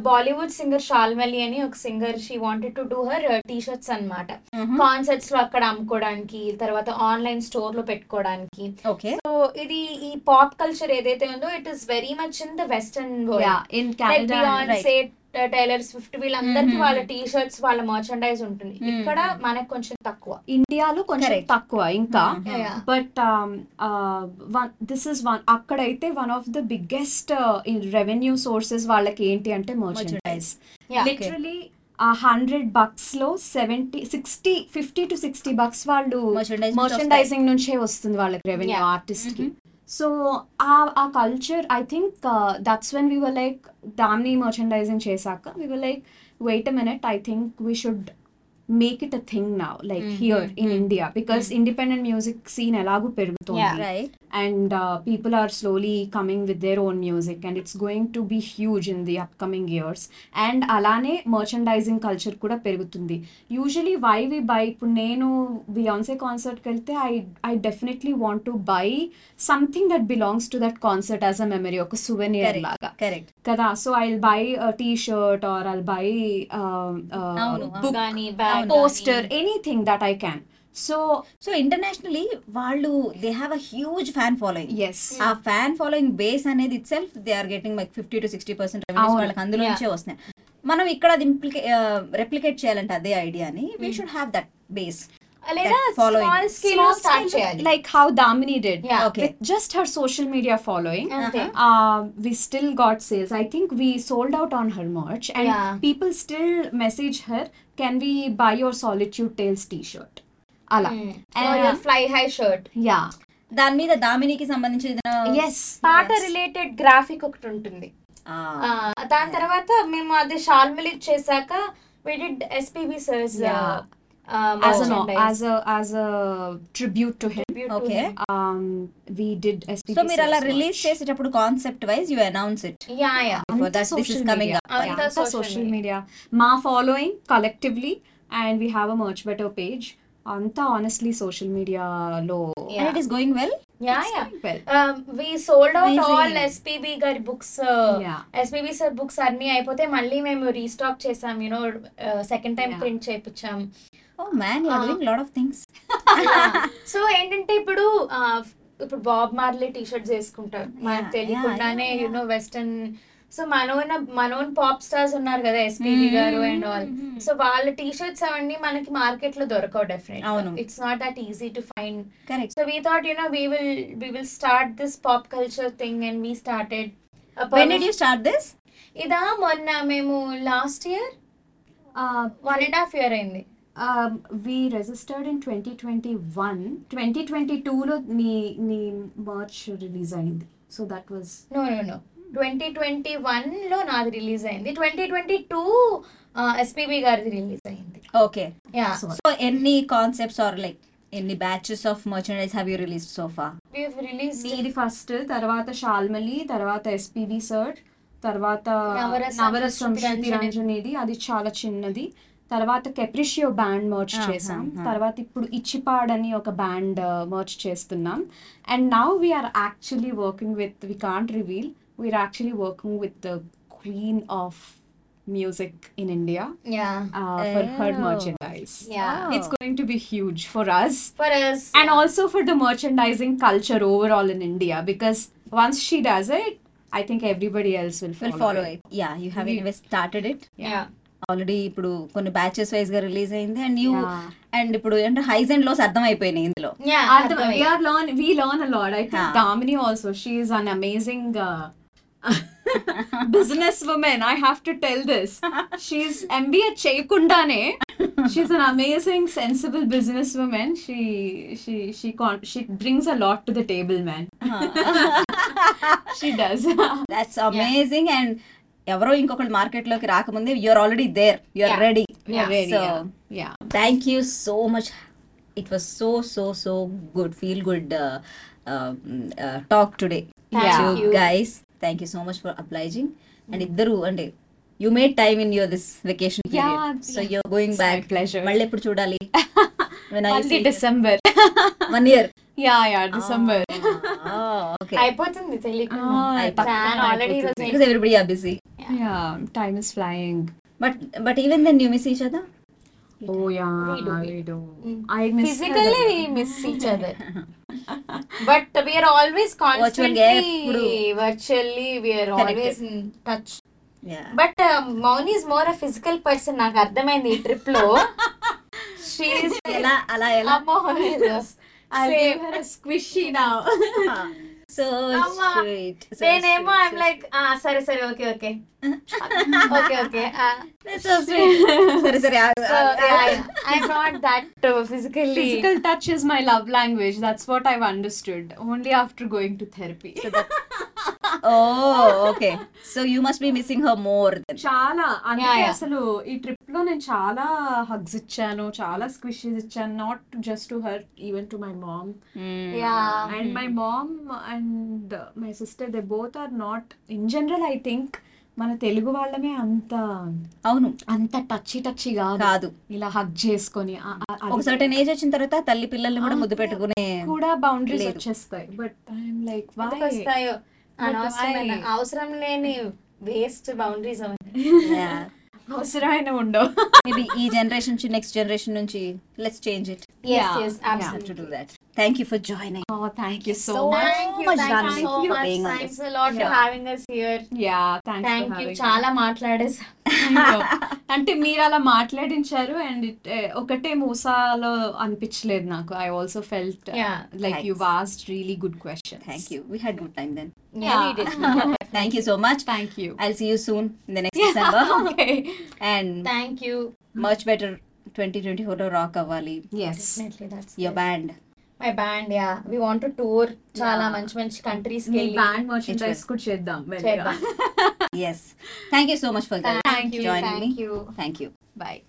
Bollywood singer Shalmali అని ఒక singer she wanted to do her T shirts అనమాట
Mm-hmm.
Concerts లో అక్కడ అమ్ముకోవడానికి తర్వాత ఆన్లైన్ స్టోర్ లో పెట్టుకోవడానికి
ఓకే
సో ఇది ఈ పాప్ కల్చర్ ఏదైతే ఉందో it is very much in the western
yeah, in Canada,
Beyonce
Taylor Swift uh, వీళ్ళందరికీ వాళ్ళ టీ షర్ట్స్ వాళ్ళ మర్చండైజ్ ఉంటుంది
Mm-hmm.
ఇక్కడ మనకు కొంచెం తక్కువ
ఇండియాలో కొంచెం
Correct.
తక్కువ ఇంకా
Yeah.
But uh, this is one అక్కడైతే one of the biggest revenue sources వాళ్ళకి ఏంటి అంటే మర్చెండైజ్
Yeah.
లిటరలీ ఆ హండ్రెడ్ బక్స్ లో seventy sixty fifty to sixty bucks వాళ్ళు
Mm. Merchandise నుంచి Mm-hmm.
మర్చెండైజింగ్ నుంచే వస్తుంది వాళ్ళకి రెవెన్యూ
Yeah.
ఆర్టిస్ట్ కి సో ఆ ఆ culture I think that's when we were like దాన్ని మర్చెండైజింగ్ చేశాక we were like wait a minute I think we should make it a thing now like
Mm-hmm.
Here in India because independent music scene ఎలాగూ పెరుగుతుంది
right
and people are slowly coming with their own music and it's going to be huge in the upcoming years and అలానే merchandising culture కూడా పెరుగుతుంది usually why we buy ఇప్పుడు నేను Beyonce కాన్సర్ట్కి వెళ్తే I I definitely want to buy something that belongs to that concert as a memory ఒక souvenir
correct
లాగా
correct
కదా so I buy T shirt or I buy uh,
అవును, అవును.
కానీ bag
poster anything that I can so
so internationally వాళ్ళు they have a huge fan following
yes
ఆ fan following base అనేది itself they are getting like fifty to sixty percent
అవును.
వాళ్ళకి అందులో నుంచే వస్తున్నాయి మనం ఇక్కడ అది ఇంప్లికే రెప్లికేట్ చేయాలంటే అదే ఐడియాని
Hmm.
We should have that base
లేదా
that following.
స్మాల్ స్కేల్ లో స్టార్ట్ చేయాలి
like how Damini did
Yeah.
Okay.
with just her social media following.
అంతే
Uh, we still got sales. I think we sold out on her merch, and
Yeah.
people still message her, "Can we buy your Solitude Tales T-shirt?" Ala.
Hmm. Mm.
And
fly high shirt
yeah,
దాని మీద దామినికి సంబంధించిన ఏదైనా-
yes,
పాట related graphic ఒకటి ఉంటుంది
Ah,
ఆ, దాని తర్వాత మేము అది షాల్మలిక్ చేశాక we did SPB sir's
Yeah. as an as a as a tribute to him,
okay.
um, we did SPP.
So మీరు అలా
sales
రిలీజ్
merch.
చేసేటప్పుడు concept wise you announce it
yeah yeah
for that this is
social
coming
media.
up
Yeah.
అంతా social media మా following collectively and we have a merch better page అంతా honestly social మీడియాలో
and it is going well
yeah yeah we sold out all SPB గారి books
Yeah.
SPB sir books అన్ని అయిపోతే మళ్ళీ మేము restock చేసాం you know second time print చేయించాం
oh man you are
Uh.
doing lot of things
so ఏంటంటే ఇప్పుడు ఆ, ఇప్పుడు బాబ్ మార్లీ టీ షర్ట్స్ వేసుకుంటారు మనకు
Yeah,
తెలియకుండానే
yeah, yeah.
You know western so మనోన్ మనోన్ పాప్ స్టార్స్ ఉన్నారు కదా
Mm-hmm,
SPB garu and all so వాళ్ళ టీ షర్ట్స్ అవన్నీ మనకి మార్కెట్ లో దొరకవు
అవును.
Definite it's not that easy to find
correct
So we thought, you know, we will we will start this pop culture thing, and we started. a
when did
perma-
you start this
ఇదా మొన్న మేము last year one and half year అయింది
we registered in twenty twenty one twenty twenty టూలో మీ మీ March release అయింది so that was
no no no twenty twenty one లో నాది రిలీజ్ అయింది ట్వంటీ ట్వంటీ టూ ఎస్పీబీ గారిది రిలీజ్ అయింది
okay
యా
so ఎన్ని కాన్సెప్ట్స్ ఆర్ లైక్ ఎన్ని batches of merchandise have you release so far
release
మీది first తర్వాత షాల్మలి తర్వాత ఎస్పీబి సర్ తర్వాత
నవరసం,
నవరసం
శృతి
శృతి రంజనేది అది చాలా చిన్నది తర్వాత కెప్రిషియో బ్యాండ్ మర్చ్
ఆహా,
చేసాం
ఆహా.
తర్వాత ఇప్పుడు ఇచ్చిపాడ్ అని ఒక బ్యాండ్ మర్చ్ చేస్తున్నాం and now we're actually working with we can't reveal we're actually working with the queen of music in India
yeah
for her
Oh.
Merchandise
yeah
it's going to be huge for us
for us
and also for the merchandising culture overall in India because once she does it, I think everybody else will follow.
Will follow
it.
Yeah you have
Mm-hmm.
Invest started it
yeah
already ఇప్పుడు కొన్ని batches wise గా release అయింది and you
Yeah.
And ఇప్పుడు అంటే highs and lows అర్థం అయిపోయినాయి ఇందులో
yeah
At the- we are learn we learn a lot. I think
Yeah.
Damini also she is an amazing uh, businesswoman. I have to tell this. She's MBA Chekundane. She's an amazing, sensible businesswoman. She she she con- she brings a lot to the table, man. she does.
That's amazing and ఎవరో ఇంకొకళ్ళు market లోకి రాకముందే you're already there you're ready
Yeah, really,
so
yeah. yeah.
Thank you so much it was so so so good feel good um, talk today
Thank
guys thank you so much for apologising and ఇద్దరు అంటే you made time in your this vacation so you're going
my
back
pleasure.
మళ్ళీ ఎప్పుడు చూడాలి
Only December.
వన్ ఇయర్
yeah, yeah, December.
Okay
అయిపోతుంది తెలియకుండా
Ah,
already
because everybody are busy
yeah, time is flying.
But but even then you miss each other
Oh yeah, we do. I miss her.
Physically we miss each other but we're always
Virtual గా ఎప్పుడు-
constantly virtually we're always in touch
Yeah.
But Mouni is more a physical person నాకు అర్థమైంది ఈ trip లో she's
ఎలా అలా ఎలా
squishy నా
సో
అమ్మా.
sweet, so
నేనేమో
sweet,
ఐఎమ్
so
లైక్ సరే సరే okay okay okay okay
sweet. So sweet. సరే సరే ఆ- ఆ-
I'm not that physically
Physical touch is my love language. That's what I've understood only after going to therapy.
oh okay so you must be missing her more then
చాలా అందుకే
yeah.
అసలు ఈ trip లో నేను చాలా hugs ఇచ్చాను చాలా squishes ఇచ్చాను not just to her even to my mom and my mom and my sister they both are not in general I think మన తెలుగు వాళ్ళమే అంత
అవును
అంత టచ్చి టచ్చి కాదు
కాదు
ఇలా హగ్ చేసుకొని ఆ- ఆ- అది
ఒక సర్టెన్ ఏజ్ వచ్చిన తర్వాత తల్లి పిల్లల్ని కూడా ముద్దు పెట్టుకునే
కూడా బౌండరీస్
లేదు.
వచ్చేస్తాయి బట్ ఐఎమ్ లైక్
ఎందుకు వస్తాయో అనవసరమైన
why?
అవసరం లేని వేస్ట్ బౌండరీస్
Yeah.
అవసరమైన ఉండవు
మేబీ ఈ జనరేషన్ నుంచి నెక్స్ట్ జనరేషన్ నుంచి let's change it
Yeah.
To do that thank you for joining
thank you so
So
much
Thank you, darling, for being on this. Yeah.
Yeah thank you
చాలా మాట్లాడేసి
అంటే మీరు అలా మాట్లాడించారు and it ఒకటే మూసాలో అనిపించలేదు నాకు I also felt
Yeah.
Like you
Thanks.
Was really good question
thank you we had good time then
Yeah.
Thank you so much
thank you
I'll see you soon the next December
okay
and
thank you
much better twenty twenty four లో rock అవ్వాలి
yes
your band
my band yeah we want to tour చాలా మంచి మంచి countries
మీ band merchandise కూడా చేద్దాం
చేద్దాం.
Yes thank you so much for
thank you
joining me
thank you
thank you
bye